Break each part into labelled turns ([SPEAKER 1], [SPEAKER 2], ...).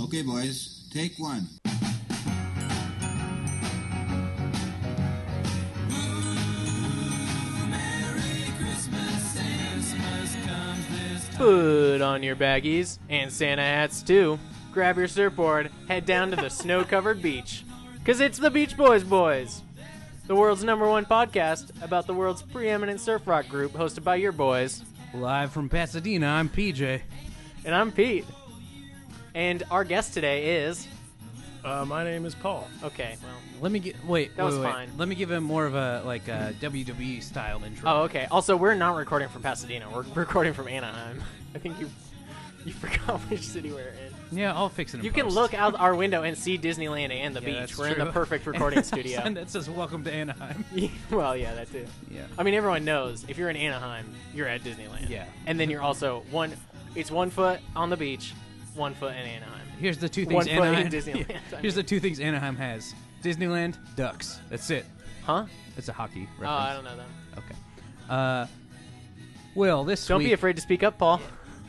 [SPEAKER 1] Okay, boys, take one.
[SPEAKER 2] Put on your baggies and Santa hats too. Grab your surfboard, head down to the snow covered beach. Cause it's the Beach Boys Boys! The world's number one podcast about the world's preeminent surf rock group hosted by your boys.
[SPEAKER 3] Live from Pasadena, I'm PJ.
[SPEAKER 2] And I'm Pete. And our guest today is.
[SPEAKER 4] Uh, my name is Paul.
[SPEAKER 2] Okay, well.
[SPEAKER 3] Let me get wait.
[SPEAKER 2] That
[SPEAKER 3] wait,
[SPEAKER 2] was
[SPEAKER 3] wait, wait.
[SPEAKER 2] fine.
[SPEAKER 3] Let me give him more of a like a WWE style intro.
[SPEAKER 2] Oh, okay. Also, we're not recording from Pasadena. We're recording from Anaheim. I think you you forgot which city we're in.
[SPEAKER 3] Yeah, I'll fix it. in
[SPEAKER 2] You can
[SPEAKER 3] post.
[SPEAKER 2] look out our window and see Disneyland and the
[SPEAKER 3] Yeah,
[SPEAKER 2] beach.
[SPEAKER 3] that's
[SPEAKER 2] We're in the
[SPEAKER 3] true.
[SPEAKER 2] perfect recording
[SPEAKER 3] Sign
[SPEAKER 2] studio.
[SPEAKER 3] that says "Welcome to Anaheim."
[SPEAKER 2] well, yeah, that too.
[SPEAKER 3] Yeah.
[SPEAKER 2] I mean, everyone knows if you're in Anaheim, you're at Disneyland.
[SPEAKER 3] Yeah.
[SPEAKER 2] And then you're also one. It's one foot on the beach, one foot in Anaheim.
[SPEAKER 3] Here's the two
[SPEAKER 2] One
[SPEAKER 3] things
[SPEAKER 2] foot in
[SPEAKER 3] Anaheim.
[SPEAKER 2] Disneyland,
[SPEAKER 3] Yeah.
[SPEAKER 2] I mean.
[SPEAKER 3] Here's the two things Anaheim has: Disneyland, ducks. That's it.
[SPEAKER 2] Huh?
[SPEAKER 3] That's a hockey
[SPEAKER 2] Oh,
[SPEAKER 3] reference.
[SPEAKER 2] I don't know them.
[SPEAKER 3] Okay. Uh, well, this
[SPEAKER 2] Don't
[SPEAKER 3] week,
[SPEAKER 2] be afraid to speak up, Paul. Uh,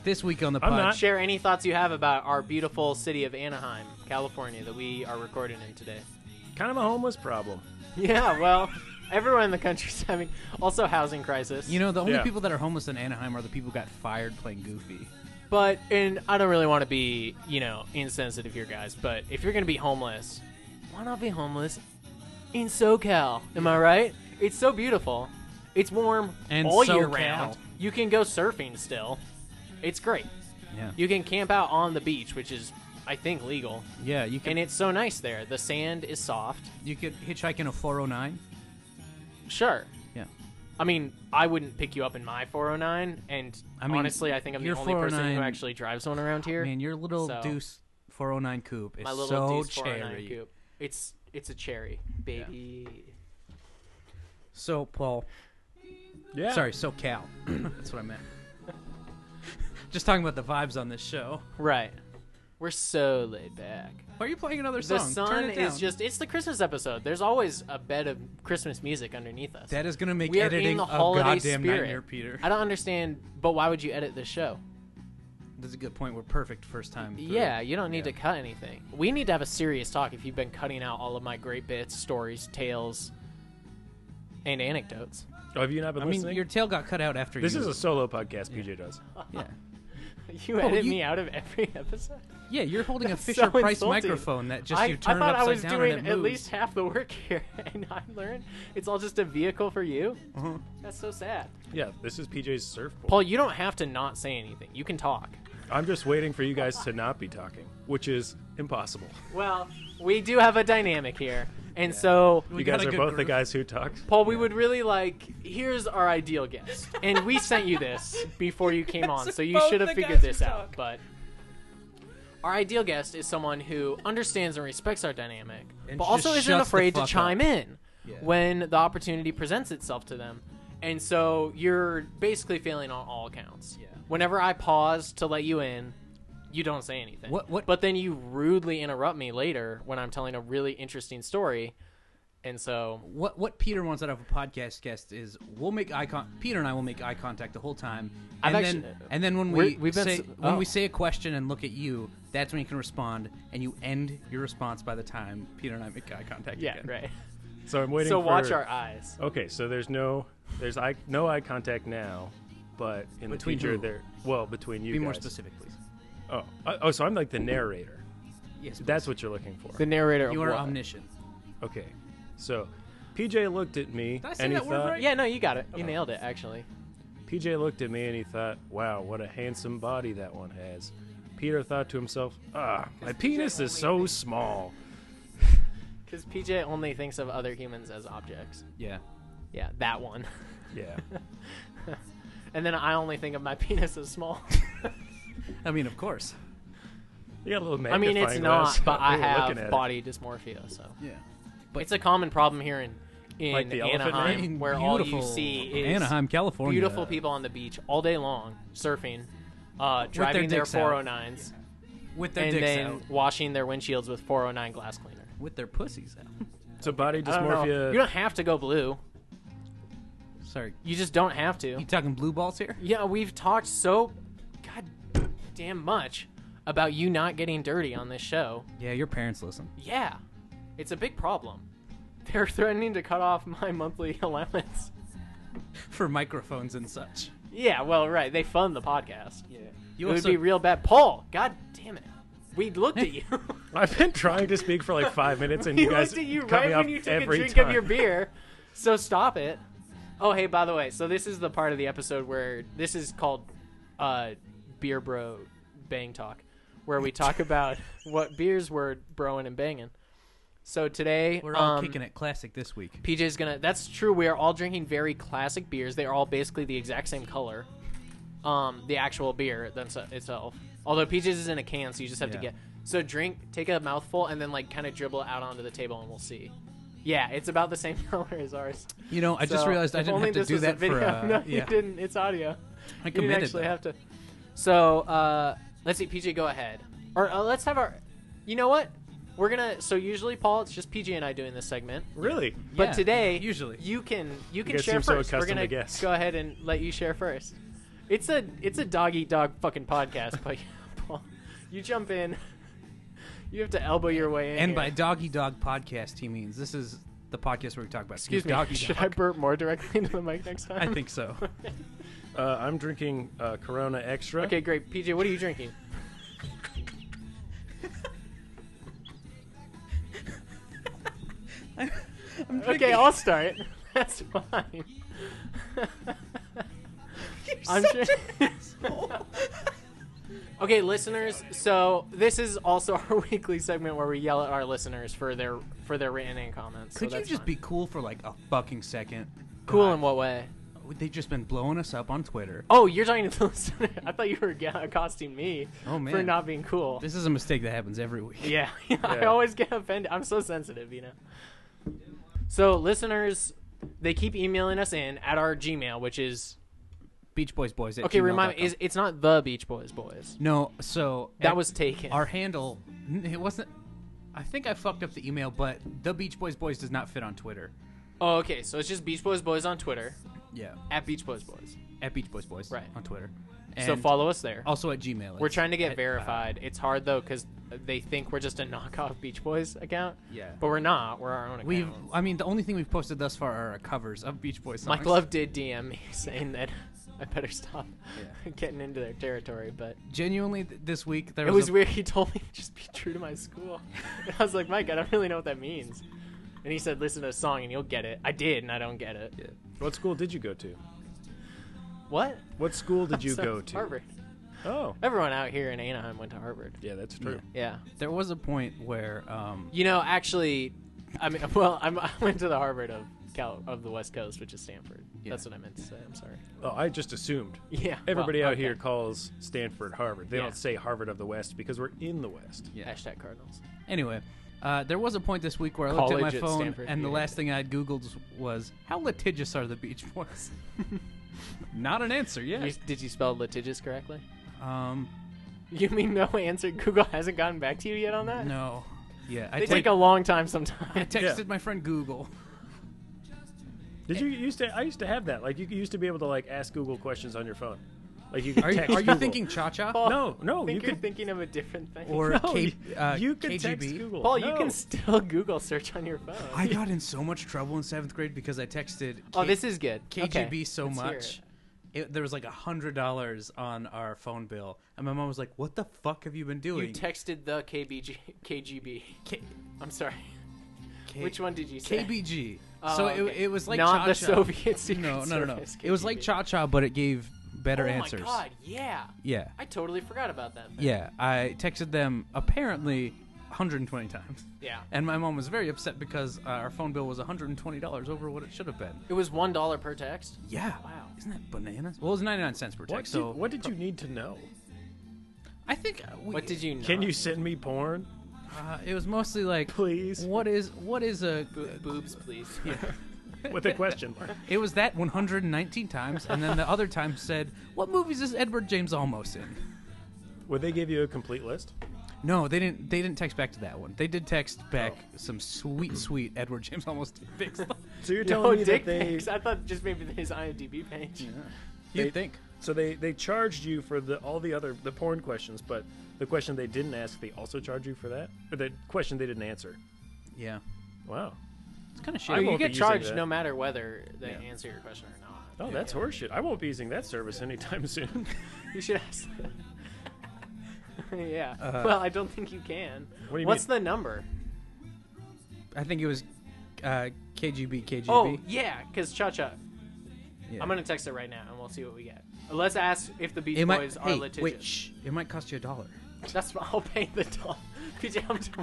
[SPEAKER 3] This week on the
[SPEAKER 4] I'm
[SPEAKER 3] pod,
[SPEAKER 4] not.
[SPEAKER 2] Share any thoughts you have about our beautiful city of Anaheim, California, that we are recording in today.
[SPEAKER 4] Kind of a homeless problem.
[SPEAKER 2] Yeah, well, everyone in the country's having also housing crisis.
[SPEAKER 3] you know the only
[SPEAKER 4] Yeah.
[SPEAKER 3] people that are homeless in Anaheim are the people who got fired playing Goofy.
[SPEAKER 2] but and I don't really want to be you know insensitive here, guys. But if you're gonna be homeless, why not be homeless in SoCal? Am I right? It's so beautiful. It's warm
[SPEAKER 3] And
[SPEAKER 2] all year
[SPEAKER 3] SoCal.
[SPEAKER 2] round. You can go surfing still. It's great.
[SPEAKER 3] Yeah.
[SPEAKER 2] You can camp out on the beach, which is I think legal.
[SPEAKER 3] yeah. You can
[SPEAKER 2] And it's so nice there. The sand is soft.
[SPEAKER 3] you could hitchhike in a 409.
[SPEAKER 2] Sure.
[SPEAKER 3] Yeah.
[SPEAKER 2] I mean, I wouldn't pick you up in my 409, and
[SPEAKER 3] I mean,
[SPEAKER 2] honestly, I think I'm the
[SPEAKER 3] your
[SPEAKER 2] only person who
[SPEAKER 3] 409
[SPEAKER 2] actually drives one around here.
[SPEAKER 3] Man, your little
[SPEAKER 2] So-
[SPEAKER 3] Deuce 409 coupe is
[SPEAKER 2] my little
[SPEAKER 3] so
[SPEAKER 2] Deuce 409
[SPEAKER 3] cherry.
[SPEAKER 2] coupe. It's it's a cherry, baby.
[SPEAKER 3] So Paul,
[SPEAKER 4] Yeah.
[SPEAKER 3] sorry, so Cal. That's what I meant. Just talking about the vibes on this show.
[SPEAKER 2] Right. We're so laid back.
[SPEAKER 3] Why are you playing another
[SPEAKER 2] The
[SPEAKER 3] song? Turn
[SPEAKER 2] sun
[SPEAKER 3] it down.
[SPEAKER 2] is just—it's the Christmas episode. There's always a bed of Christmas music underneath us.
[SPEAKER 3] That is gonna make
[SPEAKER 2] we are
[SPEAKER 3] editing
[SPEAKER 2] in the
[SPEAKER 3] a
[SPEAKER 2] holiday
[SPEAKER 3] goddamn
[SPEAKER 2] spirit.
[SPEAKER 3] nightmare, Peter.
[SPEAKER 2] I don't understand, but why would you edit this show?
[SPEAKER 3] That's a good point. We're perfect first time. through.
[SPEAKER 2] Yeah, you don't need to
[SPEAKER 3] Yeah.
[SPEAKER 2] cut anything. We need to have a serious talk if you've been cutting out all of my great bits, stories, tales, and anecdotes.
[SPEAKER 4] Oh, have you not been
[SPEAKER 3] I mean,
[SPEAKER 4] listening?
[SPEAKER 3] your tail got cut out after
[SPEAKER 4] this
[SPEAKER 3] you.
[SPEAKER 4] is a solo podcast PJ does.
[SPEAKER 3] yeah.
[SPEAKER 2] You edit
[SPEAKER 3] you-
[SPEAKER 2] me out of every episode.
[SPEAKER 3] Yeah, you're holding a
[SPEAKER 2] That's
[SPEAKER 3] Fisher
[SPEAKER 2] so
[SPEAKER 3] Price
[SPEAKER 2] insulting.
[SPEAKER 3] microphone that just
[SPEAKER 2] I,
[SPEAKER 3] you
[SPEAKER 2] I
[SPEAKER 3] turn
[SPEAKER 2] thought
[SPEAKER 3] it upside
[SPEAKER 2] I was
[SPEAKER 3] down
[SPEAKER 2] doing
[SPEAKER 3] and it
[SPEAKER 2] at
[SPEAKER 3] moves.
[SPEAKER 2] least half the work here, and I learned it's all just a vehicle for you.
[SPEAKER 3] Mm-hmm.
[SPEAKER 2] That's so sad.
[SPEAKER 4] Yeah, this is PJ's surfboard.
[SPEAKER 2] Paul, you don't have to not say anything. You can talk.
[SPEAKER 4] I'm just waiting for you guys to not be talking, which is impossible.
[SPEAKER 2] Well, we do have a dynamic here, and so
[SPEAKER 3] We
[SPEAKER 4] you
[SPEAKER 3] got
[SPEAKER 4] guys
[SPEAKER 3] a
[SPEAKER 4] are
[SPEAKER 3] good
[SPEAKER 4] both the
[SPEAKER 3] groove.
[SPEAKER 4] guys who talk.
[SPEAKER 2] Paul, we would really like. Here's our ideal guest, and we sent you this before you came on, so you
[SPEAKER 3] both
[SPEAKER 2] should have
[SPEAKER 3] the
[SPEAKER 2] figured this
[SPEAKER 3] guys who
[SPEAKER 2] out. But our ideal guest is someone who understands and respects our dynamic,
[SPEAKER 3] And
[SPEAKER 2] but
[SPEAKER 3] just
[SPEAKER 2] also isn't
[SPEAKER 3] shuts the
[SPEAKER 2] afraid to
[SPEAKER 3] fuck
[SPEAKER 2] chime
[SPEAKER 3] up.
[SPEAKER 2] in
[SPEAKER 3] Yeah.
[SPEAKER 2] when the opportunity presents itself to them. And so you're basically failing on all accounts.
[SPEAKER 3] Yeah.
[SPEAKER 2] Whenever I pause to let you in, you don't say anything.
[SPEAKER 3] What- what-
[SPEAKER 2] But then you rudely interrupt me later when I'm telling a really interesting story. And so
[SPEAKER 3] What what Peter wants out of a podcast guest is we'll make eye con- Peter and I will make eye contact the whole time,
[SPEAKER 2] I've
[SPEAKER 3] and
[SPEAKER 2] actually- uh,
[SPEAKER 3] then and then when
[SPEAKER 2] We're-
[SPEAKER 3] we
[SPEAKER 2] we've been
[SPEAKER 3] say
[SPEAKER 2] s-
[SPEAKER 3] when
[SPEAKER 2] oh.
[SPEAKER 3] we say a question and look at you, that's when you can respond, and you end your response by the time Peter and I make eye contact.
[SPEAKER 2] Yeah,
[SPEAKER 3] again.
[SPEAKER 2] right.
[SPEAKER 4] So I'm waiting
[SPEAKER 2] So
[SPEAKER 4] for
[SPEAKER 2] watch our eyes.
[SPEAKER 4] Okay, so there's no there's eye no eye contact now, but in
[SPEAKER 3] Between
[SPEAKER 4] the future
[SPEAKER 3] who?
[SPEAKER 4] there well, between you
[SPEAKER 3] Be
[SPEAKER 4] guys.
[SPEAKER 3] more specific, please.
[SPEAKER 4] Oh, I- oh, so I'm like the narrator.
[SPEAKER 3] Yes,
[SPEAKER 4] That's what you're looking for.
[SPEAKER 2] The narrator.
[SPEAKER 3] you
[SPEAKER 2] of
[SPEAKER 3] are
[SPEAKER 2] what?
[SPEAKER 3] omniscient.
[SPEAKER 4] Okay. So PJ looked at me
[SPEAKER 3] I say
[SPEAKER 4] and he
[SPEAKER 3] that word
[SPEAKER 4] thought
[SPEAKER 3] right?
[SPEAKER 2] Yeah, no, you got it. You nailed it, actually.
[SPEAKER 4] PJ looked at me and he thought, wow, what a handsome body that one has. Peter thought to himself, ah, my penis is so small.
[SPEAKER 2] Because PJ only thinks of other humans as objects.
[SPEAKER 3] Yeah,
[SPEAKER 2] Yeah, that one.
[SPEAKER 4] Yeah.
[SPEAKER 2] And then I only think of my penis as small.
[SPEAKER 3] I mean, of course.
[SPEAKER 4] You got a little
[SPEAKER 2] I mean, it's
[SPEAKER 4] magnifying
[SPEAKER 2] not,
[SPEAKER 4] glass.
[SPEAKER 2] but I
[SPEAKER 4] We were looking at
[SPEAKER 2] have
[SPEAKER 4] it.
[SPEAKER 2] body dysmorphia, so
[SPEAKER 3] Yeah,
[SPEAKER 2] it's a common problem here in in
[SPEAKER 4] Like the elephant
[SPEAKER 2] Anaheim,
[SPEAKER 3] man?
[SPEAKER 2] where all you
[SPEAKER 3] Beautiful
[SPEAKER 2] see is
[SPEAKER 3] Anaheim, California.
[SPEAKER 2] beautiful people on the beach all day long surfing, uh, driving their
[SPEAKER 3] dicks out.
[SPEAKER 2] 409s,
[SPEAKER 3] with their
[SPEAKER 2] and
[SPEAKER 3] dicks
[SPEAKER 2] then
[SPEAKER 3] out,
[SPEAKER 2] washing their windshields with 409 glass cleaner.
[SPEAKER 3] with their pussies out.
[SPEAKER 4] So body
[SPEAKER 2] I don't know.
[SPEAKER 4] dysmorphia.
[SPEAKER 2] You don't have to go blue.
[SPEAKER 3] Sorry.
[SPEAKER 2] You just don't have to.
[SPEAKER 3] You talking blue balls here?
[SPEAKER 2] Yeah, we've talked so god damn much about you not getting dirty on this show.
[SPEAKER 3] Yeah, your parents listen.
[SPEAKER 2] Yeah, it's a big problem. They're threatening to cut off my monthly allowance.
[SPEAKER 3] For microphones and such.
[SPEAKER 2] Yeah, well, right. They fund the podcast. Yeah.
[SPEAKER 3] You
[SPEAKER 2] it would
[SPEAKER 3] also-
[SPEAKER 2] be real bad. Paul, god damn it. We looked at you.
[SPEAKER 4] I've been trying to speak for like five minutes, and
[SPEAKER 2] we
[SPEAKER 4] you guys
[SPEAKER 2] looked at you
[SPEAKER 4] cut
[SPEAKER 2] right
[SPEAKER 4] me
[SPEAKER 2] when
[SPEAKER 4] off
[SPEAKER 2] you took a
[SPEAKER 4] every
[SPEAKER 2] drink
[SPEAKER 4] time.
[SPEAKER 2] of your beer. So stop it. Oh, hey, by the way, so this is the part of the episode where this is called uh, Beer Bro Bang Talk, where we talk about what beers we're broing and banging. So today
[SPEAKER 3] We're all
[SPEAKER 2] um,
[SPEAKER 3] kicking it classic this week.
[SPEAKER 2] PJ's gonna. That's true. We are all drinking very classic beers. They are all basically the exact same color. Um, the actual beer that's itself. Although PJ's is in a can, so you just have to
[SPEAKER 3] Yeah.
[SPEAKER 2] get. So drink, take a mouthful, and then like kind of dribble it out onto the table, and we'll see. Yeah, it's about the same color as ours.
[SPEAKER 3] You know, I just
[SPEAKER 2] So,
[SPEAKER 3] realized I
[SPEAKER 2] if
[SPEAKER 3] didn't
[SPEAKER 2] only
[SPEAKER 3] have to
[SPEAKER 2] this
[SPEAKER 3] do
[SPEAKER 2] was a
[SPEAKER 3] that for.
[SPEAKER 2] video.
[SPEAKER 3] Uh,
[SPEAKER 2] no,
[SPEAKER 3] yeah.
[SPEAKER 2] you didn't. It's audio.
[SPEAKER 3] I
[SPEAKER 2] You didn't
[SPEAKER 3] committed.
[SPEAKER 2] actually
[SPEAKER 3] though.
[SPEAKER 2] have to. So uh, let's see, PJ, go ahead, or uh, let's have our. You know what? We're gonna. So usually, Paul, it's just PJ and I doing this segment.
[SPEAKER 4] Really?
[SPEAKER 2] But
[SPEAKER 3] Yeah,
[SPEAKER 2] today,
[SPEAKER 3] usually.
[SPEAKER 2] you can you can
[SPEAKER 4] guys
[SPEAKER 2] share
[SPEAKER 4] seem so
[SPEAKER 2] first. We're
[SPEAKER 4] accustomed to
[SPEAKER 2] gonna
[SPEAKER 4] guess.
[SPEAKER 2] go ahead and let you share first. It's a it's a dog eat dog fucking podcast, but Paul, you jump in. You have to elbow your way in.
[SPEAKER 3] And
[SPEAKER 2] here.
[SPEAKER 3] by doggy dog podcast, he means this is the podcast where we talk about
[SPEAKER 2] excuse me,
[SPEAKER 3] doggy
[SPEAKER 2] should
[SPEAKER 3] dog.
[SPEAKER 2] I burp more directly into the mic next
[SPEAKER 3] I
[SPEAKER 2] time?
[SPEAKER 3] think so.
[SPEAKER 4] Uh, I'm drinking uh, Corona Extra.
[SPEAKER 2] Okay, great. PJ, what are you drinking? Okay, I'll start. That's fine. I'm sure. okay, listeners. So this is also our weekly segment where we yell at our listeners for their for their written in comments.
[SPEAKER 3] Could
[SPEAKER 2] so
[SPEAKER 3] you
[SPEAKER 2] that's
[SPEAKER 3] just
[SPEAKER 2] fine.
[SPEAKER 3] be cool for like a fucking second?
[SPEAKER 2] cool
[SPEAKER 3] God,
[SPEAKER 2] in what way?
[SPEAKER 3] They've just been blowing us up on Twitter.
[SPEAKER 2] Oh, you're talking to the listener. I thought you were ga- accosting me
[SPEAKER 3] Oh,
[SPEAKER 2] for
[SPEAKER 3] man.
[SPEAKER 2] not being cool.
[SPEAKER 3] This is a mistake that happens every week.
[SPEAKER 2] Yeah, I
[SPEAKER 4] Yeah.
[SPEAKER 2] always get offended. I'm so sensitive, you know. So listeners, they keep emailing us in at our Gmail, which is
[SPEAKER 3] Beach Boys Boys. At
[SPEAKER 2] okay. Remind me,
[SPEAKER 3] gmail.com.
[SPEAKER 2] is it's not the Beach Boys Boys.
[SPEAKER 3] no. So
[SPEAKER 2] That
[SPEAKER 3] at-
[SPEAKER 2] was taken.
[SPEAKER 3] our handle. n- It wasn't. I think I fucked up the email, but the Beach Boys Boys does not fit on Twitter.
[SPEAKER 2] Oh, okay. So it's just Beach Boys Boys on Twitter
[SPEAKER 3] Yeah,
[SPEAKER 2] at Beach Boys Boys.
[SPEAKER 3] at Beach Boys Boys
[SPEAKER 2] Right.
[SPEAKER 3] on Twitter.
[SPEAKER 2] so
[SPEAKER 3] And
[SPEAKER 2] follow us there.
[SPEAKER 3] Also at Gmail.
[SPEAKER 2] we're
[SPEAKER 3] It's
[SPEAKER 2] trying to get
[SPEAKER 3] at-
[SPEAKER 2] verified. it's hard though because they think we're just a knockoff Beach Boys account.
[SPEAKER 3] Yeah.
[SPEAKER 2] but we're not. We're our own account.
[SPEAKER 3] We've. I mean, the only thing we've posted thus far are covers of Beach Boys songs.
[SPEAKER 2] Mike Love did DM me saying that I better stop
[SPEAKER 3] Yeah.
[SPEAKER 2] getting into their territory, but
[SPEAKER 3] Genuinely, th- this week there
[SPEAKER 2] it
[SPEAKER 3] was,
[SPEAKER 2] was
[SPEAKER 3] a-
[SPEAKER 2] weird. He told me just be true to my school. And I was like, Mike, I don't really know what that means. And he said, listen to a song and you'll get it. I did, and I don't get it.
[SPEAKER 4] What school did you go to?
[SPEAKER 2] What?
[SPEAKER 4] What school did you
[SPEAKER 2] So,
[SPEAKER 4] go to?
[SPEAKER 2] Harvard.
[SPEAKER 4] Oh,
[SPEAKER 2] Everyone out here in Anaheim went to Harvard.
[SPEAKER 4] yeah, that's true.
[SPEAKER 2] Yeah.
[SPEAKER 3] There was a point where. Um,
[SPEAKER 2] You know, actually, I mean, well, I'm, I went to the Harvard of Cal of the West Coast, which is Stanford.
[SPEAKER 3] Yeah.
[SPEAKER 2] That's what I meant to say. I'm sorry.
[SPEAKER 4] Oh, I just assumed.
[SPEAKER 2] Yeah. well,
[SPEAKER 4] Everybody out
[SPEAKER 2] okay.
[SPEAKER 4] here calls Stanford Harvard. They
[SPEAKER 2] Yeah.
[SPEAKER 4] don't say Harvard of the West because we're in the West.
[SPEAKER 3] yeah.
[SPEAKER 2] Hashtag Cardinals.
[SPEAKER 3] Anyway, uh, there was a point this week where I looked
[SPEAKER 2] College
[SPEAKER 3] at
[SPEAKER 2] at
[SPEAKER 3] my phone
[SPEAKER 2] Stanford,
[SPEAKER 3] and the
[SPEAKER 2] yeah.
[SPEAKER 3] last thing I'd googled was how litigious are the Beach Boys? Not an answer
[SPEAKER 2] You,
[SPEAKER 3] yet.
[SPEAKER 2] did you spell litigious correctly?
[SPEAKER 3] Um,
[SPEAKER 2] You mean no answer? Google hasn't gotten back to you yet on that?
[SPEAKER 3] no. Yeah, I
[SPEAKER 2] They take
[SPEAKER 3] take
[SPEAKER 2] a long time sometimes.
[SPEAKER 3] texted
[SPEAKER 4] Yeah.
[SPEAKER 3] my friend Google.
[SPEAKER 4] Did you used to? I used to have that. Like you used to be able to like ask Google questions on your phone. Like you could
[SPEAKER 3] Are you,
[SPEAKER 4] text
[SPEAKER 3] are you
[SPEAKER 4] Google.
[SPEAKER 3] thinking Cha Cha
[SPEAKER 2] Paul,
[SPEAKER 4] No, no,
[SPEAKER 2] I think
[SPEAKER 4] you
[SPEAKER 2] you're
[SPEAKER 4] could-
[SPEAKER 2] thinking of a different thing.
[SPEAKER 3] or
[SPEAKER 4] No,
[SPEAKER 3] K, uh,
[SPEAKER 4] you could
[SPEAKER 3] KGB?
[SPEAKER 4] text Google.
[SPEAKER 2] Paul, you
[SPEAKER 4] No.
[SPEAKER 2] can still Google search on your phone.
[SPEAKER 3] I got in so much trouble in seventh grade because I texted.
[SPEAKER 2] oh,
[SPEAKER 3] K-
[SPEAKER 2] this is good.
[SPEAKER 3] KGB
[SPEAKER 2] Okay,
[SPEAKER 3] so
[SPEAKER 2] let's hear
[SPEAKER 3] much.
[SPEAKER 2] it.
[SPEAKER 3] It, there was like a hundred dollars on our phone bill, and my mom was like, "What the fuck have you been
[SPEAKER 2] You
[SPEAKER 3] doing?"
[SPEAKER 2] texted the KBG, KGB.
[SPEAKER 3] K-
[SPEAKER 2] I'm sorry.
[SPEAKER 3] K-
[SPEAKER 2] Which one did you say?
[SPEAKER 3] KBG.
[SPEAKER 2] Oh,
[SPEAKER 3] so
[SPEAKER 2] okay.
[SPEAKER 3] it, it was like
[SPEAKER 2] Not the
[SPEAKER 3] Cha-Cha.
[SPEAKER 2] Soviet Secret
[SPEAKER 3] No, no, no, no.
[SPEAKER 2] Service,
[SPEAKER 3] It was like
[SPEAKER 2] KGB.
[SPEAKER 3] Cha Cha, but it gave better
[SPEAKER 2] Oh
[SPEAKER 3] answers.
[SPEAKER 2] my god, yeah.
[SPEAKER 3] Yeah,
[SPEAKER 2] I totally forgot about that. thing.
[SPEAKER 3] yeah. I texted them apparently 120 times.
[SPEAKER 2] Yeah.
[SPEAKER 3] And my mom was very upset because uh, our phone bill was $120 over what it should have been.
[SPEAKER 2] It was one dollar per text.
[SPEAKER 3] Yeah.
[SPEAKER 2] Wow.
[SPEAKER 3] Isn't that bananas? Well, it was 99 cents per text.
[SPEAKER 4] What,
[SPEAKER 3] so
[SPEAKER 4] did, what did you need to know?
[SPEAKER 3] I think uh, we,
[SPEAKER 2] What did you? Know?
[SPEAKER 4] Can you send me porn?
[SPEAKER 3] Uh, it was mostly like,
[SPEAKER 4] Please.
[SPEAKER 3] What is what is a?
[SPEAKER 2] Bo- boobs, please?
[SPEAKER 4] With a question mark.
[SPEAKER 3] It was that 119 times, and then the other time said, "What movies is Edward James Almost in?"
[SPEAKER 4] Would they give you a complete list?
[SPEAKER 3] No, they didn't. They didn't text back to that one. They did text back
[SPEAKER 2] Oh.
[SPEAKER 3] some sweet, sweet Edward James almost fixed.
[SPEAKER 4] So you're telling
[SPEAKER 2] No
[SPEAKER 4] me
[SPEAKER 2] Oh, dick
[SPEAKER 4] that they
[SPEAKER 2] pics. I thought just maybe his IMDb page.
[SPEAKER 3] You'd
[SPEAKER 4] They-
[SPEAKER 3] think.
[SPEAKER 4] so they they charged you for the all the other the porn questions, but the question they didn't ask, they also charge you for that, or the question they didn't answer.
[SPEAKER 3] Yeah,
[SPEAKER 4] Wow.
[SPEAKER 3] it's kind of
[SPEAKER 4] I
[SPEAKER 2] Oh,
[SPEAKER 3] shitty.
[SPEAKER 2] you
[SPEAKER 4] won't be
[SPEAKER 2] get
[SPEAKER 4] using
[SPEAKER 2] charged
[SPEAKER 4] that.
[SPEAKER 2] no matter whether they
[SPEAKER 3] Yeah.
[SPEAKER 2] answer your question or not.
[SPEAKER 4] Oh, that's horseshit. I won't be using that service anytime soon.
[SPEAKER 2] You should ask. them. yeah.
[SPEAKER 3] Uh,
[SPEAKER 2] well, I don't think you can.
[SPEAKER 4] What do you
[SPEAKER 2] What's
[SPEAKER 4] mean?
[SPEAKER 2] the number?
[SPEAKER 3] I think it was uh, KGB. KGB.
[SPEAKER 2] Oh, yeah, because Cha Cha.
[SPEAKER 3] Yeah.
[SPEAKER 2] I'm gonna text it right now, and we'll see what we get. Let's ask if the Beach
[SPEAKER 3] It might.
[SPEAKER 2] Boys are
[SPEAKER 3] hey,
[SPEAKER 2] litigious.
[SPEAKER 3] wait. Shh. It might cost you a dollar.
[SPEAKER 2] That's what I'll pay the dollar. PJ, I'm tw-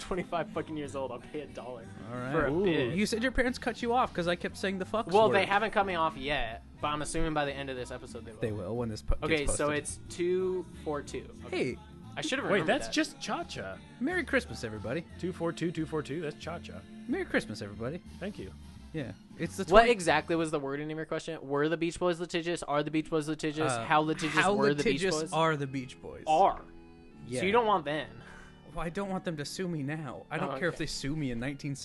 [SPEAKER 2] 25 fucking years old. I'll pay a dollar
[SPEAKER 3] All right.
[SPEAKER 2] for a
[SPEAKER 4] Ooh.
[SPEAKER 2] bid.
[SPEAKER 3] You said your parents cut you off because I kept saying the fuck.
[SPEAKER 2] well,
[SPEAKER 3] word.
[SPEAKER 2] they haven't cut me off yet, but I'm assuming by the end of this episode they will.
[SPEAKER 3] They will when this. Po-
[SPEAKER 2] Okay,
[SPEAKER 3] gets
[SPEAKER 2] so
[SPEAKER 3] posted.
[SPEAKER 2] it's two four two. Okay.
[SPEAKER 3] Hey,
[SPEAKER 2] I should have
[SPEAKER 4] Wait,
[SPEAKER 2] remembered
[SPEAKER 4] that's
[SPEAKER 2] that.
[SPEAKER 4] just Cha Cha.
[SPEAKER 3] Merry Christmas, everybody.
[SPEAKER 4] 242, 242, that's Cha Cha.
[SPEAKER 3] Merry Christmas, everybody.
[SPEAKER 4] Thank you.
[SPEAKER 3] Yeah, it's the. 20-
[SPEAKER 2] What exactly was the wording of your question? Were the Beach Boys litigious? Are the Beach Boys litigious?
[SPEAKER 3] uh,
[SPEAKER 2] how litigious
[SPEAKER 3] how
[SPEAKER 2] were
[SPEAKER 3] litigious
[SPEAKER 2] the Beach Boys?
[SPEAKER 3] are the Beach Boys?
[SPEAKER 2] Are.
[SPEAKER 3] Yeah.
[SPEAKER 2] So you don't want them.
[SPEAKER 3] Well, I don't want them to sue me now. I don't
[SPEAKER 2] Oh,
[SPEAKER 3] care if
[SPEAKER 2] okay.
[SPEAKER 3] they sue me in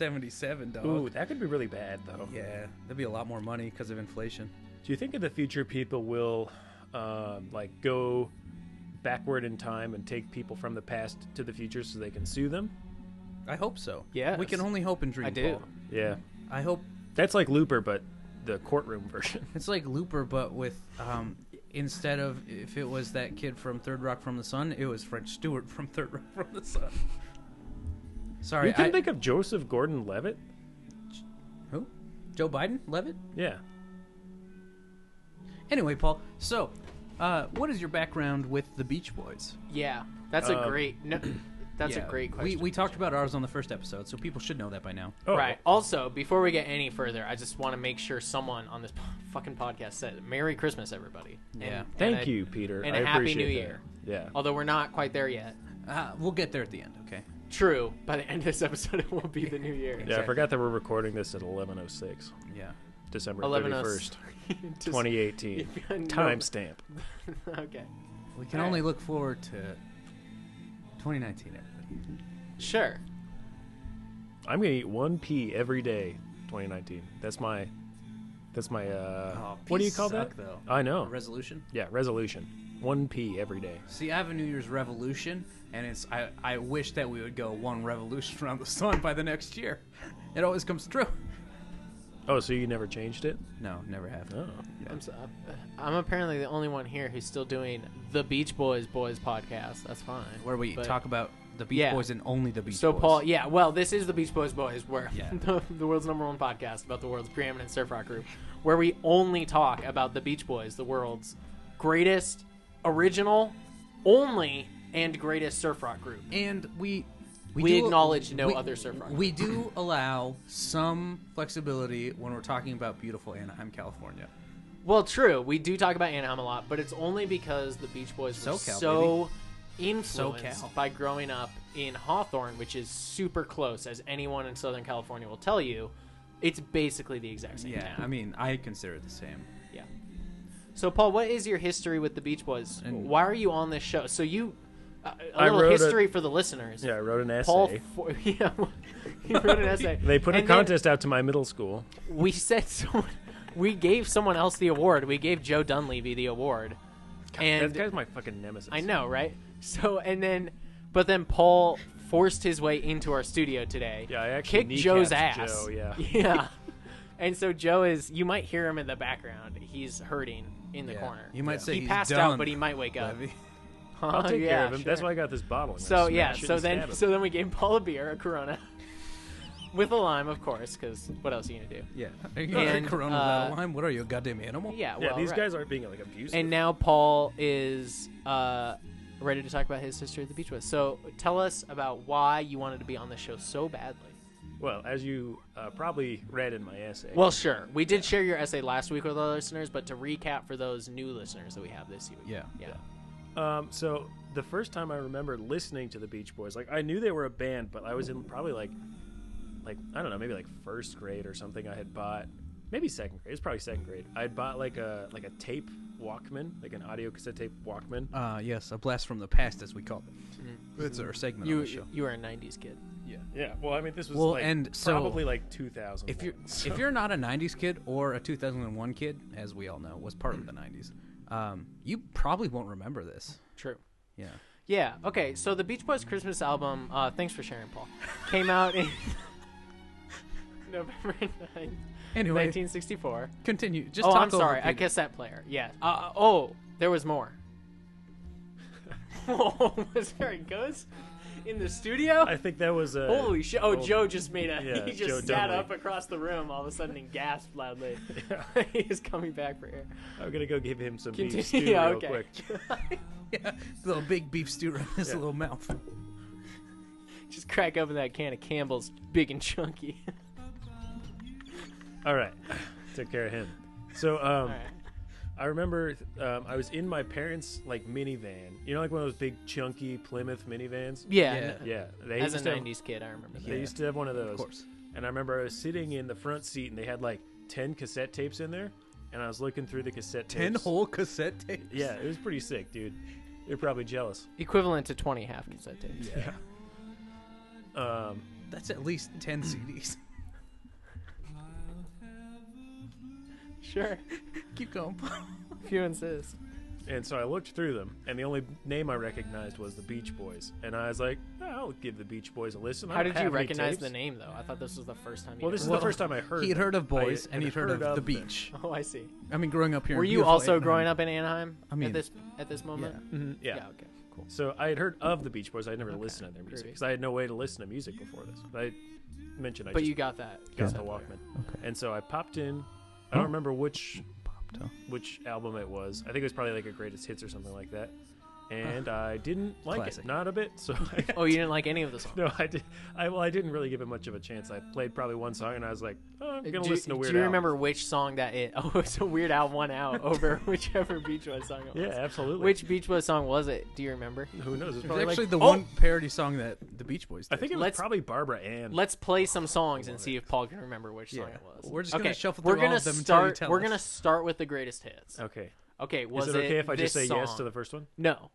[SPEAKER 3] 1977, dog.
[SPEAKER 4] Ooh, that could be really bad, though.
[SPEAKER 3] Yeah, that'd be a lot more money because of inflation.
[SPEAKER 4] Do you think in the future people will, um, like, go backward in time and take people from the past to the future so they can sue them?
[SPEAKER 3] I hope so.
[SPEAKER 2] Yes.
[SPEAKER 3] we can only hope and dream.
[SPEAKER 2] I do.
[SPEAKER 3] Paul.
[SPEAKER 4] Yeah.
[SPEAKER 3] I hope
[SPEAKER 4] That's like Looper, but the courtroom version.
[SPEAKER 3] it's like Looper, but with um, instead of if it was that kid from Third Rock from the Sun, it was French Stewart from Third Rock from the Sun. Sorry,
[SPEAKER 4] you can
[SPEAKER 3] I,
[SPEAKER 4] think of Joseph Gordon Levitt?
[SPEAKER 3] who? Joe Biden, Levitt.
[SPEAKER 4] Yeah.
[SPEAKER 3] Anyway, Paul. So, uh, what is your background with the Beach Boys?
[SPEAKER 2] Yeah. That's a
[SPEAKER 4] Um,
[SPEAKER 2] great. No, that's
[SPEAKER 3] Yeah,
[SPEAKER 2] a great
[SPEAKER 3] We,
[SPEAKER 2] question.
[SPEAKER 3] we talked about ours on the first episode, so people should know that by now.
[SPEAKER 4] Oh,
[SPEAKER 2] Right. Also, before we get any further, I just want to make sure someone on this p- fucking podcast said "Merry Christmas, everybody." And-
[SPEAKER 3] Yeah.
[SPEAKER 2] and
[SPEAKER 4] Thank
[SPEAKER 2] I-
[SPEAKER 4] you, Peter.
[SPEAKER 2] and
[SPEAKER 4] I
[SPEAKER 2] a Happy
[SPEAKER 4] appreciate
[SPEAKER 2] New
[SPEAKER 4] that.
[SPEAKER 2] Year. Oh,
[SPEAKER 4] Yeah.
[SPEAKER 2] Although we're not quite there yet.
[SPEAKER 3] Uh, we'll get there at the end, okay?
[SPEAKER 2] True. By the end of this episode, it will be the new year.
[SPEAKER 4] Yeah, I
[SPEAKER 3] Exactly.
[SPEAKER 4] forgot that we're recording this at 11.06,
[SPEAKER 3] Yeah.
[SPEAKER 4] December
[SPEAKER 2] 11
[SPEAKER 4] 31st,
[SPEAKER 2] 20.
[SPEAKER 4] 2018.
[SPEAKER 2] No.
[SPEAKER 4] Timestamp.
[SPEAKER 2] okay.
[SPEAKER 3] We can
[SPEAKER 2] All
[SPEAKER 3] only
[SPEAKER 2] right.
[SPEAKER 3] look forward to 2019, everybody.
[SPEAKER 2] Sure.
[SPEAKER 4] I'm gonna eat one pea every day. 2019. That's my. That's my. uh
[SPEAKER 3] Oh,
[SPEAKER 4] What do you
[SPEAKER 3] peas
[SPEAKER 4] call
[SPEAKER 3] suck,
[SPEAKER 4] that?
[SPEAKER 3] though.
[SPEAKER 4] I know.
[SPEAKER 3] Resolution?
[SPEAKER 4] Yeah, resolution. One pea every day.
[SPEAKER 3] See, I have a New Year's revolution, and it's I, I wish that we would go one revolution around the sun by the next year. It always comes true.
[SPEAKER 4] Oh, so you never changed it?
[SPEAKER 3] No, never have.
[SPEAKER 4] Oh.
[SPEAKER 2] I'm, so, uh, I'm apparently the only one here who's still doing the Beach Boys Boys podcast. That's fine.
[SPEAKER 3] Where we
[SPEAKER 2] But-
[SPEAKER 3] talk about the Beach
[SPEAKER 2] Yeah.
[SPEAKER 3] Boys and only the Beach
[SPEAKER 2] So
[SPEAKER 3] Boys.
[SPEAKER 2] Paul, yeah, well, this is the Beach Boys Boys, where
[SPEAKER 3] Yeah.
[SPEAKER 2] the, the world's number one podcast about the world's preeminent surf rock group, where we only talk about the Beach Boys, the world's greatest, original, only, and greatest surf rock group.
[SPEAKER 3] and we we,
[SPEAKER 2] We
[SPEAKER 3] do-
[SPEAKER 2] acknowledge no other surf rock.
[SPEAKER 3] We do allow some flexibility when we're talking about beautiful Anaheim, California.
[SPEAKER 2] Well, true, we do talk about Anaheim a lot, but it's only because the Beach Boys were
[SPEAKER 3] SoCal,
[SPEAKER 2] so influenced
[SPEAKER 3] SoCal.
[SPEAKER 2] by growing up in Hawthorne, which is super close, as anyone in Southern California will tell you. It's basically the exact same
[SPEAKER 3] Yeah,
[SPEAKER 2] town.
[SPEAKER 3] I mean, I consider it the same.
[SPEAKER 2] Yeah. So, Paul, what is your history with the Beach Boys?
[SPEAKER 3] And-
[SPEAKER 2] Why are you on this show? So you, uh, a
[SPEAKER 4] I
[SPEAKER 2] little
[SPEAKER 4] wrote a-
[SPEAKER 2] history for the listeners.
[SPEAKER 4] Yeah, I wrote an essay.
[SPEAKER 2] Paul, for, yeah, he wrote an essay.
[SPEAKER 4] they put a
[SPEAKER 2] And then
[SPEAKER 4] contest out to my middle school.
[SPEAKER 2] We said someone, we gave someone else the award. We gave Joe Dunleavy the award,
[SPEAKER 4] That
[SPEAKER 2] and
[SPEAKER 4] guy's my fucking nemesis.
[SPEAKER 2] I know, right? So, and then, but then Paul forced his way into our studio today.
[SPEAKER 4] Yeah, I actually
[SPEAKER 2] kicked Joe's
[SPEAKER 4] kneecapped
[SPEAKER 2] ass.
[SPEAKER 4] Joe, yeah.
[SPEAKER 2] yeah. And so Joe is. You might hear him in the background. He's hurting in the
[SPEAKER 3] Yeah.
[SPEAKER 2] corner.
[SPEAKER 3] You might say
[SPEAKER 2] he
[SPEAKER 3] he's
[SPEAKER 2] passed
[SPEAKER 3] done,
[SPEAKER 2] out, but he might wake up.
[SPEAKER 3] Levy.
[SPEAKER 2] Huh?
[SPEAKER 4] I'll take care
[SPEAKER 2] Yeah,
[SPEAKER 4] of him.
[SPEAKER 2] sure.
[SPEAKER 4] That's why I got this bottle. I'm
[SPEAKER 2] So
[SPEAKER 4] gonna
[SPEAKER 2] yeah.
[SPEAKER 4] smash it
[SPEAKER 2] So
[SPEAKER 4] and
[SPEAKER 2] then,
[SPEAKER 4] stab him.
[SPEAKER 2] so then we gave Paul a beer, a Corona, with a lime, of course, because what else are you gonna do?
[SPEAKER 3] Yeah. Are you gonna drink
[SPEAKER 2] And,
[SPEAKER 3] Corona without
[SPEAKER 2] uh,
[SPEAKER 3] lime? What are you, a goddamn animal?
[SPEAKER 2] Yeah.
[SPEAKER 4] yeah,
[SPEAKER 2] well,
[SPEAKER 4] these
[SPEAKER 2] right.
[SPEAKER 4] guys aren't being like abusive.
[SPEAKER 2] And now Paul is uh, ready to talk about his history of the beach with. So tell us about why you wanted to be on the show so badly.
[SPEAKER 4] well, as you uh, probably read in my essay.
[SPEAKER 2] Well, sure. We did share your essay last week with our listeners, but to recap for those new listeners that we have this week.
[SPEAKER 3] Yeah.
[SPEAKER 2] Yeah.
[SPEAKER 4] Um, so the first time I remember listening to the Beach Boys, like I knew they were a band, but I was in probably like, like I don't know, maybe like first grade or something. I had bought, maybe second grade. It's probably second grade. I had bought like a like a tape Walkman, like an audio cassette tape Walkman.
[SPEAKER 3] Uh, yes, a blast from the past, as we call it. It's our segment on
[SPEAKER 2] Mm-hmm. You
[SPEAKER 3] the show.
[SPEAKER 2] you are a '90s kid.
[SPEAKER 4] Yeah. Well, I mean, this was
[SPEAKER 3] Well,
[SPEAKER 4] like
[SPEAKER 3] and so-
[SPEAKER 4] probably like 2000.
[SPEAKER 3] If you're if you're not a '90s kid or a 2001 kid, as we all know, was part of the '90s, um, you probably won't remember this.
[SPEAKER 2] True.
[SPEAKER 3] Yeah.
[SPEAKER 2] Yeah. Okay. So the Beach Boys Christmas album, uh, thanks for sharing, Paul, came out in November 9th,
[SPEAKER 3] Anyway,
[SPEAKER 2] 1964.
[SPEAKER 3] continue. Just
[SPEAKER 2] Oh,
[SPEAKER 3] talk
[SPEAKER 2] I'm
[SPEAKER 3] over
[SPEAKER 2] sorry. I
[SPEAKER 3] Peter.
[SPEAKER 2] cassette player. Yeah. Uh, oh, there was more. oh, was there a ghost in the studio?
[SPEAKER 4] I think that was uh, a
[SPEAKER 2] Holy shit! Oh,
[SPEAKER 4] old-
[SPEAKER 2] Joe just made a.
[SPEAKER 4] yeah,
[SPEAKER 2] he just
[SPEAKER 4] Joe
[SPEAKER 2] sat
[SPEAKER 4] Dudley.
[SPEAKER 2] up across the room all of a sudden and gasped loudly.
[SPEAKER 4] Yeah.
[SPEAKER 2] he is coming back for air.
[SPEAKER 4] I'm gonna go give him some
[SPEAKER 2] Continue.
[SPEAKER 4] beef stew real
[SPEAKER 2] Yeah, okay.
[SPEAKER 4] quick.
[SPEAKER 3] Yeah, little big beef stew around his
[SPEAKER 4] Yeah.
[SPEAKER 3] little mouth.
[SPEAKER 2] Just crack open that can of Campbell's, big and chunky.
[SPEAKER 4] All right, took care of him. So um,
[SPEAKER 2] all right.
[SPEAKER 4] I remember th- um, I was in my parents' like minivan. You know, like one of those big chunky Plymouth minivans.
[SPEAKER 2] Yeah.
[SPEAKER 3] Yeah.
[SPEAKER 2] n-
[SPEAKER 4] Yeah, they
[SPEAKER 2] As a
[SPEAKER 4] used to have-
[SPEAKER 2] '90s kid, I remember that.
[SPEAKER 4] They used to have one of those.
[SPEAKER 3] course.
[SPEAKER 4] And I remember I was sitting in the front seat and they had like 10 cassette tapes in there. And I was looking through the cassette tapes.
[SPEAKER 3] Ten whole cassette tapes.
[SPEAKER 4] Yeah, it was pretty sick, dude. You're probably jealous.
[SPEAKER 2] Equivalent to 20 half cassette tapes.
[SPEAKER 4] Yeah. Um,
[SPEAKER 3] that's at least ten CDs.
[SPEAKER 2] Sure.
[SPEAKER 3] Keep going.
[SPEAKER 2] If you insist.
[SPEAKER 4] and so I looked through them, and the only name I recognized was the Beach Boys. And I was like, "Ah, I'll give the Beach Boys a listen. I
[SPEAKER 2] How
[SPEAKER 4] don't
[SPEAKER 2] did you
[SPEAKER 4] have any
[SPEAKER 2] recognize
[SPEAKER 4] tapes."
[SPEAKER 2] the name though? I thought this was the first time. You
[SPEAKER 4] Well, this is
[SPEAKER 2] ever-
[SPEAKER 4] the first time I heard.
[SPEAKER 3] He'd
[SPEAKER 4] them.
[SPEAKER 3] heard of boys
[SPEAKER 4] I
[SPEAKER 3] and he'd heard, of, the
[SPEAKER 4] them.
[SPEAKER 3] beach.
[SPEAKER 2] Oh, I see.
[SPEAKER 3] I mean, growing up here.
[SPEAKER 2] Were you also growing up in Anaheim?
[SPEAKER 3] I mean-
[SPEAKER 2] at this at this moment.
[SPEAKER 4] Mhm, Yeah.
[SPEAKER 2] Yeah. Okay. Cool.
[SPEAKER 4] So I had heard of the Beach Boys. I would never listened to their music
[SPEAKER 2] groovy.
[SPEAKER 4] because I had no way to listen to music before this. But I mentioned I
[SPEAKER 2] But
[SPEAKER 4] just
[SPEAKER 2] you got that.
[SPEAKER 4] got the
[SPEAKER 2] cassette player.
[SPEAKER 4] Walkman. And so I popped in. I don't remember which
[SPEAKER 3] Popped up.
[SPEAKER 4] which album it was. I think it was probably like a greatest hits or something like that. And I didn't like
[SPEAKER 3] Classic.
[SPEAKER 4] it, not a bit. So I,
[SPEAKER 2] Oh, you didn't like any of the songs.
[SPEAKER 4] no, I did. I well, I didn't really give it much of a chance. I played probably one song, and I was like, oh, I'm gonna
[SPEAKER 2] do,
[SPEAKER 4] listen to Weird.
[SPEAKER 2] Do you
[SPEAKER 4] Al.
[SPEAKER 2] remember which song that it? Oh, it's a Weird Al one out over whichever Beach Boys song it was.
[SPEAKER 4] Yeah, absolutely.
[SPEAKER 2] Which Beach Boys song was it? Do you remember?
[SPEAKER 4] Who knows? It's
[SPEAKER 3] It was
[SPEAKER 4] probably
[SPEAKER 3] actually
[SPEAKER 4] like,
[SPEAKER 3] the
[SPEAKER 4] Oh!
[SPEAKER 3] one parody song that the Beach Boys did.
[SPEAKER 4] I think it was
[SPEAKER 2] Let's-
[SPEAKER 4] probably Barbara Ann.
[SPEAKER 2] Let's play some songs and see if Paul can remember which song
[SPEAKER 3] Oh, Yeah.
[SPEAKER 2] it was.
[SPEAKER 3] We're just gonna
[SPEAKER 2] Okay,
[SPEAKER 3] shuffle
[SPEAKER 2] we're
[SPEAKER 3] through all
[SPEAKER 2] gonna
[SPEAKER 3] of them until
[SPEAKER 2] Start,
[SPEAKER 3] you tell
[SPEAKER 2] we're
[SPEAKER 3] us.
[SPEAKER 2] gonna start with the greatest hits.
[SPEAKER 4] okay.
[SPEAKER 2] Okay, was
[SPEAKER 4] Is it okay
[SPEAKER 2] it
[SPEAKER 4] if I just
[SPEAKER 2] this
[SPEAKER 4] say yes
[SPEAKER 2] song?
[SPEAKER 4] to the first one?
[SPEAKER 2] No,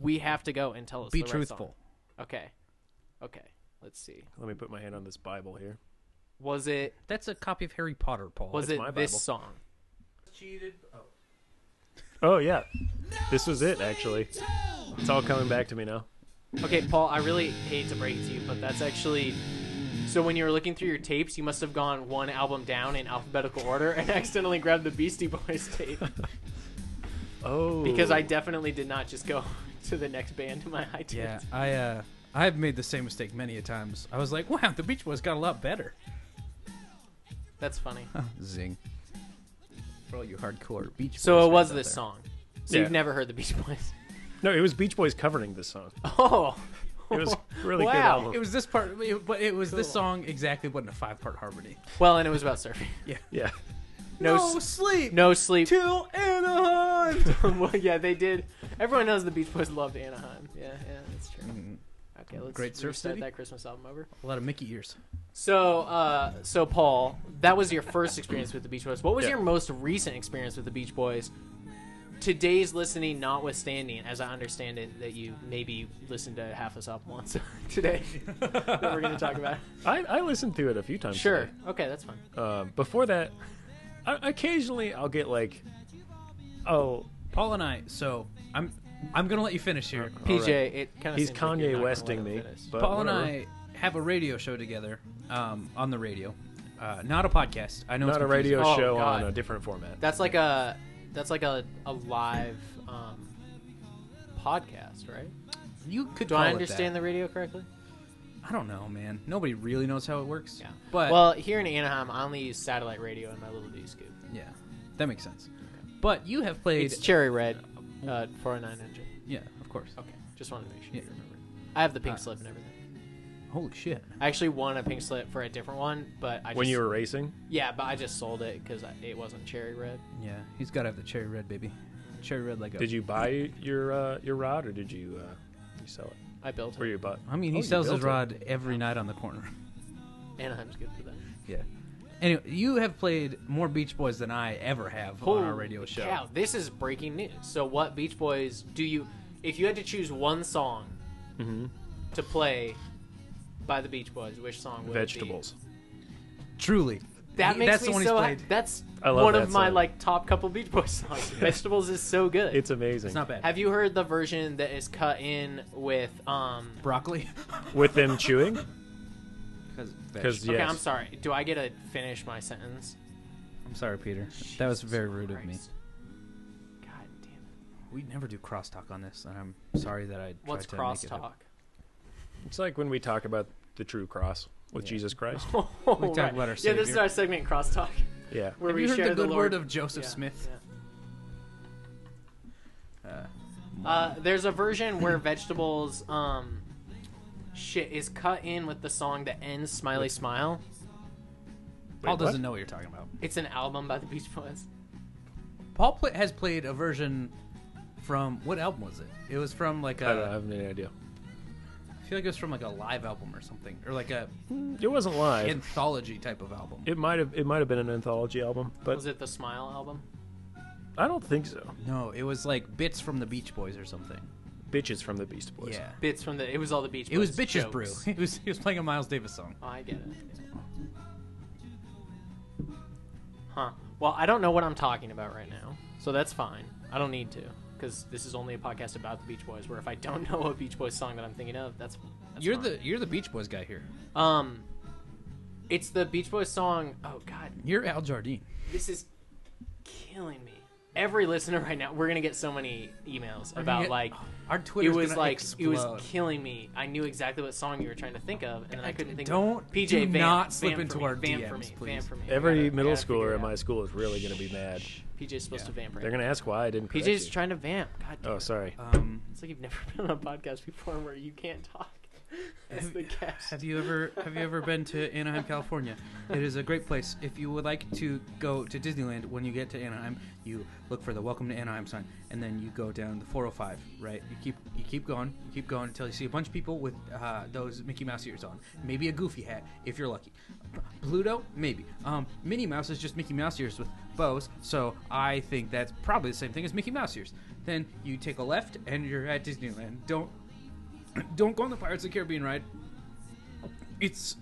[SPEAKER 2] we have to go and tell us.
[SPEAKER 3] Be
[SPEAKER 2] the right
[SPEAKER 3] truthful.
[SPEAKER 2] Song. Okay, okay. Let's see.
[SPEAKER 4] Let me put my hand on this Bible here.
[SPEAKER 2] Was it
[SPEAKER 3] That's a copy of Harry Potter, Paul.
[SPEAKER 2] was
[SPEAKER 4] That's
[SPEAKER 2] it
[SPEAKER 4] my
[SPEAKER 2] this
[SPEAKER 4] Bible.
[SPEAKER 2] song?
[SPEAKER 3] cheated? Oh.
[SPEAKER 4] Oh yeah, this was it actually. It's all coming back to me now.
[SPEAKER 2] Okay, Paul, I really hate to break it to you, but that's actually. So when you were looking through your tapes, you must have gone one album down in alphabetical order and accidentally grabbed the Beastie Boys tape
[SPEAKER 4] Oh,
[SPEAKER 2] because I definitely did not just go to the next band in my iTunes.
[SPEAKER 3] Yeah, I uh, I've made the same mistake many a times. I was like, wow, the Beach Boys got a lot better.
[SPEAKER 2] That's funny.
[SPEAKER 3] Zing. For all you hardcore Beach Boys.
[SPEAKER 2] So it
[SPEAKER 3] fans
[SPEAKER 2] was
[SPEAKER 3] out
[SPEAKER 2] this
[SPEAKER 3] there.
[SPEAKER 2] song. So
[SPEAKER 4] Yeah.
[SPEAKER 2] you've never heard the Beach Boys.
[SPEAKER 4] no, it was Beach Boys covering this song.
[SPEAKER 2] Oh.
[SPEAKER 4] It was really good
[SPEAKER 2] Wow.
[SPEAKER 4] album.
[SPEAKER 3] It was this part, it- but it was this
[SPEAKER 2] Cool.
[SPEAKER 3] song exactly wasn't a five part harmony.
[SPEAKER 2] Well, and it was about surfing.
[SPEAKER 4] yeah,
[SPEAKER 2] No s-
[SPEAKER 3] sleep.
[SPEAKER 2] No sleep.
[SPEAKER 3] Till Anaheim.
[SPEAKER 2] well, yeah, they did. Everyone knows the Beach Boys loved Anaheim. Yeah, yeah, that's true. Okay, let's
[SPEAKER 3] Mm-hmm. Great surf
[SPEAKER 2] restart
[SPEAKER 3] city.
[SPEAKER 2] that Christmas album over.
[SPEAKER 3] a lot of Mickey ears.
[SPEAKER 2] So, uh, so Paul, that was your first experience with the Beach Boys. What was
[SPEAKER 4] Yeah.
[SPEAKER 2] your most recent experience with the Beach Boys? Today's listening, notwithstanding, as I understand it, that you maybe listened to half us up once today that we're going to talk about.
[SPEAKER 4] I, I listened to it a few times.
[SPEAKER 2] Sure. Okay, that's fine.
[SPEAKER 4] today. Um, before that, I, occasionally I'll get like, oh,
[SPEAKER 3] Paul and I. So I'm I'm gonna let you finish here.
[SPEAKER 2] PJ, it kind of
[SPEAKER 4] he's Kanye Westing me. But
[SPEAKER 3] Paul
[SPEAKER 4] Uh, whatever.
[SPEAKER 3] and I have a radio show together um, on the radio, uh, not a podcast. I know it's
[SPEAKER 4] not a
[SPEAKER 3] confusing.
[SPEAKER 4] radio
[SPEAKER 2] Oh,
[SPEAKER 4] show
[SPEAKER 2] God.
[SPEAKER 4] on a different format.
[SPEAKER 2] That's like a that's like a a live um, podcast, right?
[SPEAKER 3] Oh, You could.
[SPEAKER 2] Do
[SPEAKER 3] call
[SPEAKER 2] I
[SPEAKER 3] it
[SPEAKER 2] understand
[SPEAKER 3] that.
[SPEAKER 2] the radio correctly?
[SPEAKER 3] I don't know, man. Nobody really knows how it works.
[SPEAKER 2] Yeah.
[SPEAKER 3] But
[SPEAKER 2] well, here in Anaheim, I only use satellite radio in my little D scoop.
[SPEAKER 3] yeah, that makes sense. But you have played.
[SPEAKER 2] It's cherry red, uh, 409 engine.
[SPEAKER 3] yeah, of course.
[SPEAKER 2] Okay, just wanted to make sure
[SPEAKER 3] Yeah.
[SPEAKER 2] you remember. I have the pink
[SPEAKER 3] Uh,
[SPEAKER 2] slip and everything.
[SPEAKER 3] Holy shit.
[SPEAKER 2] I actually won a pink slip for a different one, but I just,
[SPEAKER 4] When you were racing,
[SPEAKER 2] yeah, but I just sold it because it wasn't cherry red.
[SPEAKER 3] Yeah, he's got to have the cherry red, baby. Cherry red Lego.
[SPEAKER 4] did you buy your uh, your rod or did you uh, you sell it?
[SPEAKER 2] I built
[SPEAKER 4] Or
[SPEAKER 2] it.
[SPEAKER 4] you bought?
[SPEAKER 3] I mean, he
[SPEAKER 4] Oh, you
[SPEAKER 3] sells his
[SPEAKER 4] built it.
[SPEAKER 3] rod every night on the corner.
[SPEAKER 2] Anaheim's good for that.
[SPEAKER 3] yeah. Anyway, you have played more Beach Boys than I ever have on our radio
[SPEAKER 2] Holy
[SPEAKER 3] show.
[SPEAKER 2] cow, this is
[SPEAKER 3] Mm-hmm.
[SPEAKER 2] breaking news. So, what Beach Boys do you? If you had to choose one song to play by the Beach Boys, which song would
[SPEAKER 4] Vegetables.
[SPEAKER 3] Truly.
[SPEAKER 2] It be? That
[SPEAKER 3] He-
[SPEAKER 2] makes
[SPEAKER 3] that's
[SPEAKER 2] me
[SPEAKER 3] the one he's
[SPEAKER 2] so ha-
[SPEAKER 3] played.
[SPEAKER 2] that's
[SPEAKER 4] I love
[SPEAKER 2] one
[SPEAKER 4] that
[SPEAKER 2] of my
[SPEAKER 4] song.
[SPEAKER 2] like top couple Beach Boys songs. Vegetables is so good.
[SPEAKER 4] It's amazing.
[SPEAKER 3] It's not bad.
[SPEAKER 2] Have you heard the version that is cut in with um
[SPEAKER 3] broccoli?
[SPEAKER 4] With them chewing?
[SPEAKER 3] Because
[SPEAKER 4] Because,
[SPEAKER 2] Okay,
[SPEAKER 4] yes.
[SPEAKER 2] I'm sorry. Do I get to finish my sentence?
[SPEAKER 3] I'm sorry, Peter. that was very rude of me.
[SPEAKER 2] Christ. God damn it.
[SPEAKER 3] We never do crosstalk on this, and I'm sorry that I. Tried
[SPEAKER 2] What's
[SPEAKER 3] to make it up.
[SPEAKER 2] crosstalk?
[SPEAKER 4] It's like when we talk about the true cross with Jesus Christ.
[SPEAKER 2] Oh,
[SPEAKER 3] We talk about our
[SPEAKER 2] Yeah, this is
[SPEAKER 3] savior.
[SPEAKER 2] our segment crosstalk.
[SPEAKER 4] Yeah.
[SPEAKER 2] Where
[SPEAKER 3] Have
[SPEAKER 2] we
[SPEAKER 3] you heard
[SPEAKER 2] share
[SPEAKER 3] the good
[SPEAKER 2] Lord-
[SPEAKER 3] word of Joseph
[SPEAKER 2] Yeah,
[SPEAKER 3] Smith? Uh,
[SPEAKER 2] yeah. Uh, there's a version where vegetables um shit is cut in with the song that ends Smiley Smile.
[SPEAKER 4] Wait,
[SPEAKER 3] Paul
[SPEAKER 4] what?
[SPEAKER 3] doesn't know what you're talking about.
[SPEAKER 2] It's an album by the Beach Boys.
[SPEAKER 3] Paul pla has played a version from what album was it? It was from like
[SPEAKER 4] I, don't know, I
[SPEAKER 3] a.
[SPEAKER 4] have no idea.
[SPEAKER 3] I feel like it was from like a live album or something, or like a
[SPEAKER 4] It wasn't live.
[SPEAKER 3] anthology type of album.
[SPEAKER 4] it might have. It might have been an anthology album, but
[SPEAKER 2] Was it the Smile album?
[SPEAKER 4] I don't think so.
[SPEAKER 3] no, it was like bits from the Beach Boys or something.
[SPEAKER 4] Bitches from the Beast Boys.
[SPEAKER 3] Yeah,
[SPEAKER 2] Bits from the. It was all the Beach Boys.
[SPEAKER 3] it was Bitches
[SPEAKER 2] jokes.
[SPEAKER 3] Brew. He was he was playing a Miles Davis song.
[SPEAKER 2] Oh, I get it. Huh. Well, I don't know what I'm talking about right now, so that's fine. I don't need to, because this is only a podcast about the Beach Boys. Where if I don't know a Beach Boys song that I'm thinking of, that's, that's
[SPEAKER 3] you're
[SPEAKER 2] fine.
[SPEAKER 3] the you're the Beach Boys guy here.
[SPEAKER 2] um, it's the Beach Boys song. Oh God,
[SPEAKER 3] You're Al Jardine.
[SPEAKER 2] this is killing me. Every listener right now, we're gonna get so many emails about
[SPEAKER 3] get-
[SPEAKER 2] like
[SPEAKER 3] Our Twitter
[SPEAKER 2] it was like it was killing me. I knew exactly what song you were trying to think of, and then I couldn't think. of
[SPEAKER 3] don't-
[SPEAKER 2] it. PJ
[SPEAKER 3] do
[SPEAKER 2] van,
[SPEAKER 3] not
[SPEAKER 2] van
[SPEAKER 3] slip
[SPEAKER 2] for
[SPEAKER 3] into
[SPEAKER 2] me,
[SPEAKER 3] our
[SPEAKER 2] van for
[SPEAKER 3] DMs,
[SPEAKER 2] me,
[SPEAKER 3] please.
[SPEAKER 2] van for me. I
[SPEAKER 4] Every
[SPEAKER 2] gotta- I
[SPEAKER 4] middle
[SPEAKER 2] gotta figure
[SPEAKER 4] schooler
[SPEAKER 2] it
[SPEAKER 4] at my
[SPEAKER 2] out.
[SPEAKER 4] school is really going to be mad.
[SPEAKER 2] PJ's supposed
[SPEAKER 3] Yeah.
[SPEAKER 2] to vamp. Right
[SPEAKER 4] They're going to ask why I didn't. correct
[SPEAKER 2] PJ's
[SPEAKER 4] you.
[SPEAKER 2] trying to vamp. God damn.
[SPEAKER 4] Oh,
[SPEAKER 2] it.
[SPEAKER 4] sorry.
[SPEAKER 3] Um,
[SPEAKER 2] It's like you've never been on a podcast before where you can't talk. That's
[SPEAKER 3] have,
[SPEAKER 2] the guest.
[SPEAKER 3] have you ever have you ever been to Anaheim, California? It is a great place. If you would like to go to Disneyland when you get to Anaheim, you look for the Welcome to Anaheim sign, and then you go down the 405. Right, you keep you keep going, you keep going until you see a bunch of people with uh, those Mickey Mouse ears on, maybe a Goofy hat if you're lucky. Pluto, maybe. Um, Minnie Mouse is just Mickey Mouse ears with bows, so I think that's probably the same thing as Mickey Mouse ears. Then you take a left and you're at Disneyland. Don't don't go on the Pirates of the Caribbean ride. It's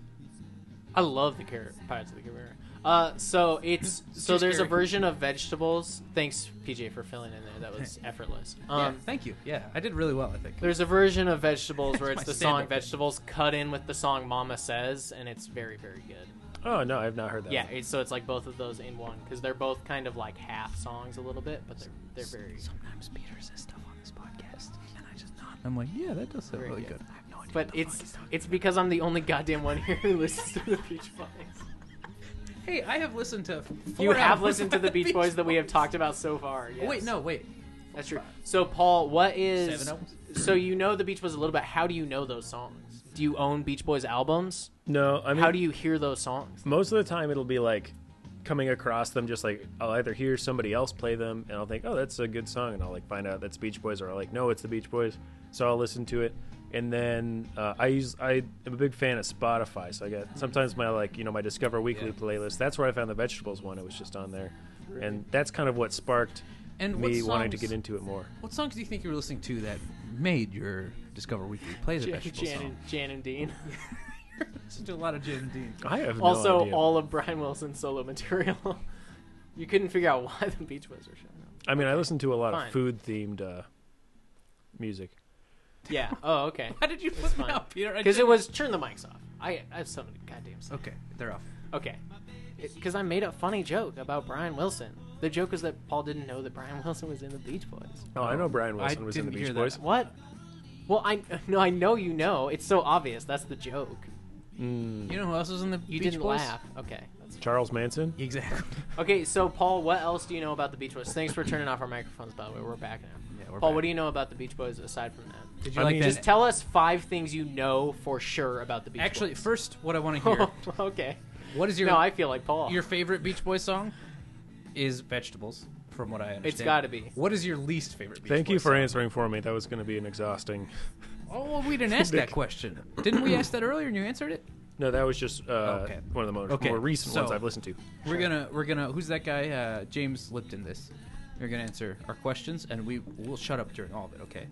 [SPEAKER 2] I love the Car- Pirates of the Caribbean. Uh, so it's so
[SPEAKER 3] too
[SPEAKER 2] there's a
[SPEAKER 3] scary.
[SPEAKER 2] version of vegetables. Thanks PJ for filling in there. That was effortless. Um,
[SPEAKER 3] yeah, thank you. Yeah, I did really well, I think.
[SPEAKER 2] There's a version of vegetables where it's
[SPEAKER 3] That's my
[SPEAKER 2] the song
[SPEAKER 3] stand-up bit.
[SPEAKER 2] "Vegetables" cut in with the song "Mama Says," and it's very, very good.
[SPEAKER 4] Oh no, I've not heard that.
[SPEAKER 2] um, Yeah,
[SPEAKER 4] one.
[SPEAKER 2] it's, so it's like both of those in one because they're both kind of like half songs a little bit, but they're they're very.
[SPEAKER 3] Sometimes Peter says stuff on this podcast, and I just nod. I'm like, yeah, that does sound
[SPEAKER 2] Very
[SPEAKER 3] really
[SPEAKER 2] good.
[SPEAKER 3] good. I have no idea.
[SPEAKER 2] But it's it's because I'm the only goddamn one here who listens to the Beach Boys.
[SPEAKER 3] hey, I have listened to.
[SPEAKER 2] You have listened to the Beach Boys that we have talked about so far.
[SPEAKER 3] Oh, wait,
[SPEAKER 2] yes.
[SPEAKER 3] no, wait.
[SPEAKER 2] that's true. So Paul, what is
[SPEAKER 3] Seven albums?
[SPEAKER 2] so you know the Beach Boys a little bit? How do you know those songs? Do you own Beach Boys albums?
[SPEAKER 4] no. I mean,
[SPEAKER 2] How do you hear those songs?
[SPEAKER 4] most of the time it'll be like coming across them just like I'll either hear somebody else play them and I'll think, "Oh, that's a good song." And I'll like find out that's Beach Boys or I'll like, "No, it's the Beach Boys." So I'll listen to it. And then uh, I use I am a big fan of Spotify, so I got sometimes my like, you know, my Discover Weekly
[SPEAKER 3] Yeah.
[SPEAKER 4] playlist. That's where I found the Vegetables one. It was just on there. And that's kind of what sparked
[SPEAKER 3] And what
[SPEAKER 4] me wanting to
[SPEAKER 3] songs-
[SPEAKER 4] get into it more.
[SPEAKER 3] What songs do you think you were listening to that made your Discover Weekly play the
[SPEAKER 2] Jan,
[SPEAKER 3] vegetable
[SPEAKER 2] Jan
[SPEAKER 3] song?
[SPEAKER 2] and, Jan and Dean.
[SPEAKER 3] Listen to a lot of Jan and Dean.
[SPEAKER 4] I have no
[SPEAKER 2] also,
[SPEAKER 4] idea.
[SPEAKER 2] all of Brian Wilson's solo material. you couldn't figure out why the Beach Boys were showing up.
[SPEAKER 4] I mean, I listen to a lot
[SPEAKER 2] fine.
[SPEAKER 4] of food themed uh, music.
[SPEAKER 2] Yeah. Oh, okay.
[SPEAKER 3] How did you
[SPEAKER 2] It's
[SPEAKER 3] put me
[SPEAKER 2] fine.
[SPEAKER 3] out, Peter? I
[SPEAKER 2] Because it
[SPEAKER 3] didn't-
[SPEAKER 2] was turn the mics off. I I have so many goddamn. Stuff.
[SPEAKER 3] Okay, they're off.
[SPEAKER 2] Okay. Because I made a funny joke about Brian Wilson. The joke was that Paul didn't know that Brian Wilson was in the Beach Boys.
[SPEAKER 4] Oh, I know Brian
[SPEAKER 3] I
[SPEAKER 4] Wilson was in the
[SPEAKER 3] didn't
[SPEAKER 4] Beach
[SPEAKER 3] hear that.
[SPEAKER 4] Boys.
[SPEAKER 2] What? Well, I no, I know you know. It's so obvious. That's the joke.
[SPEAKER 3] You know who else was in the
[SPEAKER 2] You
[SPEAKER 3] Beach
[SPEAKER 2] didn't
[SPEAKER 3] Boys?
[SPEAKER 2] laugh. Okay. That's-
[SPEAKER 4] Charles Manson.
[SPEAKER 3] Exactly.
[SPEAKER 2] Okay. So Paul, what else do you know about the Beach Boys? Thanks for turning off our microphones. By the way, we're back now.
[SPEAKER 3] Yeah, we're
[SPEAKER 2] Paul,
[SPEAKER 3] back.
[SPEAKER 2] what do you know about the Beach Boys aside from that?
[SPEAKER 3] Did you
[SPEAKER 4] I
[SPEAKER 3] like
[SPEAKER 4] mean,
[SPEAKER 3] that?
[SPEAKER 4] just
[SPEAKER 2] Just tell us five things you know for sure about the Beach
[SPEAKER 3] Actually,
[SPEAKER 2] Boys. Oh,
[SPEAKER 3] first, what I want to hear.
[SPEAKER 2] okay.
[SPEAKER 3] What is your
[SPEAKER 2] no, I feel like Paul.
[SPEAKER 3] your favorite Beach Boys song? Is vegetables, from what I understand.
[SPEAKER 2] gotta be.
[SPEAKER 3] What is your least favorite Beach
[SPEAKER 4] Thank you
[SPEAKER 3] Boys
[SPEAKER 4] for
[SPEAKER 3] song?
[SPEAKER 4] answering for me. That was going to be an exhausting.
[SPEAKER 3] Oh, well, we didn't ask that question. Didn't we ask that earlier and you answered it?
[SPEAKER 4] No, that was just uh,
[SPEAKER 3] Okay.
[SPEAKER 4] one of the more,
[SPEAKER 3] Okay,
[SPEAKER 4] more recent ones
[SPEAKER 3] so-
[SPEAKER 4] I've listened to.
[SPEAKER 3] We're gonna we're gonna who's that guy? Uh, James Lipton. This. You're gonna answer our questions, and we will shut up during all of it. Okay.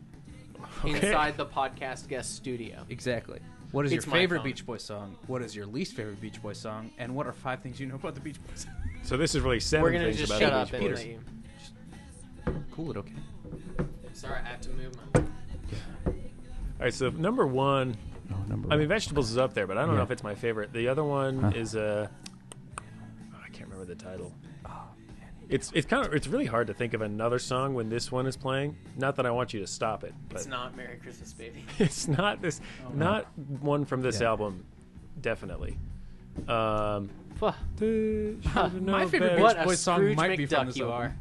[SPEAKER 4] Okay.
[SPEAKER 2] inside the podcast guest studio.
[SPEAKER 3] Exactly. What is
[SPEAKER 2] It's
[SPEAKER 3] your
[SPEAKER 2] my
[SPEAKER 3] favorite
[SPEAKER 2] phone.
[SPEAKER 3] Beach Boys song? What is your least favorite Beach Boys song? And what are five things you know about the Beach Boys?
[SPEAKER 4] So this is really 7
[SPEAKER 2] We're gonna
[SPEAKER 4] things
[SPEAKER 2] just
[SPEAKER 4] about
[SPEAKER 2] shut
[SPEAKER 4] the
[SPEAKER 2] up
[SPEAKER 4] Beach
[SPEAKER 2] and
[SPEAKER 4] Boys.
[SPEAKER 2] let you.
[SPEAKER 3] cool it, okay.
[SPEAKER 2] Sorry, I have to move my.
[SPEAKER 4] All right, so number one,
[SPEAKER 3] No, number
[SPEAKER 4] I mean, vegetables is up there, but I don't
[SPEAKER 3] Yeah.
[SPEAKER 4] know if it's my favorite. The other one
[SPEAKER 3] Huh.
[SPEAKER 4] is uh, oh, I can't remember the title. It's it's kind of it's really hard to think of another song when this one is playing. Not that I want you to stop it, but
[SPEAKER 2] It's not Oh, Merry Christmas, baby.
[SPEAKER 4] it's not this not one from this
[SPEAKER 3] Yeah.
[SPEAKER 4] album, definitely. Um,
[SPEAKER 2] Fuck.
[SPEAKER 4] my
[SPEAKER 3] favorite
[SPEAKER 2] What
[SPEAKER 3] Beach
[SPEAKER 2] a
[SPEAKER 3] Boys song
[SPEAKER 2] Scrooge
[SPEAKER 3] might be from
[SPEAKER 2] McDuck
[SPEAKER 3] this
[SPEAKER 2] you
[SPEAKER 3] album.
[SPEAKER 2] are.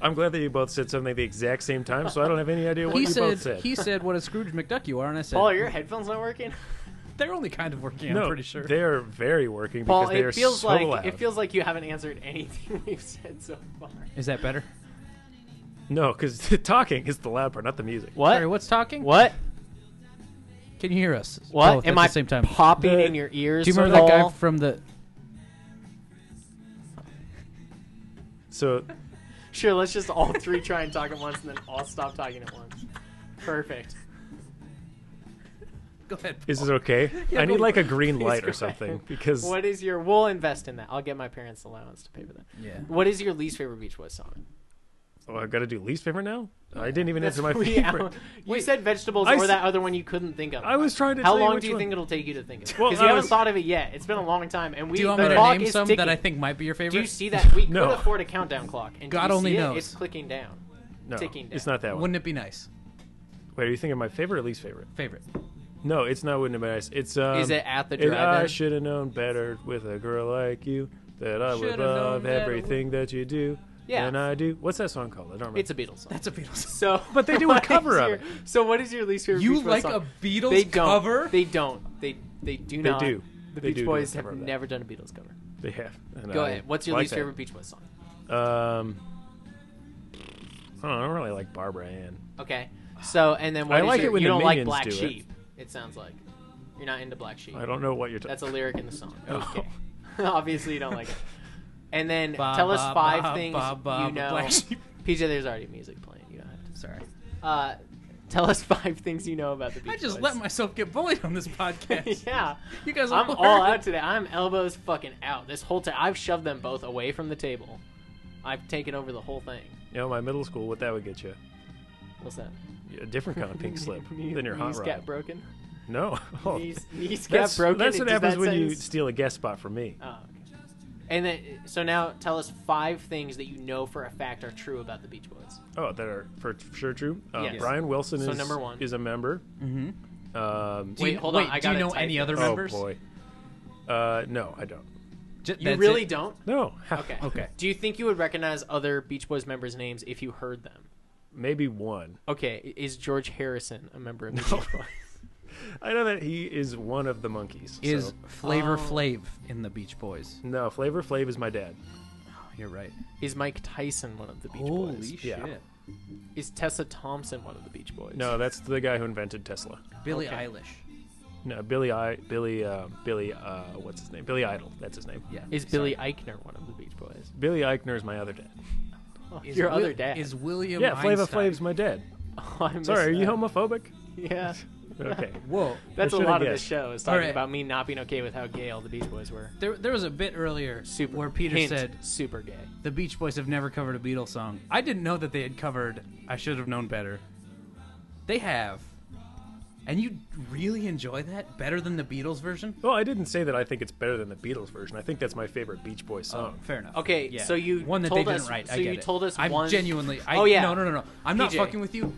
[SPEAKER 4] I'm glad that you both said something at the exact same time, so I don't have any idea what
[SPEAKER 3] he
[SPEAKER 4] you
[SPEAKER 3] said,
[SPEAKER 4] both said.
[SPEAKER 3] he said what a Scrooge McDuck you are, and I said
[SPEAKER 2] Paul, are your headphones not working?
[SPEAKER 3] they're only kind of working.
[SPEAKER 4] no,
[SPEAKER 3] I'm pretty sure.
[SPEAKER 4] they are very working
[SPEAKER 2] Paul,
[SPEAKER 4] because they are
[SPEAKER 2] it feels
[SPEAKER 4] so
[SPEAKER 2] like
[SPEAKER 4] loud.
[SPEAKER 2] it feels like you haven't answered anything we've said so far.
[SPEAKER 3] Is that better?
[SPEAKER 4] no, because talking is the loud part, not the music.
[SPEAKER 2] What?
[SPEAKER 3] Sorry, what's talking?
[SPEAKER 2] What?
[SPEAKER 3] Can you hear us?
[SPEAKER 2] What?
[SPEAKER 3] Both
[SPEAKER 2] Am
[SPEAKER 3] at
[SPEAKER 2] I
[SPEAKER 3] the same time?
[SPEAKER 2] popping
[SPEAKER 4] The-
[SPEAKER 2] in your ears?
[SPEAKER 3] Do you remember that guy
[SPEAKER 2] Paul?
[SPEAKER 3] from the?
[SPEAKER 4] So
[SPEAKER 2] Sure, let's just all three try and talk at once, and then all stop talking at once. Perfect.
[SPEAKER 3] Go ahead.
[SPEAKER 4] Is it okay?
[SPEAKER 2] Yeah,
[SPEAKER 4] I need
[SPEAKER 2] but-
[SPEAKER 4] like a green
[SPEAKER 2] please
[SPEAKER 4] light
[SPEAKER 2] go
[SPEAKER 4] or something
[SPEAKER 2] ahead.
[SPEAKER 4] because
[SPEAKER 2] What is your? We'll invest in that. I'll get my parents' allowance to pay for that.
[SPEAKER 3] Yeah.
[SPEAKER 2] What is your least favorite Beach Boys song?
[SPEAKER 4] oh, I've got to do least favorite now. I didn't even
[SPEAKER 2] That's
[SPEAKER 4] answer my
[SPEAKER 2] three
[SPEAKER 4] favorite.
[SPEAKER 2] hours. You said vegetables
[SPEAKER 4] I
[SPEAKER 2] or
[SPEAKER 4] s-
[SPEAKER 2] that other one you couldn't think of.
[SPEAKER 4] I was trying to.
[SPEAKER 2] How
[SPEAKER 4] tell you
[SPEAKER 2] long
[SPEAKER 4] which
[SPEAKER 2] do you
[SPEAKER 4] one.
[SPEAKER 2] think it'll take you to think of it?
[SPEAKER 4] Well,
[SPEAKER 2] Because
[SPEAKER 4] I
[SPEAKER 2] you haven't
[SPEAKER 4] was-
[SPEAKER 2] thought of it yet. It's been a long time, and we
[SPEAKER 3] Do you want
[SPEAKER 2] the
[SPEAKER 3] me to
[SPEAKER 2] clock
[SPEAKER 3] name
[SPEAKER 2] is
[SPEAKER 3] some
[SPEAKER 2] ticking.
[SPEAKER 3] that I think might be your favorite?
[SPEAKER 2] Do you see that? We
[SPEAKER 4] No.
[SPEAKER 2] could afford a countdown clock. And do
[SPEAKER 3] God
[SPEAKER 2] you
[SPEAKER 3] only
[SPEAKER 2] see it?
[SPEAKER 3] knows.
[SPEAKER 2] It's clicking down.
[SPEAKER 4] No,
[SPEAKER 2] ticking
[SPEAKER 4] it's
[SPEAKER 2] down?
[SPEAKER 4] not that one.
[SPEAKER 3] Wouldn't it be nice?
[SPEAKER 4] Wait, are you thinking my favorite or least favorite?
[SPEAKER 3] Favorite.
[SPEAKER 4] No, it's not. Wouldn't it be nice? It's um,
[SPEAKER 2] Is it at the
[SPEAKER 4] and I
[SPEAKER 2] drive-in?
[SPEAKER 4] should have known better with a girl like you that I would
[SPEAKER 3] Shoulda
[SPEAKER 4] love
[SPEAKER 3] known better.
[SPEAKER 4] everything that you do.
[SPEAKER 2] Yeah.
[SPEAKER 4] And I do. What's that song called? I don't remember.
[SPEAKER 2] It's a Beatles song.
[SPEAKER 3] That's a Beatles. song.
[SPEAKER 2] so,
[SPEAKER 4] But they do a
[SPEAKER 2] what is
[SPEAKER 4] cover of
[SPEAKER 2] your-
[SPEAKER 4] it.
[SPEAKER 2] So what is your least favorite?
[SPEAKER 3] You
[SPEAKER 2] Beach Boys
[SPEAKER 3] like
[SPEAKER 2] song?
[SPEAKER 3] a Beatles
[SPEAKER 2] they don't.
[SPEAKER 3] cover?
[SPEAKER 2] They don't. They they do not.
[SPEAKER 4] do.
[SPEAKER 2] The
[SPEAKER 4] They
[SPEAKER 2] Beach
[SPEAKER 4] do do a
[SPEAKER 2] Boys
[SPEAKER 4] cover
[SPEAKER 2] have
[SPEAKER 4] of that.
[SPEAKER 2] never done a Beatles cover.
[SPEAKER 4] they have. and
[SPEAKER 2] Go
[SPEAKER 4] I
[SPEAKER 2] ahead. What's your
[SPEAKER 4] like
[SPEAKER 2] least
[SPEAKER 4] that.
[SPEAKER 2] favorite Beach Boys song?
[SPEAKER 4] Um, I don't, know, I don't really like Barbara Ann.
[SPEAKER 2] Okay. So and then what
[SPEAKER 4] I
[SPEAKER 2] is
[SPEAKER 4] like
[SPEAKER 2] your,
[SPEAKER 4] it when
[SPEAKER 2] you
[SPEAKER 4] the
[SPEAKER 2] don't like
[SPEAKER 4] Minions
[SPEAKER 2] Black
[SPEAKER 4] do it.
[SPEAKER 2] Sheep. It. sounds like you're not into Black Sheep.
[SPEAKER 4] I don't know what you're talking.
[SPEAKER 2] That's a lyric in the song.
[SPEAKER 4] Oh.
[SPEAKER 2] Okay. Obviously you don't like it. And then
[SPEAKER 3] Ba,
[SPEAKER 2] tell us
[SPEAKER 3] ba,
[SPEAKER 2] five
[SPEAKER 3] ba,
[SPEAKER 2] things
[SPEAKER 3] ba, ba,
[SPEAKER 2] you know.
[SPEAKER 3] Black Sheep.
[SPEAKER 2] PJ, there's already music playing. You don't have to.
[SPEAKER 3] Sorry.
[SPEAKER 2] Uh, tell us five things you know about the Beach
[SPEAKER 3] I just
[SPEAKER 2] Boys.
[SPEAKER 3] let myself get bullied on this podcast.
[SPEAKER 2] yeah.
[SPEAKER 3] You guys are
[SPEAKER 2] I'm
[SPEAKER 3] bored.
[SPEAKER 2] all out today. I'm elbows fucking out. This whole time, I've shoved them both away from the table. I've taken over the whole thing.
[SPEAKER 4] You know, my middle school. What that would get you.
[SPEAKER 2] What's that?
[SPEAKER 4] a different kind of pink slip
[SPEAKER 2] Knee-
[SPEAKER 4] than your hot
[SPEAKER 2] knees
[SPEAKER 4] rod.
[SPEAKER 2] got broken.
[SPEAKER 4] no, Oh.
[SPEAKER 2] Knees, knees
[SPEAKER 4] that's,
[SPEAKER 2] got broken.
[SPEAKER 4] that's what
[SPEAKER 2] Does
[SPEAKER 4] happens
[SPEAKER 2] that
[SPEAKER 4] when you
[SPEAKER 2] sentence-
[SPEAKER 4] steal a guest spot from me.
[SPEAKER 2] Oh, okay. And then, so now tell us five things that you know for a fact are true about the Beach Boys.
[SPEAKER 4] Oh, that are for sure true. Uh,
[SPEAKER 2] Yes.
[SPEAKER 4] Brian Wilson
[SPEAKER 2] So
[SPEAKER 4] is
[SPEAKER 2] number one.
[SPEAKER 4] is a member. Mm-hmm. Um,
[SPEAKER 3] Do you-
[SPEAKER 2] Wait, hold
[SPEAKER 3] wait,
[SPEAKER 2] on, I
[SPEAKER 3] do you
[SPEAKER 2] gotta
[SPEAKER 3] know
[SPEAKER 2] type
[SPEAKER 3] any
[SPEAKER 2] it.
[SPEAKER 3] other
[SPEAKER 2] Oh,
[SPEAKER 4] oh
[SPEAKER 3] members?
[SPEAKER 4] boy, uh, no, I don't.
[SPEAKER 3] J-
[SPEAKER 2] You
[SPEAKER 3] that's
[SPEAKER 2] really
[SPEAKER 3] it?
[SPEAKER 2] don't?
[SPEAKER 4] No,
[SPEAKER 2] Okay.
[SPEAKER 3] Okay.
[SPEAKER 2] Do you think you would recognize other Beach Boys members' names if you heard them?
[SPEAKER 4] maybe one.
[SPEAKER 2] Okay. i- Is George Harrison a member of the Beach Boys?
[SPEAKER 4] I know that he is one of the monkeys.
[SPEAKER 3] Is
[SPEAKER 4] so-
[SPEAKER 3] Flavor
[SPEAKER 2] Oh.
[SPEAKER 3] Flav in the Beach Boys? Oh,
[SPEAKER 4] no Flavor Flav is my dad.
[SPEAKER 3] You're right.
[SPEAKER 2] Is Mike Tyson one of the Beach Boys?
[SPEAKER 4] Yeah.
[SPEAKER 2] Is Tessa Thompson one of the Beach Boys?
[SPEAKER 4] No, that's the guy who invented Tesla.
[SPEAKER 3] Billie
[SPEAKER 2] Okay.
[SPEAKER 3] Eilish.
[SPEAKER 4] No, Billy I Billy uh, Billy uh, what's his name? Billy Idol. That's his name.
[SPEAKER 3] Yeah.
[SPEAKER 2] Is Billy Eichner one of the Beach Boys?
[SPEAKER 4] Billy Eichner is my other dad. Oh,
[SPEAKER 3] Is
[SPEAKER 2] Your
[SPEAKER 3] Wi-
[SPEAKER 2] other dad.
[SPEAKER 3] Is William
[SPEAKER 4] Yeah, Flavor
[SPEAKER 3] Einstein.
[SPEAKER 4] Flav's my dad.
[SPEAKER 2] Oh, I missed
[SPEAKER 4] Sorry, are you
[SPEAKER 2] that.
[SPEAKER 4] homophobic?
[SPEAKER 2] Yeah.
[SPEAKER 4] Okay.
[SPEAKER 3] Whoa.
[SPEAKER 2] That's a
[SPEAKER 4] should've
[SPEAKER 2] lot of this
[SPEAKER 4] guessed.
[SPEAKER 2] show is talking
[SPEAKER 3] Alright.
[SPEAKER 2] about me not being okay with how gay all the Beach Boys were.
[SPEAKER 3] There, there was a bit earlier
[SPEAKER 2] Super.
[SPEAKER 3] where Peter
[SPEAKER 2] hint,
[SPEAKER 3] said
[SPEAKER 2] super gay.
[SPEAKER 3] the Beach Boys have never covered a Beatles song. I didn't know that they had covered I Should Have Known Better. They have. And you really enjoy that better than the Beatles version?
[SPEAKER 4] Well, I didn't say that I think it's better than the Beatles version. I think that's my favorite Beach Boys song.
[SPEAKER 3] Uh, fair enough.
[SPEAKER 2] Oh. Okay, so you
[SPEAKER 3] one that
[SPEAKER 2] told
[SPEAKER 3] they
[SPEAKER 2] us-
[SPEAKER 3] didn't write. I
[SPEAKER 2] so you
[SPEAKER 3] get it.
[SPEAKER 2] told us
[SPEAKER 3] I'm
[SPEAKER 2] one-
[SPEAKER 3] genuinely. I,
[SPEAKER 2] Oh, yeah.
[SPEAKER 3] No, no, no, no. I'm not
[SPEAKER 2] PJ.
[SPEAKER 3] fucking with you.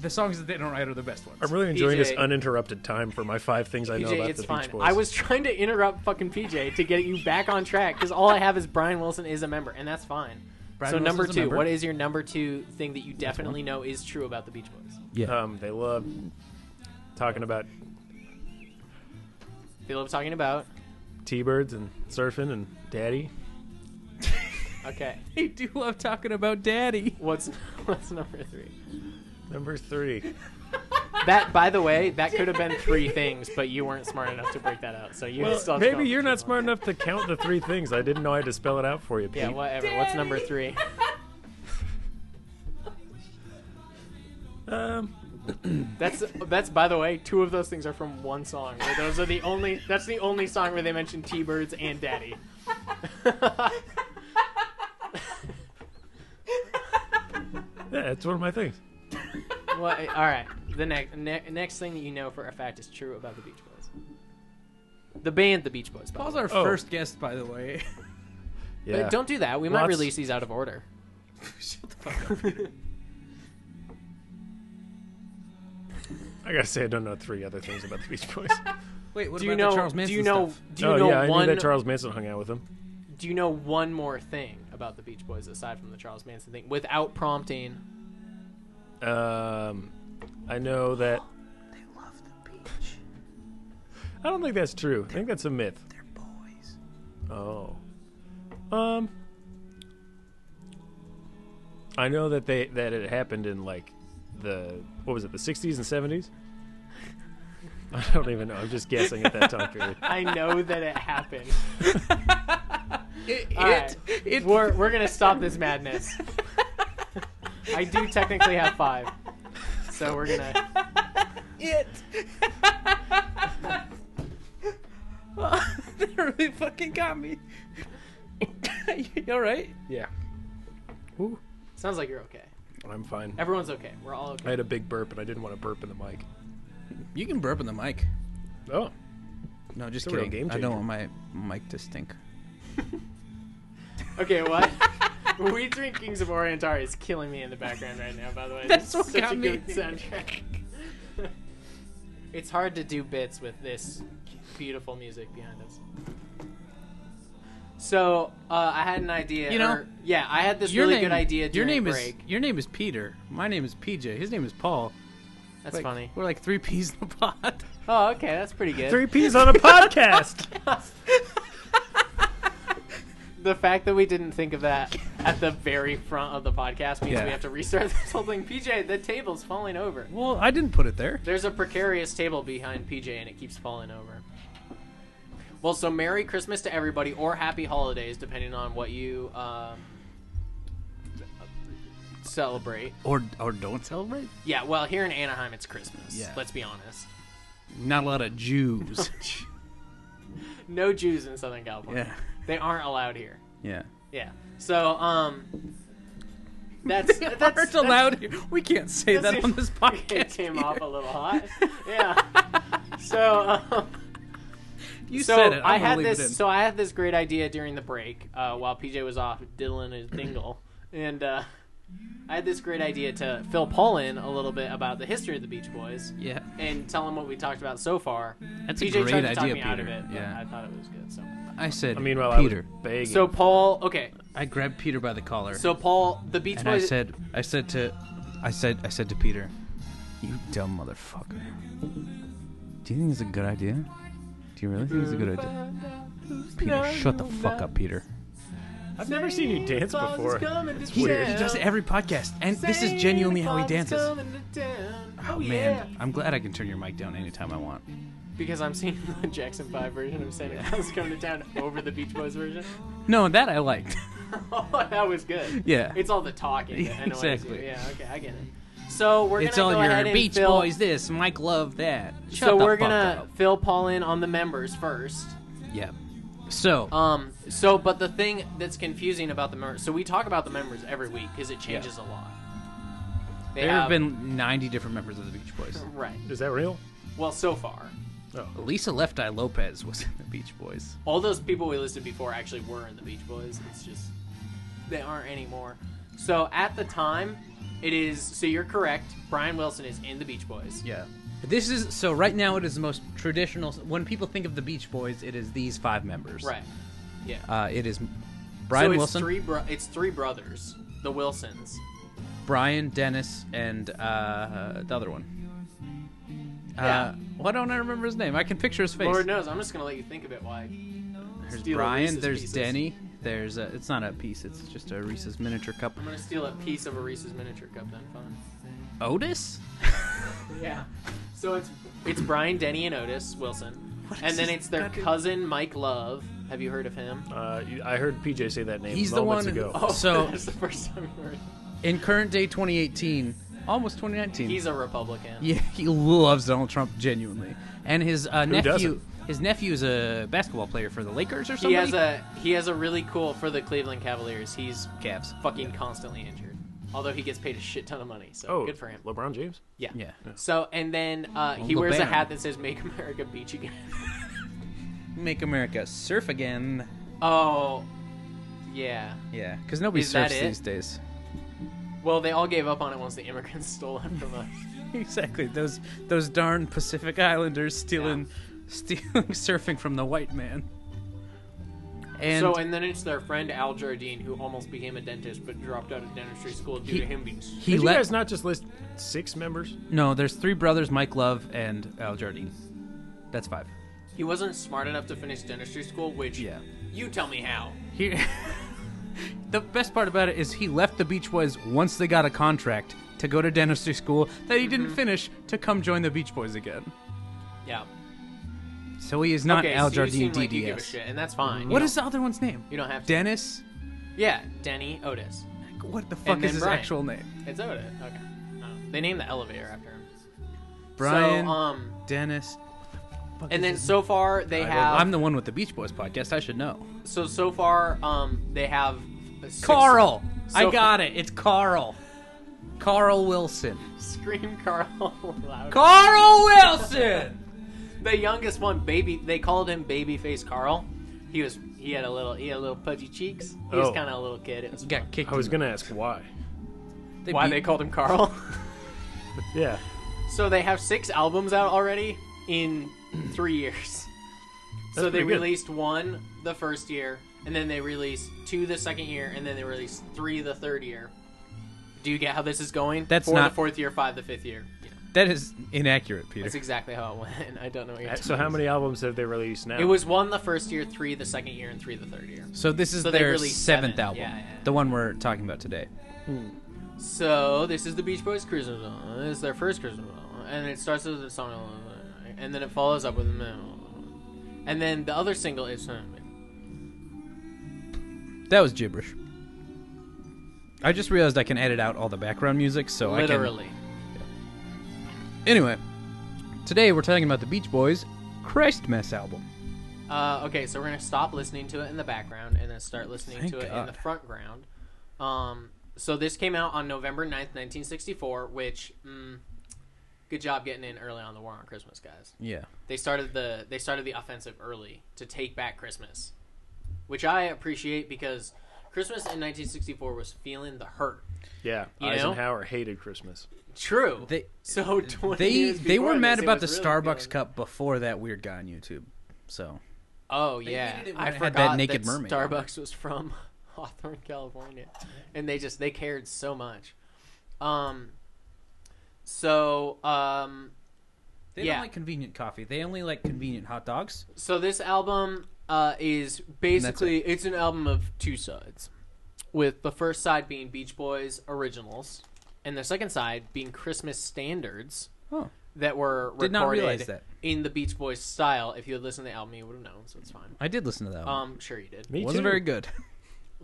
[SPEAKER 3] The songs that they don't write are the best ones.
[SPEAKER 4] I'm really enjoying this
[SPEAKER 2] PJ.
[SPEAKER 4] uninterrupted time for my five things I know
[SPEAKER 2] PJ,
[SPEAKER 4] about
[SPEAKER 2] it's
[SPEAKER 4] the
[SPEAKER 2] fine.
[SPEAKER 4] Beach Boys.
[SPEAKER 2] I was trying to interrupt fucking PJ to get you back on track because all I have is Brian Wilson is a member, and that's fine.
[SPEAKER 3] Brian
[SPEAKER 2] so
[SPEAKER 3] Wilson's
[SPEAKER 2] number
[SPEAKER 3] a
[SPEAKER 2] two,
[SPEAKER 3] member.
[SPEAKER 2] what is your number two thing that you definitely know is true about the Beach Boys?
[SPEAKER 3] yeah.
[SPEAKER 4] Um, they love talking about
[SPEAKER 2] They love talking about.
[SPEAKER 4] T-birds and surfing and daddy.
[SPEAKER 2] Okay,
[SPEAKER 3] they do love talking about Daddy.
[SPEAKER 2] what's what's number three?
[SPEAKER 4] Number three.
[SPEAKER 2] That, by the way, that could have been three things, but you weren't smart enough to break that out. So you
[SPEAKER 4] Well,
[SPEAKER 2] still have to come
[SPEAKER 4] maybe
[SPEAKER 2] up
[SPEAKER 4] you're
[SPEAKER 2] with
[SPEAKER 4] not
[SPEAKER 2] two
[SPEAKER 4] smart enough to count the three things. I didn't know I had to spell it out for you, Pete.
[SPEAKER 2] more. Yeah, whatever. What's number three?
[SPEAKER 4] Um,
[SPEAKER 2] That's that's by the way, two of those things are from one song. Where those are the only that's the only song where they mention T Birds and Daddy.
[SPEAKER 4] yeah, it's one of my things.
[SPEAKER 2] Well, eh, all right. The next ne- next thing that you know for a fact is true about the Beach Boys. The band, the Beach Boys. by the
[SPEAKER 3] Paul's
[SPEAKER 2] way.
[SPEAKER 3] our
[SPEAKER 4] Oh.
[SPEAKER 3] first guest, by the way.
[SPEAKER 2] But
[SPEAKER 4] Yeah.
[SPEAKER 2] Don't do that. We might
[SPEAKER 4] Lots-
[SPEAKER 2] release these out of order.
[SPEAKER 3] Shut the fuck up.
[SPEAKER 4] I gotta say, I don't know three other things about the Beach Boys.
[SPEAKER 3] Wait, what
[SPEAKER 2] Do
[SPEAKER 3] about
[SPEAKER 2] you
[SPEAKER 3] the
[SPEAKER 2] know?
[SPEAKER 3] Charles
[SPEAKER 2] Do
[SPEAKER 3] Manson
[SPEAKER 2] you know?
[SPEAKER 3] stuff?
[SPEAKER 2] Do you
[SPEAKER 4] oh
[SPEAKER 2] know
[SPEAKER 4] yeah, I
[SPEAKER 2] one?
[SPEAKER 4] knew that Charles Manson hung out with him.
[SPEAKER 2] Do you know one more thing about the Beach Boys aside from the Charles Manson thing? Without prompting,
[SPEAKER 4] Um, I know that.
[SPEAKER 3] They love the beach.
[SPEAKER 4] I don't think that's true. I think that's a myth.
[SPEAKER 3] They're boys.
[SPEAKER 4] Oh. Um. I know that they that it happened in like the what was it the 60s and 70s. I don't even know. I'm just guessing at that time period.
[SPEAKER 2] I know that it happened.
[SPEAKER 3] It.
[SPEAKER 2] All right.
[SPEAKER 3] it, it
[SPEAKER 2] We're we're gonna stop this madness. I do technically have five, so we're gonna.
[SPEAKER 3] it. that really fucking got me. you all right?
[SPEAKER 4] Yeah. Ooh,
[SPEAKER 2] Sounds like you're okay.
[SPEAKER 4] I'm fine.
[SPEAKER 2] Everyone's okay. We're all
[SPEAKER 4] I
[SPEAKER 2] okay.
[SPEAKER 4] had a big burp and I didn't want to burp in the mic.
[SPEAKER 3] You can burp in the mic.
[SPEAKER 4] Oh.
[SPEAKER 3] No, just
[SPEAKER 4] It's a real
[SPEAKER 3] kidding.
[SPEAKER 4] game
[SPEAKER 3] I don't
[SPEAKER 4] changer.
[SPEAKER 3] want my mic to stink.
[SPEAKER 2] Okay, what? we drink Kings of Orientar is killing me in the background right now. By the way,
[SPEAKER 3] That's
[SPEAKER 2] It's
[SPEAKER 3] what
[SPEAKER 2] such
[SPEAKER 3] got
[SPEAKER 2] a
[SPEAKER 3] me.
[SPEAKER 2] good soundtrack. it's hard to do bits with this beautiful music behind us. So uh, I had an idea.
[SPEAKER 3] You know,
[SPEAKER 2] or- yeah, I had this really good idea.
[SPEAKER 3] Your
[SPEAKER 2] During
[SPEAKER 3] name
[SPEAKER 2] break.
[SPEAKER 3] is your name is Peter. My name is PJ. His name is Paul.
[SPEAKER 2] that's
[SPEAKER 3] Like,
[SPEAKER 2] funny.
[SPEAKER 3] We're like three peas in a pod.
[SPEAKER 2] Oh, okay, that's pretty good.
[SPEAKER 4] Three P's on a podcast.
[SPEAKER 2] The fact that we didn't think of that at the very front of the podcast means
[SPEAKER 3] Yeah.
[SPEAKER 2] we have to restart this whole thing. PJ, the table's falling over.
[SPEAKER 3] well, I didn't put it there.
[SPEAKER 2] There's a precarious table behind PJ and it keeps falling over. Well, so Merry Christmas to everybody, or Happy Holidays, depending on what you um, celebrate.
[SPEAKER 3] Or or don't celebrate.
[SPEAKER 2] Yeah, well, here in Anaheim, it's Christmas.
[SPEAKER 3] Yeah.
[SPEAKER 2] Let's be honest.
[SPEAKER 3] Not a lot of Jews.
[SPEAKER 2] No Jews in Southern California.
[SPEAKER 3] yeah.
[SPEAKER 2] They aren't allowed here.
[SPEAKER 3] Yeah.
[SPEAKER 2] Yeah. So, um, that's that's,
[SPEAKER 3] Aren't
[SPEAKER 2] that's
[SPEAKER 3] allowed here. We can't say
[SPEAKER 2] That
[SPEAKER 3] that on
[SPEAKER 2] seems-
[SPEAKER 3] this
[SPEAKER 2] It
[SPEAKER 3] podcast.
[SPEAKER 2] came
[SPEAKER 3] Peter.
[SPEAKER 2] off a little hot. Yeah. so, um,
[SPEAKER 3] You
[SPEAKER 2] so
[SPEAKER 3] said it. i
[SPEAKER 2] I had this. So I had this great idea during the break uh, while PJ was off diddling his dingle, and uh, I had this great idea to fill Paul in a little bit about the history of the Beach Boys
[SPEAKER 3] yeah.
[SPEAKER 2] and tell him what we talked about so far.
[SPEAKER 3] That's a
[SPEAKER 2] PJ
[SPEAKER 3] great
[SPEAKER 2] tried to talk
[SPEAKER 3] idea,
[SPEAKER 2] me out of
[SPEAKER 3] Peter.
[SPEAKER 2] it. but
[SPEAKER 3] Yeah.
[SPEAKER 2] I thought it was good. So,
[SPEAKER 3] I said.
[SPEAKER 4] I mean, while
[SPEAKER 3] Peter.
[SPEAKER 4] I was begging.
[SPEAKER 2] so Paul. Okay.
[SPEAKER 3] I grabbed Peter by the collar.
[SPEAKER 2] So Paul, the Beach
[SPEAKER 3] and I
[SPEAKER 2] Boys.
[SPEAKER 3] said, I said to, I said, I said to Peter, you dumb motherfucker. Do you think it's a good idea? Do you really think it's a good idea? Peter, shut the fuck up, Peter.
[SPEAKER 4] I've never seen you dance before.
[SPEAKER 3] He, he does it every podcast, and this is genuinely how he dances.
[SPEAKER 2] Oh,
[SPEAKER 3] Oh
[SPEAKER 2] yeah.
[SPEAKER 3] man, I'm glad I can turn your mic down anytime I want.
[SPEAKER 2] Because I'm seeing the Jackson 5 version of Santa Claus coming to town over the Beach Boys version.
[SPEAKER 3] No, that I liked.
[SPEAKER 2] Oh, that was good.
[SPEAKER 3] Yeah.
[SPEAKER 2] It's all the talking. that
[SPEAKER 3] Yeah,
[SPEAKER 2] annoys you.
[SPEAKER 3] exactly.
[SPEAKER 2] Yeah, okay, I get it. So we're
[SPEAKER 3] It's
[SPEAKER 2] gonna
[SPEAKER 3] all
[SPEAKER 2] go
[SPEAKER 3] your
[SPEAKER 2] ahead and
[SPEAKER 3] Beach
[SPEAKER 2] fill-
[SPEAKER 3] Boys this, Mike Love that. Shut
[SPEAKER 2] So
[SPEAKER 3] the
[SPEAKER 2] we're
[SPEAKER 3] fuck
[SPEAKER 2] gonna
[SPEAKER 3] up.
[SPEAKER 2] fill Paul in on the members first.
[SPEAKER 3] Yeah. So
[SPEAKER 2] Um. So, but the thing that's confusing about the members. So we talk about the members every week because it changes a lot. They
[SPEAKER 3] there
[SPEAKER 2] have
[SPEAKER 3] have been 90 different members of the Beach Boys.
[SPEAKER 2] right.
[SPEAKER 4] Is that real?
[SPEAKER 2] Well, so far,
[SPEAKER 4] Oh.
[SPEAKER 3] Lisa Left Eye Lopez was in the Beach Boys.
[SPEAKER 2] all those people we listed before actually were in the Beach Boys. It's just they aren't anymore. So at the time, it is. So you're correct. Brian Wilson is in the Beach Boys.
[SPEAKER 3] Yeah. This is so right now it is the most traditional when people think of the Beach Boys, it is these five members.
[SPEAKER 2] Right. Yeah.
[SPEAKER 3] Uh, it is
[SPEAKER 2] so
[SPEAKER 3] Brian
[SPEAKER 2] it's
[SPEAKER 3] Wilson,
[SPEAKER 2] Three bro- it's three brothers, the Wilsons.
[SPEAKER 3] Brian Dennis and uh, the other one.
[SPEAKER 2] Yeah.
[SPEAKER 3] Uh, why don't I remember his name? I can picture his face.
[SPEAKER 2] Lord knows. I'm just gonna let you think of it. Why?
[SPEAKER 3] there's
[SPEAKER 2] steal
[SPEAKER 3] Brian,
[SPEAKER 2] Reese's
[SPEAKER 3] there's
[SPEAKER 2] Pieces.
[SPEAKER 3] Denny, there's a, it's not a piece, it's just a Reese's miniature cup.
[SPEAKER 2] I'm gonna steal a piece of a Reese's miniature cup. Then fun.
[SPEAKER 3] Otis?
[SPEAKER 2] Yeah. So it's it's Brian Denny and Otis Wilson,
[SPEAKER 3] What
[SPEAKER 2] and
[SPEAKER 3] is
[SPEAKER 2] then
[SPEAKER 3] this
[SPEAKER 2] it's their
[SPEAKER 3] goddamn-
[SPEAKER 2] cousin Mike Love. Have you heard of him?
[SPEAKER 4] Uh, you- I heard PJ say that name
[SPEAKER 3] He's the
[SPEAKER 4] moments
[SPEAKER 3] one who-
[SPEAKER 4] ago.
[SPEAKER 2] Oh,
[SPEAKER 3] So-
[SPEAKER 2] that's the first time you heard.
[SPEAKER 3] In current day 2018, almost 2019.
[SPEAKER 2] He's a Republican.
[SPEAKER 3] yeah, he loves Donald Trump genuinely, and his uh, nephew.
[SPEAKER 4] doesn't?
[SPEAKER 3] His nephew is a basketball player for the Lakers or something.
[SPEAKER 2] He has a he has a really cool for the Cleveland Cavaliers. He's
[SPEAKER 3] Cavs.
[SPEAKER 2] fucking constantly injured. Although he gets paid a shit ton of money, so
[SPEAKER 4] Oh,
[SPEAKER 2] good for him.
[SPEAKER 4] LeBron James.
[SPEAKER 2] Yeah.
[SPEAKER 3] Yeah.
[SPEAKER 2] So and then uh, he
[SPEAKER 3] Well,
[SPEAKER 2] wears a
[SPEAKER 3] LeBaron.
[SPEAKER 2] hat that says "Make America Beach Again."
[SPEAKER 3] Make America surf again.
[SPEAKER 2] oh, yeah.
[SPEAKER 3] Yeah, because nobody
[SPEAKER 2] Is that
[SPEAKER 3] surfs
[SPEAKER 2] it?
[SPEAKER 3] these days.
[SPEAKER 2] Well, they all gave up on it once the immigrants stole it from us.
[SPEAKER 3] Exactly. Those those darn Pacific Islanders stealing stealing surfing from the white man. And
[SPEAKER 2] so and then it's their friend Al Jardine who almost became a dentist but dropped out of dentistry school due
[SPEAKER 3] He-
[SPEAKER 2] to him being. s-
[SPEAKER 3] he
[SPEAKER 4] Did you
[SPEAKER 3] let
[SPEAKER 4] guys not just list six members?
[SPEAKER 3] No, there's three brothers, Mike Love and Al Jardine. That's five.
[SPEAKER 2] He wasn't smart enough to finish dentistry school, which
[SPEAKER 3] Yeah.
[SPEAKER 2] you tell me how.
[SPEAKER 3] He The best part about it is he left the Beach Boys once they got a contract to go to dentistry school that he
[SPEAKER 2] Mm-hmm.
[SPEAKER 3] didn't finish to come join the Beach Boys again.
[SPEAKER 2] Yeah.
[SPEAKER 3] So he is not
[SPEAKER 2] okay,
[SPEAKER 3] Al
[SPEAKER 2] so you
[SPEAKER 3] Jardine
[SPEAKER 2] seem like you give a
[SPEAKER 3] DDS.
[SPEAKER 2] shit, and that's fine.
[SPEAKER 3] What
[SPEAKER 2] you
[SPEAKER 3] is the other one's name?
[SPEAKER 2] You don't have to.
[SPEAKER 3] Dennis?
[SPEAKER 2] Yeah, Denny Otis.
[SPEAKER 3] What the fuck
[SPEAKER 2] then
[SPEAKER 3] is his
[SPEAKER 2] Brian.
[SPEAKER 3] actual name?
[SPEAKER 2] It's Otis. Okay. No. They named the elevator after him.
[SPEAKER 3] Brian
[SPEAKER 2] So, um,
[SPEAKER 3] Dennis.
[SPEAKER 2] and then so far they have.
[SPEAKER 3] I'm the one with the Beach Boys podcast. I should know.
[SPEAKER 2] so so far, um, they have six-
[SPEAKER 3] Carl. I
[SPEAKER 2] So-
[SPEAKER 3] got it. It's Carl. Carl Wilson.
[SPEAKER 2] Scream Carl loud.
[SPEAKER 3] Carl Wilson.
[SPEAKER 2] the youngest one, baby. They called him Babyface Carl. He was. He had a little. He had little pudgy cheeks. He was
[SPEAKER 4] Oh.
[SPEAKER 2] kind of a little kid. It was
[SPEAKER 3] Got kicked.
[SPEAKER 4] I was
[SPEAKER 3] in
[SPEAKER 4] gonna ask why.
[SPEAKER 3] the-
[SPEAKER 2] why
[SPEAKER 3] beat-
[SPEAKER 2] they called him Carl.
[SPEAKER 4] Yeah.
[SPEAKER 2] so they have six albums out already in three years. so
[SPEAKER 4] That's
[SPEAKER 2] they
[SPEAKER 4] pretty good.
[SPEAKER 2] released one the first year, and then they released two the second year, and then they released three the third year. Do you get how this is going?
[SPEAKER 3] That's
[SPEAKER 2] Four
[SPEAKER 3] not-
[SPEAKER 2] the fourth year, five the fifth year. Yeah,
[SPEAKER 3] That is inaccurate, Peter.
[SPEAKER 2] that's exactly how it went. I don't know. What you're
[SPEAKER 4] Uh, So how many albums have they released now?
[SPEAKER 2] It was one the first year, three the second year, and three the third year.
[SPEAKER 3] So this is
[SPEAKER 2] So they
[SPEAKER 3] their
[SPEAKER 2] released
[SPEAKER 3] seventh
[SPEAKER 2] seven.
[SPEAKER 3] album,
[SPEAKER 2] Yeah, yeah.
[SPEAKER 3] the one we're talking about today.
[SPEAKER 2] So this is the Beach Boys Christmas song. It's their first Christmas song, and it starts with the song, and then it follows up with the, and then the other single is.
[SPEAKER 3] That was gibberish. I just realized I can edit out all the background music, so
[SPEAKER 2] Literally.
[SPEAKER 3] I can. Anyway, today we're talking about the Beach Boys' Christmas album.
[SPEAKER 2] Uh, okay, so we're gonna stop listening to it in the background and then start listening
[SPEAKER 3] Thank
[SPEAKER 2] to it in the
[SPEAKER 3] God.
[SPEAKER 2] front ground. Um, so this came out on November 9th, 1964, which mm, good job getting in early on the war on Christmas, guys.
[SPEAKER 3] Yeah.
[SPEAKER 2] They started the they started the offensive early to take back Christmas, which I appreciate because Christmas in 1964 was feeling the hurt.
[SPEAKER 4] yeah.
[SPEAKER 2] You know?
[SPEAKER 4] Eisenhower hated Christmas.
[SPEAKER 2] True.
[SPEAKER 3] They-
[SPEAKER 2] so 20
[SPEAKER 3] They
[SPEAKER 2] years
[SPEAKER 3] they were
[SPEAKER 2] before
[SPEAKER 3] mad
[SPEAKER 2] this, it
[SPEAKER 3] about the
[SPEAKER 2] was really
[SPEAKER 3] Starbucks
[SPEAKER 2] feeling-
[SPEAKER 3] cup before that weird guy on YouTube. So
[SPEAKER 2] Oh yeah,
[SPEAKER 3] hated it when
[SPEAKER 2] I
[SPEAKER 3] it had
[SPEAKER 2] forgot
[SPEAKER 3] that
[SPEAKER 2] that,
[SPEAKER 3] naked mermaid.
[SPEAKER 2] Starbucks was from Hawthorne, California, and they just they cared so much. Um, so um,
[SPEAKER 3] they
[SPEAKER 2] Yeah.
[SPEAKER 3] don't like convenient coffee. They only like convenient hot dogs.
[SPEAKER 2] so this album uh is basically it's an album of two sides, with the first side being Beach Boys originals, and the second side being Christmas standards
[SPEAKER 3] Oh,
[SPEAKER 2] that were recorded
[SPEAKER 3] Did not realize that.
[SPEAKER 2] in the Beach Boys style. If you had listened to the album, you would have known, so it's fine.
[SPEAKER 3] I did listen to that. one.
[SPEAKER 2] Um, sure you did.
[SPEAKER 4] Me
[SPEAKER 3] Wasn't
[SPEAKER 4] too.
[SPEAKER 3] very good.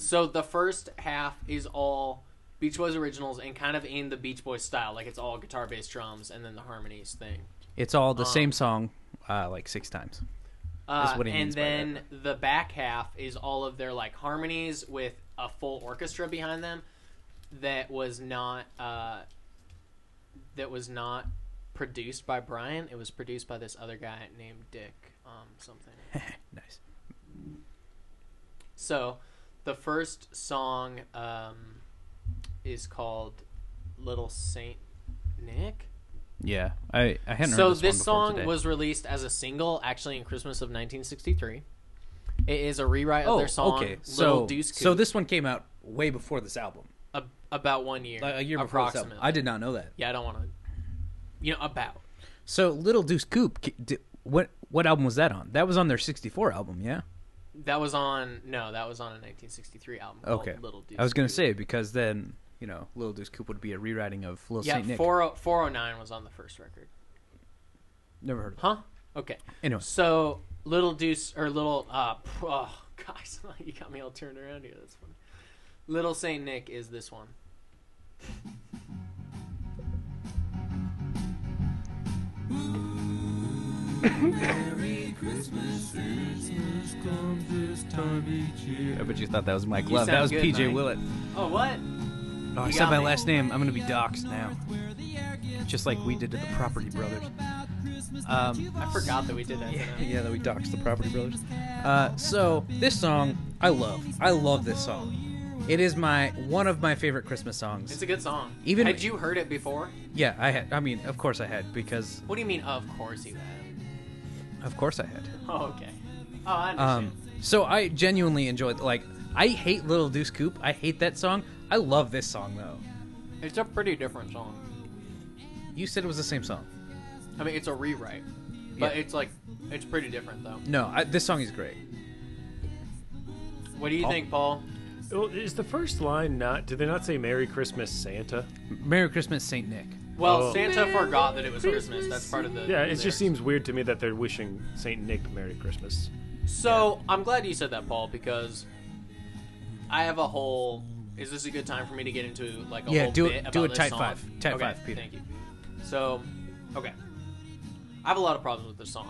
[SPEAKER 2] So the first half is all Beach Boys originals and kind of in the Beach Boys style, like it's all guitar, bass, drums, and then the harmonies thing.
[SPEAKER 3] It's all the
[SPEAKER 2] Um,
[SPEAKER 3] same song, uh, like six times.
[SPEAKER 2] Uh,
[SPEAKER 3] what he
[SPEAKER 2] and
[SPEAKER 3] means by
[SPEAKER 2] then the back half is all of their like harmonies with a full orchestra behind them that was not uh, that was not produced by Brian. It was produced by this other guy named Dick um, something.
[SPEAKER 3] nice.
[SPEAKER 2] So, the first song um, is called "Little Saint Nick."
[SPEAKER 3] Yeah, I I hadn't.
[SPEAKER 2] So
[SPEAKER 3] heard
[SPEAKER 2] this,
[SPEAKER 3] this, one before
[SPEAKER 2] song
[SPEAKER 3] today.
[SPEAKER 2] was released as a single, actually in Christmas of 1963. It is a rewrite of
[SPEAKER 3] oh
[SPEAKER 2] their song
[SPEAKER 3] okay.
[SPEAKER 2] "Little
[SPEAKER 3] So
[SPEAKER 2] Deuce
[SPEAKER 3] so
[SPEAKER 2] Coupe,"
[SPEAKER 3] this one came out way before this album,
[SPEAKER 2] ab- about one year,
[SPEAKER 3] like a year before this album.
[SPEAKER 2] approximately.
[SPEAKER 3] I did not know that.
[SPEAKER 2] Yeah, I don't want to. You know about.
[SPEAKER 3] So Little Deuce Coupe, ki- di- what what album was that on? That was on their '64 album, yeah.
[SPEAKER 2] That was on no, that was on a 1963 album. called
[SPEAKER 3] Okay.
[SPEAKER 2] Little Oh, Deuce
[SPEAKER 3] I was gonna
[SPEAKER 2] Coupe.
[SPEAKER 3] say because then you know Little Deuce Coupe would be a rewriting of Little
[SPEAKER 2] Yeah, oh,
[SPEAKER 3] Saint Nick.
[SPEAKER 2] 40- 409 was on the first record.
[SPEAKER 3] Never heard of. it.
[SPEAKER 2] Huh? Okay.
[SPEAKER 3] Anyway.
[SPEAKER 2] So little Deuce or little uh p- oh guys, you got me all turned around here. That's funny. Little Saint Nick is this one.
[SPEAKER 3] I bet you thought that was Mike
[SPEAKER 2] You
[SPEAKER 3] Love. That
[SPEAKER 2] sound
[SPEAKER 3] was
[SPEAKER 2] good,
[SPEAKER 3] PJ
[SPEAKER 2] Mike.
[SPEAKER 3] Willett.
[SPEAKER 2] Oh, what?
[SPEAKER 3] Oh, I
[SPEAKER 2] You
[SPEAKER 3] said
[SPEAKER 2] got
[SPEAKER 3] my
[SPEAKER 2] me.
[SPEAKER 3] last name. I'm gonna be doxxed now. Just like we did to the Property Brothers. Um,
[SPEAKER 2] I forgot that we did that.
[SPEAKER 3] yeah,
[SPEAKER 2] tonight.
[SPEAKER 3] yeah, that we doxed the Property Brothers. Uh, so this song, I love. I love this song. It is my one of my favorite Christmas
[SPEAKER 2] It's
[SPEAKER 3] songs.
[SPEAKER 2] a good song.
[SPEAKER 3] Even-
[SPEAKER 2] had you heard it before?
[SPEAKER 3] Yeah, I had. I mean, of course I had because
[SPEAKER 2] What do you mean? Of course you have.
[SPEAKER 3] of course I had.
[SPEAKER 2] Oh, okay. Oh, I understand.
[SPEAKER 3] Um, so I genuinely enjoyed. Like, I hate Little Deuce Coupe. I hate that song. I love this song though.
[SPEAKER 2] it's a pretty different song.
[SPEAKER 3] You said it was the same song.
[SPEAKER 2] I mean, it's a rewrite, but
[SPEAKER 3] Yeah.
[SPEAKER 2] it's like it's pretty different though.
[SPEAKER 3] No, I, this song is great.
[SPEAKER 2] What do you
[SPEAKER 3] Paul?
[SPEAKER 2] think, Paul?
[SPEAKER 4] Well, is the first line not? Did they not say "Merry Christmas, Santa"?
[SPEAKER 3] Merry Christmas, Saint Nick.
[SPEAKER 2] Well,
[SPEAKER 4] Oh.
[SPEAKER 2] Santa forgot that it was Christmas. That's part of the.
[SPEAKER 4] Yeah, it
[SPEAKER 2] lyrics.
[SPEAKER 4] just seems weird to me that they're wishing Saint Nick Merry Christmas.
[SPEAKER 2] So I'm glad you said that, Paul, because I have a whole. Is this a good time for me to get into like a
[SPEAKER 3] Yeah,
[SPEAKER 2] whole
[SPEAKER 3] do it-
[SPEAKER 2] bit about
[SPEAKER 3] do it
[SPEAKER 2] this
[SPEAKER 3] type
[SPEAKER 2] song?
[SPEAKER 3] five. Type
[SPEAKER 2] Okay,
[SPEAKER 3] five, Peter.
[SPEAKER 2] Thank you. So, okay, I have a lot of problems with this song.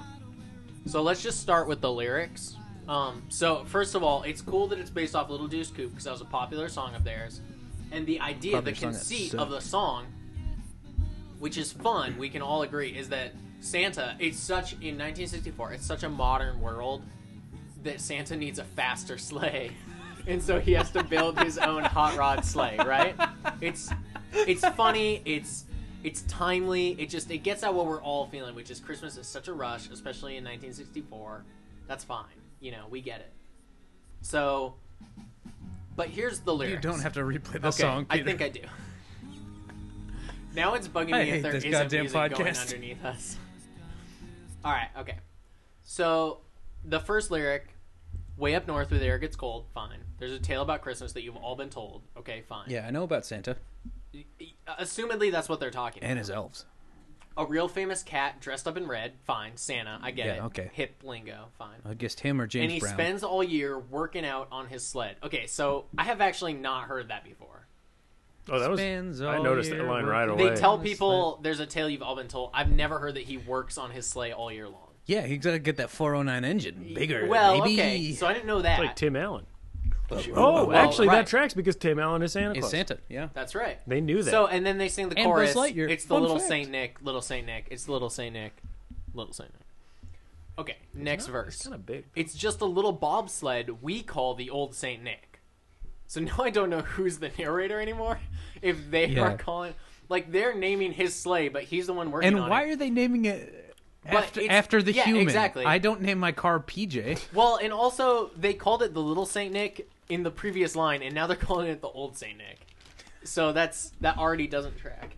[SPEAKER 2] So let's just start with the lyrics. Um, so first of all, it's cool that it's based off Little Deuce Coupe because that was a popular song of theirs, and the idea,
[SPEAKER 3] Popular
[SPEAKER 2] the
[SPEAKER 3] song that
[SPEAKER 2] conceit
[SPEAKER 3] sucked.
[SPEAKER 2] of the song, which is fun, we can all agree, is that Santa. It's such in 1964. It's such a modern world that Santa needs a faster sleigh, and so he has to build his own hot rod sleigh. Right? It's it's funny. It's it's timely. It just it gets at what we're all feeling, which is Christmas is such a rush, especially in 1964. That's fine. You know, we get it. So, but here's the lyrics.
[SPEAKER 3] You don't have to replay the
[SPEAKER 2] okay,
[SPEAKER 3] song. Peter.
[SPEAKER 2] I think I do. now it's bugging
[SPEAKER 3] I
[SPEAKER 2] me
[SPEAKER 3] hate
[SPEAKER 2] if there
[SPEAKER 3] this
[SPEAKER 2] isn't
[SPEAKER 3] goddamn
[SPEAKER 2] music going
[SPEAKER 3] podcast.
[SPEAKER 2] underneath us. All right. Okay. So, the first lyric, way up north where the air gets cold. Fine. There's a tale about Christmas that you've all been told. Okay. Fine. Uh,
[SPEAKER 3] Yeah, I know about Santa
[SPEAKER 2] Assumedly, that's what they're talking.
[SPEAKER 3] and his elves.
[SPEAKER 2] A real famous cat dressed up in red. Fine. Santa. I get
[SPEAKER 3] Yeah,
[SPEAKER 2] it.
[SPEAKER 3] okay.
[SPEAKER 2] Hip lingo. Fine.
[SPEAKER 3] I guessed him or James
[SPEAKER 2] and he
[SPEAKER 3] Brown.
[SPEAKER 2] spends all year working out on his sled. Okay, so I have actually not heard that before.
[SPEAKER 4] Oh, that was.
[SPEAKER 3] Spends
[SPEAKER 4] I
[SPEAKER 3] all
[SPEAKER 4] noticed that
[SPEAKER 3] year
[SPEAKER 4] line right
[SPEAKER 3] working-
[SPEAKER 4] away.
[SPEAKER 2] They tell
[SPEAKER 3] On his
[SPEAKER 2] people there's a tale you've all been told. I've never heard that he works on his sleigh all year long.
[SPEAKER 3] yeah, he's gotta get that 409 engine bigger.
[SPEAKER 2] well,
[SPEAKER 3] baby.
[SPEAKER 2] okay, so I didn't know that.
[SPEAKER 4] like Tim Allen.
[SPEAKER 3] oh,
[SPEAKER 4] Oh,
[SPEAKER 2] Well,
[SPEAKER 4] actually,
[SPEAKER 2] right.
[SPEAKER 4] that tracks because Tim Allen is Santa.
[SPEAKER 3] it's
[SPEAKER 4] Claus.
[SPEAKER 3] Santa. Yeah,
[SPEAKER 2] That's right.
[SPEAKER 4] They knew that.
[SPEAKER 2] So, and then they sing the
[SPEAKER 3] And
[SPEAKER 2] chorus.
[SPEAKER 3] Buzz Lightyear.
[SPEAKER 2] It's the
[SPEAKER 3] Fun
[SPEAKER 2] little
[SPEAKER 3] fact.
[SPEAKER 2] Saint Nick, little Saint Nick. It's little Saint Nick, little Saint Nick. Okay, next verse.
[SPEAKER 4] It's kind of big.
[SPEAKER 2] It's just a little bobsled we call the old Saint Nick. So now I don't know who's the narrator anymore. If they
[SPEAKER 3] Yeah.
[SPEAKER 2] are calling, like they're naming his sleigh, but he's the one working
[SPEAKER 3] and
[SPEAKER 2] on
[SPEAKER 3] why
[SPEAKER 2] it.
[SPEAKER 3] are they naming it after,
[SPEAKER 2] it's-
[SPEAKER 3] after the
[SPEAKER 2] yeah,
[SPEAKER 3] human?
[SPEAKER 2] exactly.
[SPEAKER 3] I don't name my car PJ.
[SPEAKER 2] Well, and also they called it the little Saint Nick in the previous line, and now they're calling it the old Saint Nick. So that's that already doesn't track.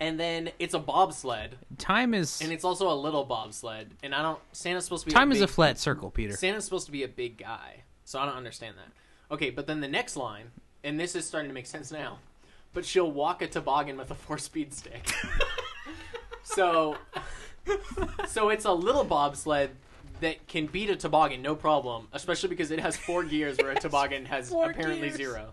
[SPEAKER 2] And then it's a bobsled,
[SPEAKER 3] Time is
[SPEAKER 2] and it's also a little bobsled, and I don't. Santa's supposed to be
[SPEAKER 3] time
[SPEAKER 2] a
[SPEAKER 3] is
[SPEAKER 2] big,
[SPEAKER 3] a flat circle, Peter.
[SPEAKER 2] Santa's supposed to be a big guy, so I don't understand that. Okay, but then the next line, and this is starting to make sense now, but she'll walk a toboggan with a four-speed stick. so, so it's a little bobsled that can beat a toboggan no problem, especially because it has four gears where a toboggan has
[SPEAKER 3] four
[SPEAKER 2] apparently
[SPEAKER 3] gears.
[SPEAKER 2] zero.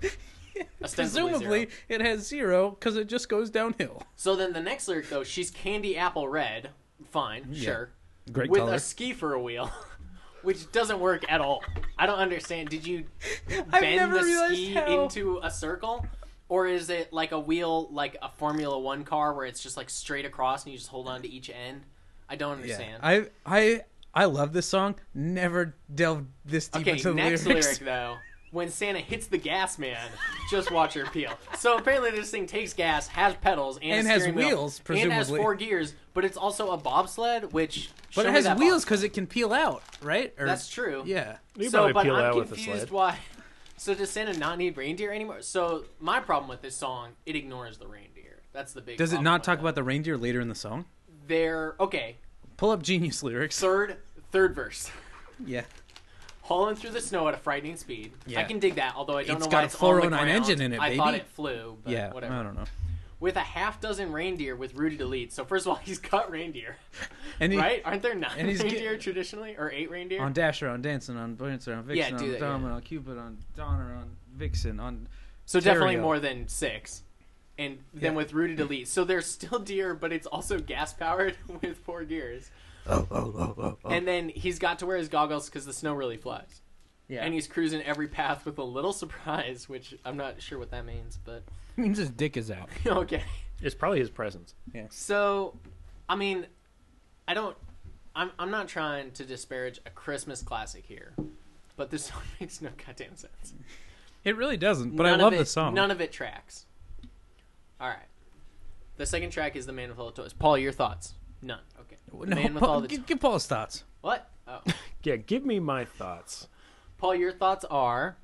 [SPEAKER 2] Ostensibly
[SPEAKER 3] Presumably,
[SPEAKER 2] zero.
[SPEAKER 3] it has zero because it just goes downhill.
[SPEAKER 2] So then the next lyric though, she's candy apple red. Fine, sure.
[SPEAKER 3] Great
[SPEAKER 2] With
[SPEAKER 3] color.
[SPEAKER 2] a ski for a wheel, which doesn't work at all. I don't understand. Did you
[SPEAKER 3] I've
[SPEAKER 2] bend
[SPEAKER 3] never
[SPEAKER 2] the
[SPEAKER 3] realized
[SPEAKER 2] ski
[SPEAKER 3] how-
[SPEAKER 2] into a circle? Or is it like a wheel, like a Formula One car, where it's just like straight across and you just hold on to each end? I don't understand.
[SPEAKER 3] I I I love this song. Never delved this deep
[SPEAKER 2] okay,
[SPEAKER 3] into the
[SPEAKER 2] next
[SPEAKER 3] lyrics.
[SPEAKER 2] lyric though. When Santa hits the gas man, just watch her peel. So apparently, this thing takes gas, has pedals, and, a
[SPEAKER 3] And has
[SPEAKER 2] steering wheel,
[SPEAKER 3] wheels,
[SPEAKER 2] and has
[SPEAKER 3] presumably.
[SPEAKER 2] four gears. But it's also a bobsled, which show
[SPEAKER 3] But it
[SPEAKER 2] me
[SPEAKER 3] has
[SPEAKER 2] that
[SPEAKER 3] wheels
[SPEAKER 2] bobsled.
[SPEAKER 3] because it can peel out, right? Or-
[SPEAKER 2] That's true.
[SPEAKER 3] Yeah.
[SPEAKER 4] You
[SPEAKER 2] so,
[SPEAKER 4] probably
[SPEAKER 2] but
[SPEAKER 4] peel
[SPEAKER 2] I'm
[SPEAKER 4] out with a
[SPEAKER 2] confused
[SPEAKER 4] sled.
[SPEAKER 2] why. So does Santa not need reindeer anymore? So my problem with this song, it ignores the reindeer. That's the big.
[SPEAKER 3] Does it
[SPEAKER 2] problem
[SPEAKER 3] not
[SPEAKER 2] with
[SPEAKER 3] talk about the reindeer later in the song?
[SPEAKER 2] their okay
[SPEAKER 3] Pull up genius lyrics.
[SPEAKER 2] third third verse?
[SPEAKER 3] yeah.
[SPEAKER 2] Hauling through the snow at a frightening speed.
[SPEAKER 3] Yeah.
[SPEAKER 2] I can dig that, although I don't
[SPEAKER 3] It's
[SPEAKER 2] know
[SPEAKER 3] got
[SPEAKER 2] why
[SPEAKER 3] a
[SPEAKER 2] it's on the
[SPEAKER 3] 409
[SPEAKER 2] ground.
[SPEAKER 3] engine in it,
[SPEAKER 2] I thought
[SPEAKER 3] baby.
[SPEAKER 2] it flew, but
[SPEAKER 3] yeah.
[SPEAKER 2] whatever.
[SPEAKER 3] I don't know.
[SPEAKER 2] With a half dozen reindeer with Rudy to lead. So first of all, he's got reindeer,
[SPEAKER 3] And he,
[SPEAKER 2] right? Aren't there nine
[SPEAKER 3] and he's get-
[SPEAKER 2] reindeer traditionally, or eight reindeer?
[SPEAKER 3] On Dasher, on Dancing, on Dancer, on Vixen,
[SPEAKER 2] Yeah, do
[SPEAKER 3] on
[SPEAKER 2] that, yeah.
[SPEAKER 3] Domino, on Cupid, on Donner, on Vixen, on
[SPEAKER 2] so definitely
[SPEAKER 3] Terrio.
[SPEAKER 2] more than six. and then with Rudy Delete. So there's still deer, but it's also gas powered with four gears.
[SPEAKER 3] Oh, oh, oh, oh, oh.
[SPEAKER 2] And then he's got to wear his goggles because the snow really flies.
[SPEAKER 3] yeah.
[SPEAKER 2] And he's cruising every path with a little surprise, which I'm not sure what that means, but
[SPEAKER 3] means his dick is out.
[SPEAKER 2] okay.
[SPEAKER 4] It's probably his presence.
[SPEAKER 2] So, I mean, I don't. I'm I'm not trying to disparage a Christmas classic here, but this song makes no goddamn sense.
[SPEAKER 3] It really doesn't, but
[SPEAKER 2] None
[SPEAKER 3] I love
[SPEAKER 2] of
[SPEAKER 3] the
[SPEAKER 2] it-
[SPEAKER 3] song.
[SPEAKER 2] None of it tracks. All right. The second track is "The Man with All the Toys." Paul, your thoughts? None. Okay. The
[SPEAKER 3] no,
[SPEAKER 2] Man with
[SPEAKER 3] Paul-
[SPEAKER 2] All the
[SPEAKER 3] give,
[SPEAKER 2] Toys.
[SPEAKER 3] give Paul's thoughts.
[SPEAKER 2] What? Oh.
[SPEAKER 4] Yeah, give me my thoughts.
[SPEAKER 2] Paul, your thoughts are?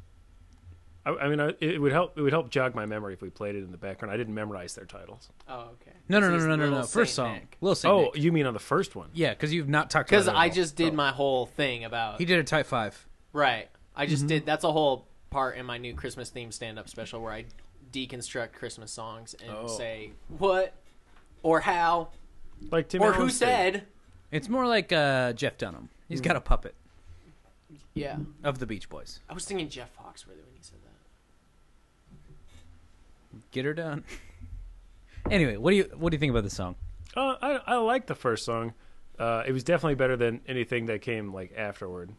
[SPEAKER 4] I, I mean, I, it would help. It would help jog my memory if we played it in the background. I didn't memorize their titles.
[SPEAKER 2] Oh, okay.
[SPEAKER 3] No, no,
[SPEAKER 2] This
[SPEAKER 3] no,
[SPEAKER 2] is
[SPEAKER 3] no, no, no.
[SPEAKER 2] Little
[SPEAKER 3] First
[SPEAKER 2] Saint
[SPEAKER 3] song,
[SPEAKER 2] Nick.
[SPEAKER 3] Little Saint
[SPEAKER 4] Oh,
[SPEAKER 3] Nick.
[SPEAKER 4] you mean on the first one?
[SPEAKER 3] yeah, because you've not talked about
[SPEAKER 2] Because
[SPEAKER 3] it at
[SPEAKER 2] I
[SPEAKER 3] all.
[SPEAKER 2] just did my whole thing about
[SPEAKER 3] Oh. He did a type five.
[SPEAKER 2] right. I
[SPEAKER 3] Mm-hmm.
[SPEAKER 2] just did that's a whole part in my new Christmas themed stand up special where I deconstruct Christmas songs and
[SPEAKER 4] Oh.
[SPEAKER 2] say what or how
[SPEAKER 4] Like Tim
[SPEAKER 2] or
[SPEAKER 4] Allen
[SPEAKER 2] who
[SPEAKER 4] Steve.
[SPEAKER 2] said
[SPEAKER 3] It's more like uh, Jeff Dunham.
[SPEAKER 2] Mm.
[SPEAKER 3] He's got a puppet
[SPEAKER 2] yeah.
[SPEAKER 3] of the Beach Boys.
[SPEAKER 2] I was thinking Jeff Foxworthy when he said that.
[SPEAKER 3] Get her done. anyway, what do you what do you think about the song?
[SPEAKER 4] Uh, I I like the first song. Uh, it was definitely better than anything that came like afterward.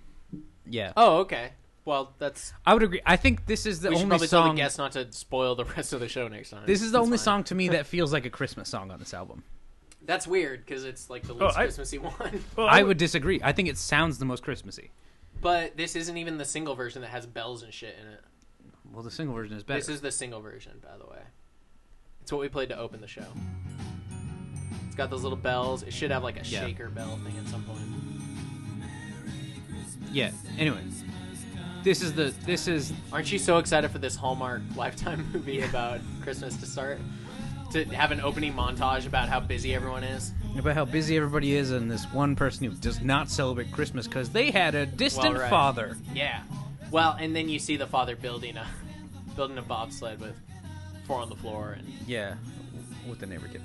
[SPEAKER 3] Yeah,
[SPEAKER 2] Oh, okay. Well, that's
[SPEAKER 3] I would agree. I think this is the
[SPEAKER 2] we should
[SPEAKER 3] only
[SPEAKER 2] probably tell the
[SPEAKER 3] song.
[SPEAKER 2] guests not to spoil the rest of the show next time.
[SPEAKER 3] This is the
[SPEAKER 2] That's
[SPEAKER 3] only
[SPEAKER 2] fine.
[SPEAKER 3] song to me that feels like a Christmas song on this album.
[SPEAKER 2] That's weird because it's like
[SPEAKER 3] Oh,
[SPEAKER 2] the least
[SPEAKER 4] I-
[SPEAKER 2] Christmassy one.
[SPEAKER 4] Well,
[SPEAKER 3] I would disagree. I think it sounds the most Christmassy.
[SPEAKER 2] but this isn't even the single version that has bells and shit in it.
[SPEAKER 3] Well, the single version is better.
[SPEAKER 2] This is the single version, by the way. It's what we played to open the show. It's got those little bells. It should have like a
[SPEAKER 3] Yeah.
[SPEAKER 2] shaker bell thing at some point.
[SPEAKER 3] yeah. Anyway, this is the this is
[SPEAKER 2] Aren't you so excited for this Hallmark Lifetime movie about Christmas to start? To have an opening montage about how busy everyone is.
[SPEAKER 3] about how busy everybody is and this one person who does not celebrate Christmas because they had a distant
[SPEAKER 2] Well, right.
[SPEAKER 3] father.
[SPEAKER 2] Yeah. Well, and then you see the father building a building a bobsled with four on the floor and
[SPEAKER 3] Yeah, what the neighbor did.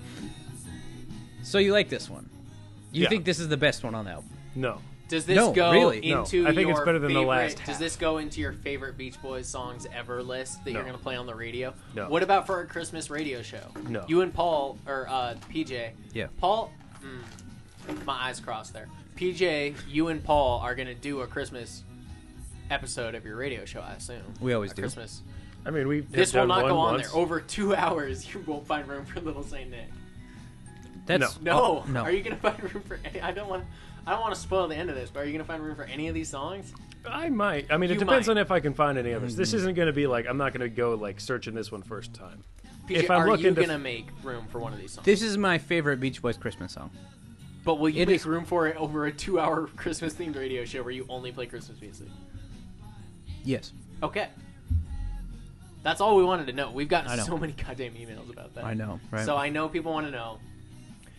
[SPEAKER 3] So you like this one? You
[SPEAKER 4] Yeah.
[SPEAKER 3] think this is the best one on the album?
[SPEAKER 4] no.
[SPEAKER 2] Does this
[SPEAKER 3] No,
[SPEAKER 2] go
[SPEAKER 3] really.
[SPEAKER 4] No,
[SPEAKER 2] into
[SPEAKER 4] I think
[SPEAKER 2] your
[SPEAKER 4] it's better than the
[SPEAKER 2] favorite,
[SPEAKER 4] last
[SPEAKER 2] Does
[SPEAKER 4] half.
[SPEAKER 2] this go into your favorite Beach Boys songs ever list that you're
[SPEAKER 4] No.
[SPEAKER 2] going to play on the radio?
[SPEAKER 4] No.
[SPEAKER 2] What about for our Christmas radio show?
[SPEAKER 4] No.
[SPEAKER 2] You and Paul or uh, PJ.
[SPEAKER 3] Yeah.
[SPEAKER 2] Paul. Mm, my eyes crossed there. PJ, you and Paul are going to do a Christmas episode of your radio show. I assume
[SPEAKER 3] We always
[SPEAKER 2] A
[SPEAKER 3] do.
[SPEAKER 2] Christmas.
[SPEAKER 4] I mean, we.
[SPEAKER 2] This will not go on
[SPEAKER 4] once.
[SPEAKER 2] there. Oh. Over two hours, you won't find room for Little Saint Nick.
[SPEAKER 3] That's
[SPEAKER 2] No.
[SPEAKER 3] oh, no.
[SPEAKER 2] Are you going to find room for? Any, I don't want. I don't want to spoil the end of this, but are you going to find room for any of these songs?
[SPEAKER 4] I might. I mean,
[SPEAKER 2] You
[SPEAKER 4] it depends
[SPEAKER 2] might.
[SPEAKER 4] on
[SPEAKER 2] Hmm.
[SPEAKER 4] if I can find any others. This isn't going to be like I'm not going to go like searching this one first time.
[SPEAKER 2] PJ,
[SPEAKER 4] If I'm
[SPEAKER 2] are you
[SPEAKER 4] looking to-
[SPEAKER 2] gonna make room for one of these songs?
[SPEAKER 3] This is my favorite Beach Boys Christmas song.
[SPEAKER 2] but will you
[SPEAKER 3] it
[SPEAKER 2] make
[SPEAKER 3] is-
[SPEAKER 2] room for it over a two-hour Christmas-themed radio show where you only play Christmas music?
[SPEAKER 3] Yes,
[SPEAKER 2] Okay, that's all we wanted to know. We've
[SPEAKER 3] I
[SPEAKER 2] gotten
[SPEAKER 3] know.
[SPEAKER 2] so many goddamn emails about that.
[SPEAKER 3] I know, right?
[SPEAKER 2] So I know people want to know,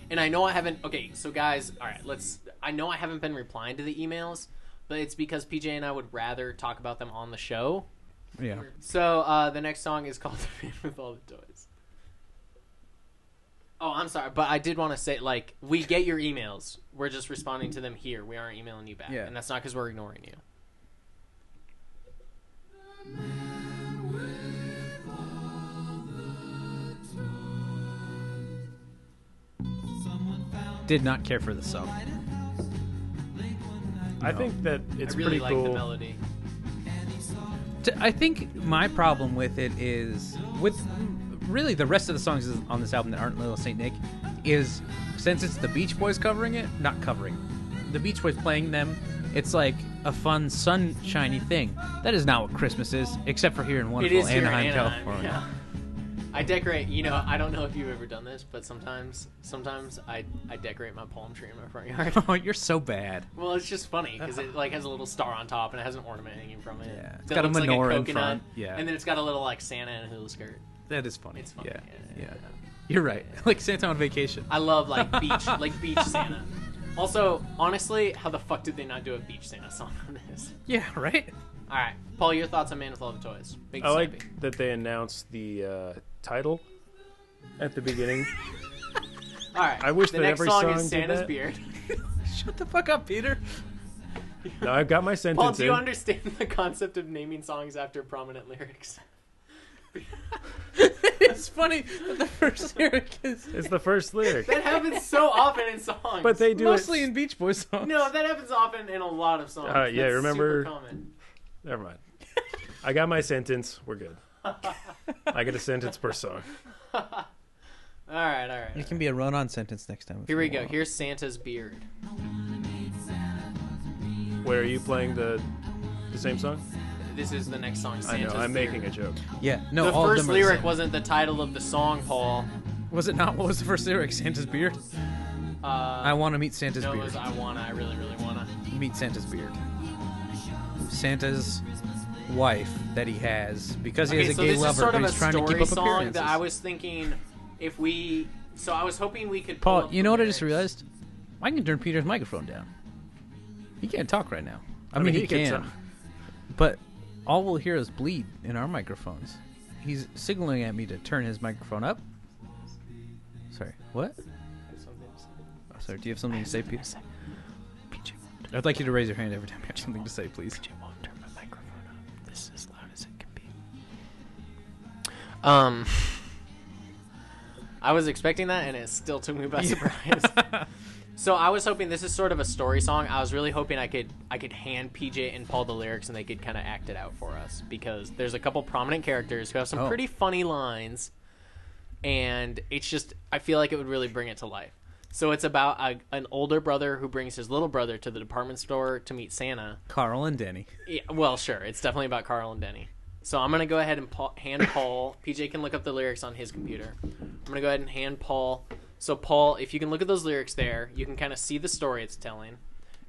[SPEAKER 2] and I know I haven't. Okay, so guys, all right, let's. I know I haven't been replying to the emails, but it's because PJ and I would rather talk about them on the show.
[SPEAKER 3] yeah.
[SPEAKER 2] So uh, the next song is called "The Man with All the Toys." Oh, I'm sorry, but I did want to say, like, we get your emails. We're just responding to them here. We aren't emailing you back,
[SPEAKER 3] Yeah.
[SPEAKER 2] and that's not because we're ignoring you.
[SPEAKER 3] Did not care for this song.
[SPEAKER 4] I think that it's
[SPEAKER 2] I
[SPEAKER 4] pretty
[SPEAKER 2] really like
[SPEAKER 4] cool.
[SPEAKER 2] the melody.
[SPEAKER 3] T- I think my problem with it is with really the rest of the songs is- on this album that aren't Little Saint Nick is since it's the Beach Boys covering it, not covering the Beach Boys playing them. It's like a fun sunshiny thing. That is not what Christmas is, except for here in
[SPEAKER 2] It
[SPEAKER 3] wonderful
[SPEAKER 2] is here in
[SPEAKER 3] Anaheim,
[SPEAKER 2] Anaheim.
[SPEAKER 3] California.
[SPEAKER 2] Yeah. I decorate. You know, I don't know if you've ever done this, but sometimes, sometimes I I decorate my palm tree in my front yard.
[SPEAKER 3] Oh, you're so bad.
[SPEAKER 2] well, it's just funny because it like has a little star on top and it has an ornament hanging from it.
[SPEAKER 3] Yeah. It's
[SPEAKER 2] That
[SPEAKER 3] got a
[SPEAKER 2] looks like
[SPEAKER 3] menorah in
[SPEAKER 2] coconut,
[SPEAKER 3] front. Yeah.
[SPEAKER 2] and then it's got a little like Santa and a hula skirt.
[SPEAKER 3] That is funny.
[SPEAKER 2] It's funny.
[SPEAKER 3] Yeah.
[SPEAKER 2] Yeah.
[SPEAKER 3] Yeah. You're right. Like Santa on vacation.
[SPEAKER 2] I love like beach, like beach Santa. Also, honestly, how the fuck did they not do a beach Santa song on this?
[SPEAKER 3] Yeah, right?
[SPEAKER 2] All right, Paul, your thoughts on Man with All the Toys? Big
[SPEAKER 4] I like that they announced the uh, title at the beginning.
[SPEAKER 2] All right,
[SPEAKER 4] I wish
[SPEAKER 2] the
[SPEAKER 4] that
[SPEAKER 2] next
[SPEAKER 4] every
[SPEAKER 2] song,
[SPEAKER 4] song
[SPEAKER 2] is
[SPEAKER 4] did
[SPEAKER 2] Santa's
[SPEAKER 4] that.
[SPEAKER 2] beard.
[SPEAKER 3] Shut the fuck up, Peter.
[SPEAKER 4] now I've got my
[SPEAKER 2] Paul,
[SPEAKER 4] sentence
[SPEAKER 2] do you
[SPEAKER 4] in.
[SPEAKER 2] understand the concept of naming songs after prominent lyrics?
[SPEAKER 3] it's funny that the first lyric is
[SPEAKER 4] It's the first lyric.
[SPEAKER 2] That happens so often in songs.
[SPEAKER 4] But they do
[SPEAKER 3] mostly
[SPEAKER 4] it.
[SPEAKER 3] in Beach Boys songs.
[SPEAKER 2] no, that happens often in a lot of songs.
[SPEAKER 4] Uh, yeah,
[SPEAKER 2] That's
[SPEAKER 4] remember-
[SPEAKER 2] super common.
[SPEAKER 4] Never mind. I got my sentence. We're good. I get a sentence per song.
[SPEAKER 2] All right, all right. all
[SPEAKER 3] it
[SPEAKER 2] right.
[SPEAKER 3] can be a run-on sentence next time. if
[SPEAKER 2] Here we
[SPEAKER 3] you
[SPEAKER 2] go.
[SPEAKER 3] want.
[SPEAKER 2] Here's Santa's beard.
[SPEAKER 4] Where are you playing the the same song?
[SPEAKER 2] This is the next song.
[SPEAKER 4] I know.
[SPEAKER 2] Santa's
[SPEAKER 4] I'm
[SPEAKER 2] beard.
[SPEAKER 4] making a joke.
[SPEAKER 3] Yeah, no.
[SPEAKER 2] The
[SPEAKER 3] all of
[SPEAKER 2] first
[SPEAKER 3] them are the
[SPEAKER 2] lyric
[SPEAKER 3] same.
[SPEAKER 2] wasn't the title of the song, Paul.
[SPEAKER 3] was it not? What was the first lyric? Santa's beard.
[SPEAKER 2] Uh,
[SPEAKER 3] I want to meet Santa's
[SPEAKER 2] no, it
[SPEAKER 3] beard.
[SPEAKER 2] was I wanna. I really, really wanna.
[SPEAKER 3] meet Santa's beard. Santa's wife that he has because he
[SPEAKER 2] Okay,
[SPEAKER 3] has a
[SPEAKER 2] so
[SPEAKER 3] gay
[SPEAKER 2] this
[SPEAKER 3] lover,
[SPEAKER 2] is sort of
[SPEAKER 3] but
[SPEAKER 2] a
[SPEAKER 3] he's trying
[SPEAKER 2] story
[SPEAKER 3] to keep up
[SPEAKER 2] song
[SPEAKER 3] appearances.
[SPEAKER 2] that I was thinking if we. So I was hoping we could. pull
[SPEAKER 3] Paul,
[SPEAKER 2] up
[SPEAKER 3] you
[SPEAKER 2] the
[SPEAKER 3] know what I just
[SPEAKER 2] lyrics.
[SPEAKER 3] realized? I can turn Peter's microphone down. He can't talk right now. I, mean,
[SPEAKER 4] mean,
[SPEAKER 3] he,
[SPEAKER 4] he can
[SPEAKER 3] can,
[SPEAKER 4] talk.
[SPEAKER 3] but all we'll hear is bleed in our microphones. He's signaling at me to turn his microphone up. Sorry, what? Oh, sorry, do you have something to say, Peter? I'd like you to raise your hand every time you have something to say, please.
[SPEAKER 2] Um, I was expecting that, and it still took me by surprise. so I was hoping this is sort of a story song. I was really hoping I could I could hand PJ and Paul the lyrics, and they could kind of act it out for us because there's a couple prominent characters who have some
[SPEAKER 3] Oh.
[SPEAKER 2] pretty funny lines, and it's just I feel like it would really bring it to life. So it's about a, an older brother who brings his little brother to the department store to meet Santa.
[SPEAKER 3] Carl and Denny.
[SPEAKER 2] Yeah, well, sure. It's definitely about Carl and Denny. So I'm gonna go ahead and pa- hand Paul. PJ can look up the lyrics on his computer. I'm gonna go ahead and hand Paul. So Paul, if you can look at those lyrics there, you can kind of see the story it's telling,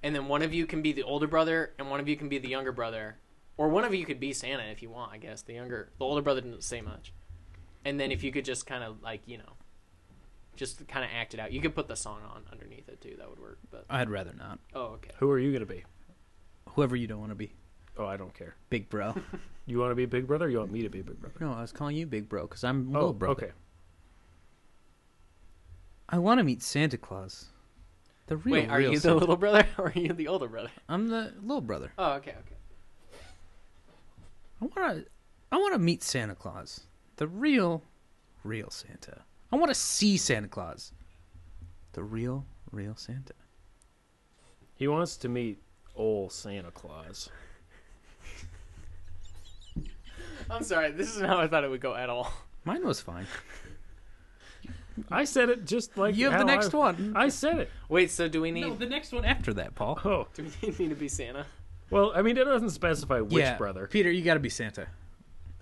[SPEAKER 2] and then one of you can be the older brother, and one of you can be the younger brother, or one of you could be Santa if you want. I guess the younger, the older brother didn't say much, and then if you could just kind of like you know, just kind of act it out. You could put the song on underneath it too. That would work. But
[SPEAKER 3] I'd rather not.
[SPEAKER 2] oh, okay.
[SPEAKER 4] Who are you gonna be?
[SPEAKER 3] Whoever you don't want to be,
[SPEAKER 4] Oh, I don't care.
[SPEAKER 3] big bro.
[SPEAKER 4] You want to be Big Brother? or You want me to be Big Brother?
[SPEAKER 3] no, I was calling you big bro because I'm
[SPEAKER 4] Oh,
[SPEAKER 3] little bro.
[SPEAKER 4] okay.
[SPEAKER 3] I want to meet Santa Claus. The real,
[SPEAKER 2] Wait, are
[SPEAKER 3] real
[SPEAKER 2] you the
[SPEAKER 3] Santa.
[SPEAKER 2] little brother or are you the older brother?
[SPEAKER 3] I'm the little brother.
[SPEAKER 2] Oh, okay, okay.
[SPEAKER 3] I want to. I want to meet Santa Claus. The real, real Santa. I want to see Santa Claus. The real, real Santa.
[SPEAKER 4] He wants to meet old Santa Claus.
[SPEAKER 2] I'm sorry. This is how I thought it would go at all.
[SPEAKER 3] Mine was fine.
[SPEAKER 4] I said it just like
[SPEAKER 3] You have
[SPEAKER 4] how
[SPEAKER 3] the next
[SPEAKER 4] I-
[SPEAKER 3] one.
[SPEAKER 4] I said it.
[SPEAKER 2] Wait, so do we need
[SPEAKER 3] No, the next one after that, Paul.
[SPEAKER 4] Oh,
[SPEAKER 2] do we need to be Santa?
[SPEAKER 4] well, I mean, it doesn't specify which
[SPEAKER 3] yeah,
[SPEAKER 4] brother.
[SPEAKER 3] Peter, you got to be Santa.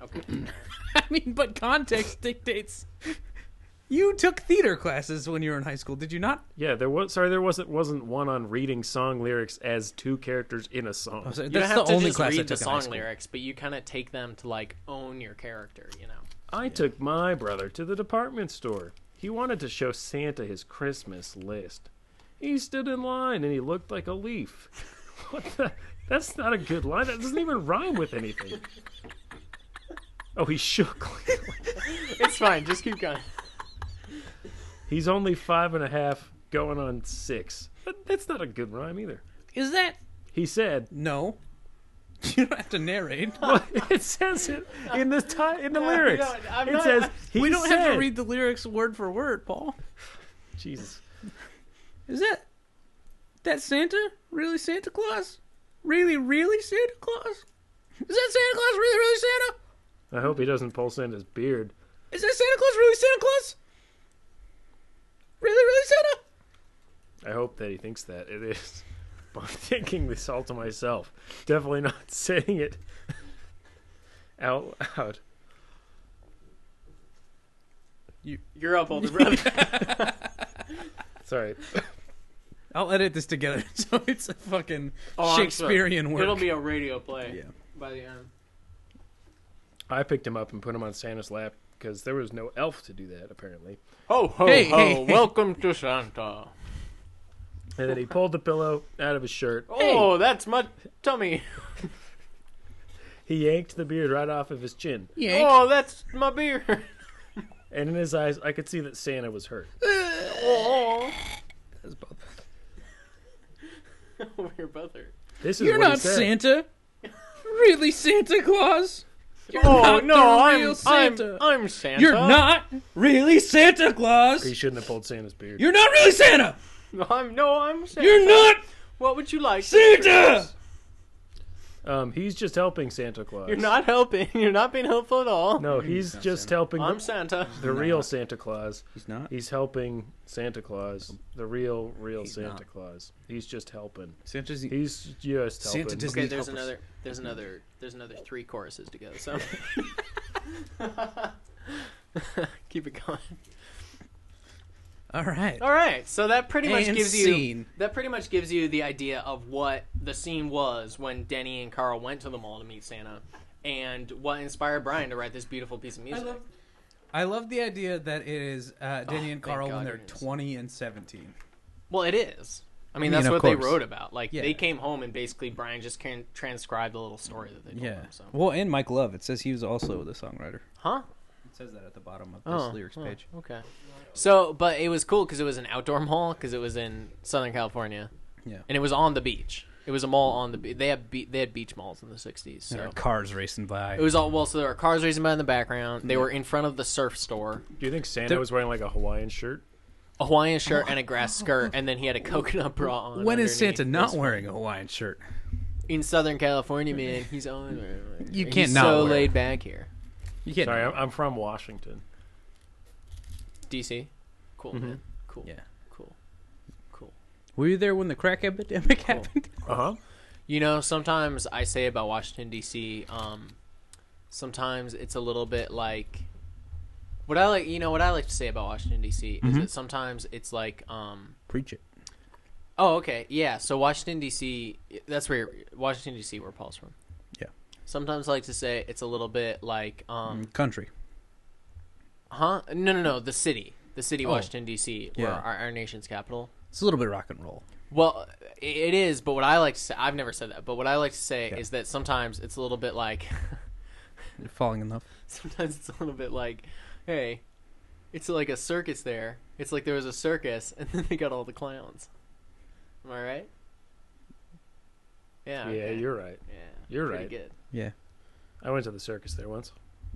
[SPEAKER 2] Okay.
[SPEAKER 3] I mean, but context dictates. You took theater classes when you were in high school, did you not?
[SPEAKER 4] Yeah, there was. Sorry, there wasn't wasn't one on reading song lyrics as two characters in a song.
[SPEAKER 3] Oh,
[SPEAKER 2] You don't have to just read the song lyrics, but you kind of take them to like own your character, you know.
[SPEAKER 4] I took my brother to the department store. He wanted to show Santa his Christmas list. He stood in line and he looked like a leaf. What the? That's not a good line. That doesn't even rhyme with anything. Oh, he shook.
[SPEAKER 2] It's fine. Just keep going.
[SPEAKER 4] He's only five and a half, going on six. That- That's not a good rhyme either.
[SPEAKER 3] Is that
[SPEAKER 4] He said,
[SPEAKER 3] no? You don't have to narrate.
[SPEAKER 4] "It says it in the ti- in the lyrics.
[SPEAKER 2] don't- I'm
[SPEAKER 4] it
[SPEAKER 2] not-
[SPEAKER 4] says he
[SPEAKER 3] we don't
[SPEAKER 4] said,
[SPEAKER 3] have to read the lyrics word for word, Paul.
[SPEAKER 4] Jesus,
[SPEAKER 3] Is that that Santa? Really Santa Claus? Really, really Santa Claus? Is that Santa Claus really, really Santa?
[SPEAKER 4] I hope he doesn't pull Santa's beard.
[SPEAKER 3] Is that Santa Claus really Santa Claus? Really, really Santa?
[SPEAKER 4] I hope that he thinks that it is. But I'm thinking this all to myself. Definitely not saying it out loud.
[SPEAKER 2] You're up, older brother. Oh,
[SPEAKER 4] Sorry.
[SPEAKER 3] I'll edit this together so it's a fucking
[SPEAKER 2] Oh, I'm sorry.
[SPEAKER 3] Shakespearean work.
[SPEAKER 2] It'll be a radio play.
[SPEAKER 3] Yeah.
[SPEAKER 2] By the end.
[SPEAKER 4] I picked him up and put him on Santa's lap because there was no elf to do that, apparently.
[SPEAKER 2] Ho ho
[SPEAKER 3] Hey,
[SPEAKER 2] ho!
[SPEAKER 3] hey, hey.
[SPEAKER 2] Welcome to Santa.
[SPEAKER 4] And then he pulled the pillow out of his shirt.
[SPEAKER 2] Oh, that's my tummy.
[SPEAKER 4] He yanked the beard right off of his chin.
[SPEAKER 3] Yank.
[SPEAKER 2] Oh, that's my beer.
[SPEAKER 4] And in his eyes, I could see that Santa was hurt.
[SPEAKER 2] Oh,
[SPEAKER 3] That's both.
[SPEAKER 2] we're brother.
[SPEAKER 4] This is
[SPEAKER 3] You're
[SPEAKER 4] what he
[SPEAKER 3] not
[SPEAKER 4] said.
[SPEAKER 3] Santa. really Santa Claus?
[SPEAKER 2] oh
[SPEAKER 3] not
[SPEAKER 2] no,
[SPEAKER 3] the
[SPEAKER 2] I'm,
[SPEAKER 3] real
[SPEAKER 2] I'm
[SPEAKER 3] Santa.
[SPEAKER 2] I'm Santa.
[SPEAKER 3] You're not really Santa
[SPEAKER 4] He
[SPEAKER 3] Claus.
[SPEAKER 4] shouldn't have pulled Santa's beard.
[SPEAKER 3] You're not really Santa.
[SPEAKER 2] I'm no, I'm Santa.
[SPEAKER 3] You're not
[SPEAKER 2] What would you like? for
[SPEAKER 3] Santa.
[SPEAKER 2] Christmas?
[SPEAKER 4] um, he's just helping Santa Claus.
[SPEAKER 2] You're not helping. You're not being helpful at all.
[SPEAKER 4] No, he's
[SPEAKER 3] not
[SPEAKER 4] just
[SPEAKER 3] Santa.
[SPEAKER 4] helping
[SPEAKER 2] I'm Santa.
[SPEAKER 4] the real Santa Claus.
[SPEAKER 3] He's not.
[SPEAKER 4] He's helping Santa Claus, the real, real Santa
[SPEAKER 3] not.
[SPEAKER 4] Claus. He's just helping.
[SPEAKER 3] Santa's.
[SPEAKER 4] He's just
[SPEAKER 3] Santa
[SPEAKER 4] helping.
[SPEAKER 3] does-
[SPEAKER 2] Okay,
[SPEAKER 3] Need
[SPEAKER 2] there's
[SPEAKER 3] help us.
[SPEAKER 2] another. There's another. There's another three choruses to go. So keep it going.
[SPEAKER 3] All right.
[SPEAKER 2] All right, so that pretty much
[SPEAKER 3] And
[SPEAKER 2] gives you
[SPEAKER 3] scene.
[SPEAKER 2] that pretty much gives you the idea of what the scene was when Denny and Carl went to the mall to meet Santa, and what inspired Brian to write this beautiful piece of music.
[SPEAKER 3] I love the idea that it is uh, Denny
[SPEAKER 2] Oh,
[SPEAKER 3] and
[SPEAKER 2] thank
[SPEAKER 3] Carl
[SPEAKER 2] God
[SPEAKER 3] when they're
[SPEAKER 2] it is.
[SPEAKER 3] 20 and 17.
[SPEAKER 2] Well, it is. I mean,
[SPEAKER 3] mean,
[SPEAKER 2] that's
[SPEAKER 3] of
[SPEAKER 2] what they
[SPEAKER 3] course.
[SPEAKER 2] wrote about. Like
[SPEAKER 3] Yeah.
[SPEAKER 2] they came home and basically Brian just can transcribed the little story that they told him. So.
[SPEAKER 3] Well, and Mike Love. It says he was also the songwriter.
[SPEAKER 2] Huh?
[SPEAKER 3] It says that at the bottom of
[SPEAKER 2] Oh,
[SPEAKER 3] this lyrics
[SPEAKER 2] oh,
[SPEAKER 3] page.
[SPEAKER 2] okay. So, but it was cool because it was an outdoor mall because it was in Southern California.
[SPEAKER 3] Yeah.
[SPEAKER 2] And it was on the beach. It was a mall on the beach. They had be- they had beach malls in the '60s. So.
[SPEAKER 3] And our cars racing by.
[SPEAKER 2] It was all well. So there were cars racing by in the background. They were in front of the surf store,
[SPEAKER 4] Do you think Santa
[SPEAKER 3] There-
[SPEAKER 4] was wearing like a Hawaiian shirt?
[SPEAKER 2] a Hawaiian shirt and a grass skirt, and then he had a coconut bra on.
[SPEAKER 3] when is
[SPEAKER 2] underneath.
[SPEAKER 3] Santa not
[SPEAKER 2] It's-
[SPEAKER 3] wearing a Hawaiian shirt?
[SPEAKER 2] in Southern California, man? He's on.
[SPEAKER 3] You
[SPEAKER 2] he's
[SPEAKER 3] can't not
[SPEAKER 2] so
[SPEAKER 3] wear it.
[SPEAKER 2] laid back here.
[SPEAKER 3] You can't.
[SPEAKER 4] Sorry, I'm, I'm from Washington.
[SPEAKER 2] DC, cool man, cool,
[SPEAKER 3] Yeah.
[SPEAKER 2] cool, cool.
[SPEAKER 3] Were you there when the crack
[SPEAKER 2] Oh.
[SPEAKER 3] epidemic happened?
[SPEAKER 4] Uh huh.
[SPEAKER 2] You know, sometimes I say about Washington D.C. Um, sometimes it's a little bit like what I like. You know, what I like to say about Washington D.C.
[SPEAKER 3] Mm-hmm.
[SPEAKER 2] is that sometimes it's like um.
[SPEAKER 3] Preach it.
[SPEAKER 2] Oh, okay. Yeah. So Washington D.C. That's where Washington D.C. where Paul's from.
[SPEAKER 3] Yeah. Mm-hmm.
[SPEAKER 2] Sometimes I like to say it's a little bit like, um,
[SPEAKER 3] Country.
[SPEAKER 2] huh? No, no, no. The city, the city,
[SPEAKER 3] Oh.
[SPEAKER 2] Washington D.C., where
[SPEAKER 3] Yeah.
[SPEAKER 2] our, our nation's capital.
[SPEAKER 3] It's a little bit rock and roll.
[SPEAKER 2] Well, i- it is. But what I like to say, I've never said that. But what I like to say
[SPEAKER 3] Yeah.
[SPEAKER 2] is that sometimes it's a little bit like,
[SPEAKER 3] Falling in love.
[SPEAKER 2] sometimes it's a little bit like, hey, it's like a circus there. It's like there was a circus, and then they got all the clowns. Am I right? Yeah.
[SPEAKER 4] Yeah,
[SPEAKER 2] okay.
[SPEAKER 4] you're right.
[SPEAKER 2] Yeah,
[SPEAKER 4] You're
[SPEAKER 2] pretty
[SPEAKER 4] right.
[SPEAKER 2] Good.
[SPEAKER 3] Yeah.
[SPEAKER 4] I went to the circus there once.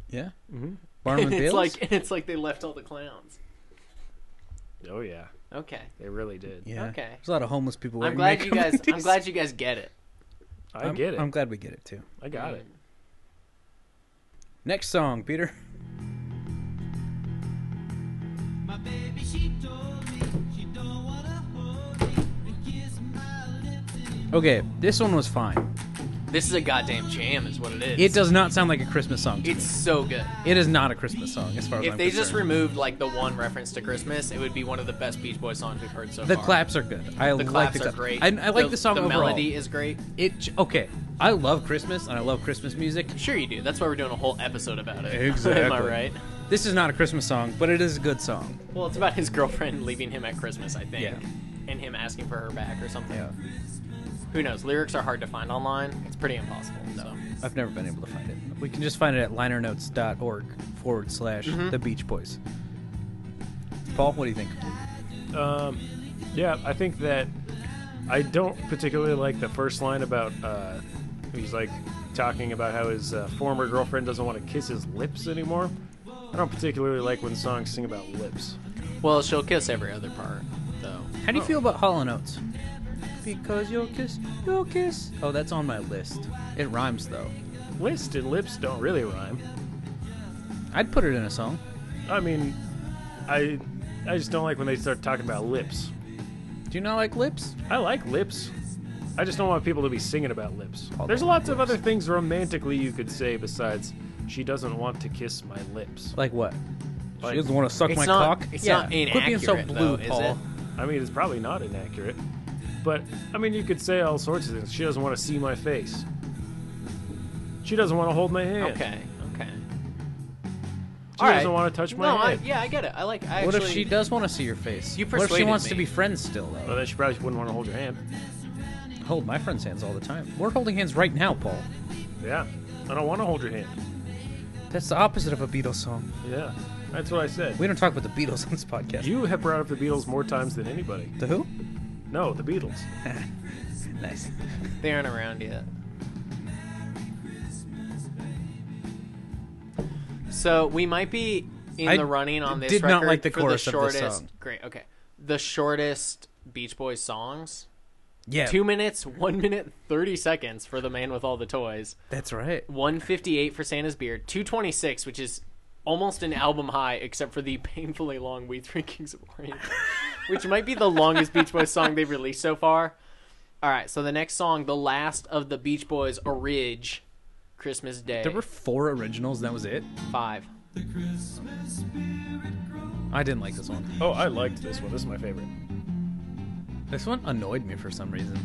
[SPEAKER 3] Yeah.
[SPEAKER 4] Mhm.
[SPEAKER 3] Barnum
[SPEAKER 2] And Mm-hmm.
[SPEAKER 3] and
[SPEAKER 2] it's
[SPEAKER 3] Bales.
[SPEAKER 2] like and it's like they left all the clowns.
[SPEAKER 4] Oh yeah,
[SPEAKER 2] Okay,
[SPEAKER 4] they really did.
[SPEAKER 3] yeah.
[SPEAKER 2] okay.
[SPEAKER 3] There's a lot of homeless people.
[SPEAKER 2] I'm
[SPEAKER 3] wearing
[SPEAKER 2] glad you
[SPEAKER 3] makeup
[SPEAKER 2] guys.
[SPEAKER 3] in
[SPEAKER 2] I'm
[SPEAKER 3] DC.
[SPEAKER 2] glad you guys get it.
[SPEAKER 4] I
[SPEAKER 3] I'm-
[SPEAKER 4] get it.
[SPEAKER 3] I'm glad we get it too.
[SPEAKER 4] I got it.
[SPEAKER 3] Next song, Peter.
[SPEAKER 5] My baby, she told me she don't wanna hold me and kiss my lips anymore.
[SPEAKER 3] Okay, this one was fine.
[SPEAKER 2] This is a goddamn jam, is what it is.
[SPEAKER 3] It does not sound like a Christmas song. To
[SPEAKER 2] It's so good.
[SPEAKER 3] me. It is not a Christmas song as far as
[SPEAKER 2] If
[SPEAKER 3] I'm
[SPEAKER 2] they just
[SPEAKER 3] concerned.
[SPEAKER 2] removed like the one reference to Christmas, it would be one of the best Beach Boys songs we've heard so
[SPEAKER 3] the
[SPEAKER 2] far.
[SPEAKER 3] claps are good. I
[SPEAKER 2] The
[SPEAKER 3] like
[SPEAKER 2] claps
[SPEAKER 3] the
[SPEAKER 2] are
[SPEAKER 3] clap-
[SPEAKER 2] great.
[SPEAKER 3] I, I like the, song
[SPEAKER 2] The
[SPEAKER 3] overall.
[SPEAKER 2] melody is great.
[SPEAKER 3] It j- okay. I love Christmas and I love Christmas music.
[SPEAKER 2] Sure you do. That's why we're doing a whole episode about it. Am I
[SPEAKER 3] Exactly.
[SPEAKER 2] right?
[SPEAKER 3] This is not a Christmas song, but it is a good song.
[SPEAKER 2] Well, it's about his girlfriend leaving him at Christmas, I think,
[SPEAKER 3] Yeah.
[SPEAKER 2] and him asking for her back or something. Who knows? Lyrics are hard to find online. It's pretty impossible. So.
[SPEAKER 3] I've never been able to find it. We can just find it at linernotes.org forward slash
[SPEAKER 2] Mm-hmm.
[SPEAKER 3] The Beach Boys. Paul, what do you think?
[SPEAKER 4] Um, yeah, I think that I don't particularly like the first line about uh, he's like talking about how his uh, former girlfriend doesn't want to kiss his lips anymore. I don't particularly like when songs sing about lips.
[SPEAKER 2] Well, she'll kiss every other part, though.
[SPEAKER 3] How do you feel about Hollow Notes? Because you'll kiss, you'll kiss. Oh, that's on my list. It rhymes though.
[SPEAKER 4] List and lips don't really rhyme.
[SPEAKER 3] I'd put it in a song.
[SPEAKER 4] I mean, I I just don't like when they start talking about lips.
[SPEAKER 3] Do you not like lips?
[SPEAKER 4] I like lips. I just don't want people to be singing about lips.
[SPEAKER 3] Although
[SPEAKER 4] There's lots of other things romantically you could say besides she doesn't want to kiss my lips.
[SPEAKER 3] Like what?
[SPEAKER 4] Like-
[SPEAKER 3] she doesn't want to suck
[SPEAKER 2] It's
[SPEAKER 3] my
[SPEAKER 2] not-
[SPEAKER 3] cock.
[SPEAKER 2] it's
[SPEAKER 3] yeah.
[SPEAKER 2] not
[SPEAKER 3] Quit being so
[SPEAKER 2] inaccurate,
[SPEAKER 3] blue,
[SPEAKER 2] though, is
[SPEAKER 3] Paul.
[SPEAKER 2] it?
[SPEAKER 4] I mean, it's probably not inaccurate, but I mean, you could say all sorts of things. She doesn't want to see my face. She doesn't want to hold my hand.
[SPEAKER 2] Okay, okay.
[SPEAKER 4] She doesn't want to touch my
[SPEAKER 2] no, I,
[SPEAKER 4] hand.
[SPEAKER 2] yeah, I get it. I like. I
[SPEAKER 3] What
[SPEAKER 2] actually,
[SPEAKER 3] if she does want to see your face?
[SPEAKER 2] You
[SPEAKER 3] what if she
[SPEAKER 2] persuaded
[SPEAKER 3] wants
[SPEAKER 2] me.
[SPEAKER 3] to be friends still
[SPEAKER 4] Well,
[SPEAKER 3] though?
[SPEAKER 4] then she probably wouldn't want to hold your hand.
[SPEAKER 3] Hold my friends' hands all the time. We're holding hands right now, Paul.
[SPEAKER 4] Yeah. I don't want to hold your hand.
[SPEAKER 3] That's the opposite of a Beatles song.
[SPEAKER 4] Yeah. That's what I said.
[SPEAKER 3] We don't talk about the Beatles on this podcast.
[SPEAKER 4] You have brought up the Beatles more times than anybody.
[SPEAKER 3] the who?
[SPEAKER 4] No, the Beatles.
[SPEAKER 3] Nice.
[SPEAKER 2] They aren't around yet. So we might be in
[SPEAKER 3] I
[SPEAKER 2] the running on this
[SPEAKER 3] did not
[SPEAKER 2] record
[SPEAKER 3] like the
[SPEAKER 2] for
[SPEAKER 3] chorus
[SPEAKER 2] the
[SPEAKER 3] of this
[SPEAKER 2] shortest.
[SPEAKER 3] song.
[SPEAKER 2] Great. Okay. The shortest Beach Boys songs.
[SPEAKER 3] Yeah,
[SPEAKER 2] Two minutes, one minute, thirty seconds for the man with all the toys.
[SPEAKER 3] that's right.
[SPEAKER 2] One fifty-eight for Santa's beard. Two twenty-six, which is almost an album high, except for the painfully long "We Three Kings of Orient," which might be the longest Beach Boys song they've released so far. All right, so the next song, the last of the Beach Boys, "Orig," Christmas Day,
[SPEAKER 3] There were four originals. That was it.
[SPEAKER 2] five.
[SPEAKER 3] I didn't like this one.
[SPEAKER 4] Oh, I liked this one. This is my favorite.
[SPEAKER 3] This one annoyed me for some reason.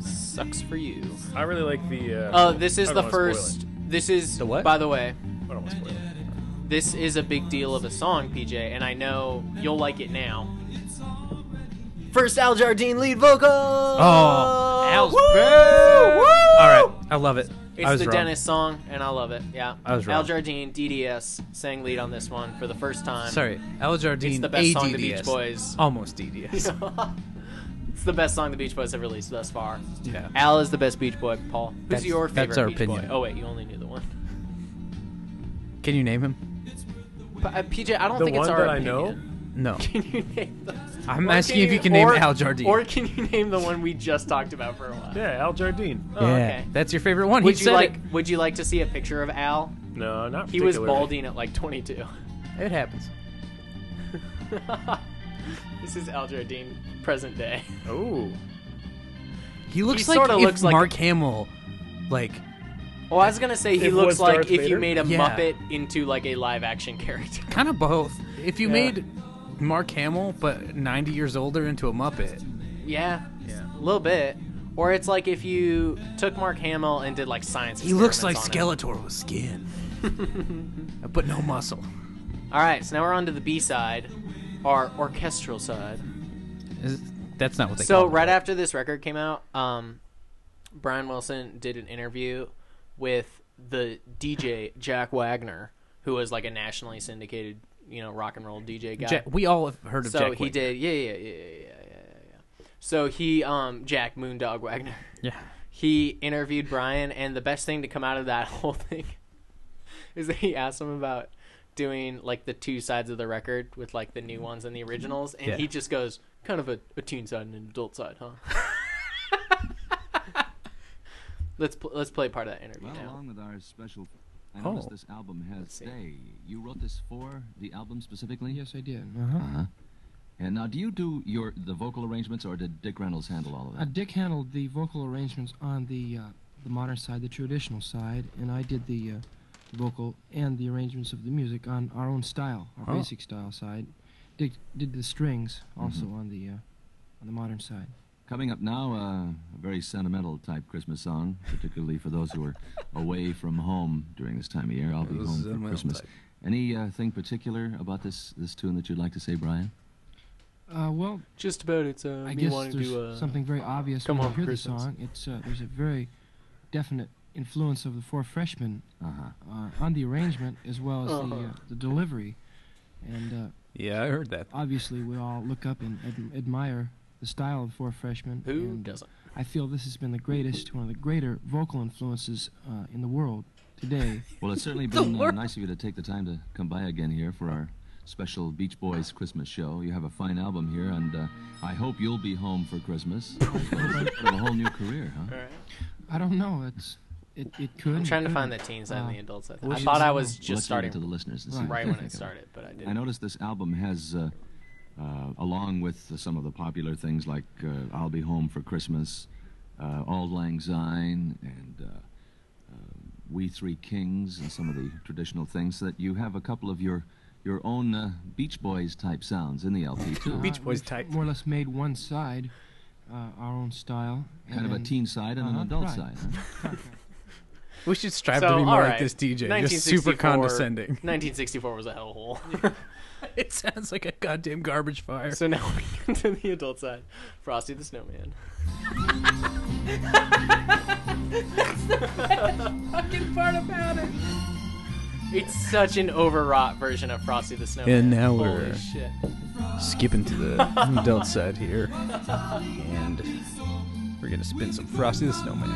[SPEAKER 2] Sucks for you.
[SPEAKER 4] I really like the. Uh,
[SPEAKER 2] Oh, this is
[SPEAKER 4] I
[SPEAKER 2] the
[SPEAKER 4] don't wanna spoil
[SPEAKER 2] first. This is
[SPEAKER 3] The what?
[SPEAKER 2] By the way,
[SPEAKER 4] it. I don't want to spoil it.
[SPEAKER 2] this is a big deal of a song, PJ, and I know you'll like it now. First Al Jardine lead vocal.
[SPEAKER 3] Oh, Al's
[SPEAKER 2] Woo! Woo!
[SPEAKER 3] All right, I love it.
[SPEAKER 2] It's
[SPEAKER 3] I was
[SPEAKER 2] the
[SPEAKER 3] wrong.
[SPEAKER 2] Dennis song, and I love it. Yeah,
[SPEAKER 3] I was
[SPEAKER 2] Al
[SPEAKER 3] wrong.
[SPEAKER 2] Jardine, DDS, sang lead on this one for the first time.
[SPEAKER 3] Sorry, Al Jardine.
[SPEAKER 2] It's the best song the Beach
[SPEAKER 3] ADDS.
[SPEAKER 2] Boys-
[SPEAKER 3] Almost DDS.
[SPEAKER 2] it's the best song the Beach Boys have released thus far.
[SPEAKER 3] yeah.
[SPEAKER 2] Al is the best Beach Boy. Paul, who's
[SPEAKER 3] That's-
[SPEAKER 2] your favorite
[SPEAKER 3] that's our
[SPEAKER 2] Beach Boy?
[SPEAKER 3] opinion.
[SPEAKER 2] Oh wait, you only knew the one.
[SPEAKER 3] Can you name him?
[SPEAKER 2] But, uh, PJ, I don't
[SPEAKER 4] The
[SPEAKER 2] think
[SPEAKER 4] one
[SPEAKER 2] it's our
[SPEAKER 4] that I
[SPEAKER 2] opinion.
[SPEAKER 4] know.
[SPEAKER 3] No.
[SPEAKER 2] Can you name the
[SPEAKER 3] I'm
[SPEAKER 2] Or
[SPEAKER 3] asking if you can name
[SPEAKER 2] or-
[SPEAKER 3] Al Jardine.
[SPEAKER 2] Or can you name the one we just talked about for a while?
[SPEAKER 4] Yeah, Al Jardine.
[SPEAKER 2] Oh,
[SPEAKER 3] yeah,
[SPEAKER 2] okay.
[SPEAKER 3] that's your favorite one.
[SPEAKER 2] Would
[SPEAKER 3] he
[SPEAKER 2] you
[SPEAKER 3] said
[SPEAKER 2] like would you like to see a picture of Al?
[SPEAKER 4] No, not.
[SPEAKER 2] He was
[SPEAKER 4] particularly.
[SPEAKER 2] balding at like 22.
[SPEAKER 3] it. It happens.
[SPEAKER 2] this is Al Jardine present day.
[SPEAKER 4] Oh,
[SPEAKER 3] He looks
[SPEAKER 2] He
[SPEAKER 3] like
[SPEAKER 2] sorta
[SPEAKER 3] if
[SPEAKER 2] looks like-
[SPEAKER 3] Mark Hamill, like
[SPEAKER 2] Well, Oh, I was going to say he
[SPEAKER 4] If
[SPEAKER 2] looks
[SPEAKER 4] was
[SPEAKER 2] like
[SPEAKER 4] Darth
[SPEAKER 2] if
[SPEAKER 4] Vader?
[SPEAKER 2] you made a
[SPEAKER 3] Yeah.
[SPEAKER 2] muppet into like a live action character.
[SPEAKER 3] kind of both. If you
[SPEAKER 4] Yeah.
[SPEAKER 3] made Mark Hamill but 90 years older into a Muppet,
[SPEAKER 2] yeah.
[SPEAKER 3] Yeah.
[SPEAKER 2] A little bit. Or it's like if you took Mark Hamill and did like science.
[SPEAKER 3] he looks
[SPEAKER 2] experiments
[SPEAKER 3] like
[SPEAKER 2] on him.
[SPEAKER 3] Skeletor with skin, but no muscle.
[SPEAKER 2] All right, so now we're on to the B side, our orchestral side.
[SPEAKER 3] Is- That's not what they
[SPEAKER 2] so
[SPEAKER 3] call
[SPEAKER 2] right after this record came out um, brian wilson did an interview with the dj jack wagner who was like a nationally syndicated you know rock and roll dj guy
[SPEAKER 3] it. Jack- we all have heard of
[SPEAKER 2] so
[SPEAKER 3] Jack
[SPEAKER 2] he
[SPEAKER 3] White.
[SPEAKER 2] did yeah yeah yeah yeah yeah yeah yeah so he um jack moondog wagner
[SPEAKER 3] Yeah.
[SPEAKER 2] he interviewed Brian, and the best thing to come out of that whole thing is that he asked him about doing like the two sides of the record with like the new ones and the originals, and
[SPEAKER 3] Yeah.
[SPEAKER 2] he just goes, kind of a, a teen side and an adult side, huh? let's pl- let's play part of that interview
[SPEAKER 6] Well,
[SPEAKER 2] now.
[SPEAKER 6] along with our special. I
[SPEAKER 3] Oh.
[SPEAKER 6] noticed this album has Day. You wrote this for the album specifically?
[SPEAKER 7] Yes, I did. Uh-huh.
[SPEAKER 6] Uh-huh. And now, do you do your the vocal arrangements, or did Dick Reynolds handle all of
[SPEAKER 7] Uh,
[SPEAKER 6] that?
[SPEAKER 7] Dick handled the vocal arrangements on the uh, the modern side, the traditional side, and I did the uh, vocal and the arrangements of the music on our own style, our
[SPEAKER 3] Oh.
[SPEAKER 7] basic style side. Dick did the strings also
[SPEAKER 2] Mm-hmm.
[SPEAKER 7] on the uh, on the modern side.
[SPEAKER 6] Coming up now, uh, a very sentimental type Christmas song, particularly for those who are away from home during this time of year. I'll be
[SPEAKER 3] This
[SPEAKER 6] home
[SPEAKER 3] is
[SPEAKER 6] for
[SPEAKER 3] sentimental
[SPEAKER 6] Christmas.
[SPEAKER 3] type.
[SPEAKER 6] Any uh, thing particular about this this tune that you'd like to say, Brian?
[SPEAKER 7] Uh, well,
[SPEAKER 2] Just about it's uh,
[SPEAKER 7] I
[SPEAKER 2] me
[SPEAKER 7] guess
[SPEAKER 2] wanting
[SPEAKER 7] there's
[SPEAKER 2] to uh,
[SPEAKER 7] something very obvious
[SPEAKER 2] come
[SPEAKER 7] when
[SPEAKER 2] on
[SPEAKER 7] you hear the
[SPEAKER 2] Christmas.
[SPEAKER 7] song. It's uh, there's a very definite influence of the four freshmen
[SPEAKER 6] Uh-huh.
[SPEAKER 7] uh, on the arrangement as well as the
[SPEAKER 2] Uh-huh.
[SPEAKER 7] uh, the delivery, and. Uh,
[SPEAKER 3] Yeah, I heard that.
[SPEAKER 7] obviously we all look up and ad- admire the style of Four Freshmen.
[SPEAKER 2] who
[SPEAKER 7] and
[SPEAKER 2] doesn't.
[SPEAKER 7] I feel this has been the greatest, one of the greater vocal influences uh, in the world today.
[SPEAKER 6] Well, it's certainly been uh, nice of you to take the time to come by again here for our special Beach Boys Christmas show. You have a fine album here, and uh, I hope you'll be home for Christmas. Sort of a whole new career, huh?
[SPEAKER 7] I don't know. It's it, it could.
[SPEAKER 2] I'm trying to find the teen side and the
[SPEAKER 7] Uh,
[SPEAKER 2] adult side.
[SPEAKER 7] well,
[SPEAKER 2] I
[SPEAKER 7] she's-
[SPEAKER 2] thought I was
[SPEAKER 6] Well,
[SPEAKER 2] just
[SPEAKER 6] let's leave it
[SPEAKER 2] starting
[SPEAKER 6] to the listeners. and see
[SPEAKER 7] Right.
[SPEAKER 6] what
[SPEAKER 2] right
[SPEAKER 6] they
[SPEAKER 2] when I
[SPEAKER 6] think of it.
[SPEAKER 2] started, but I
[SPEAKER 6] I
[SPEAKER 2] didn't.
[SPEAKER 6] noticed this album has, uh, uh, along with some of the popular things like uh, "I'll Be Home for Christmas," uh, "Auld Lang Syne," and uh, uh, "We Three Kings," and some of the traditional things, that you have a couple of your your own uh, Beach Boys type sounds in the LP too.
[SPEAKER 3] Beach Boys
[SPEAKER 7] Uh, we've
[SPEAKER 3] type.
[SPEAKER 7] More or less made one side, uh, our own style. and
[SPEAKER 6] Kind of a
[SPEAKER 7] then-
[SPEAKER 6] teen side and
[SPEAKER 7] Uh-huh,
[SPEAKER 6] an adult
[SPEAKER 7] right.
[SPEAKER 6] side. Huh?
[SPEAKER 3] We should strive
[SPEAKER 2] So,
[SPEAKER 3] to be more
[SPEAKER 2] all right.
[SPEAKER 3] like this DJ. Just super
[SPEAKER 2] 1964
[SPEAKER 3] condescending.
[SPEAKER 2] 1964 was a hellhole.
[SPEAKER 3] It sounds like a goddamn garbage fire.
[SPEAKER 2] So now we get to the adult side. Frosty the Snowman. It's such an overwrought version of Frosty the Snowman.
[SPEAKER 3] And now
[SPEAKER 2] Holy
[SPEAKER 3] we're-
[SPEAKER 2] shit.
[SPEAKER 3] skipping to the adult side here, and we're gonna spin some Frosty the Snowman.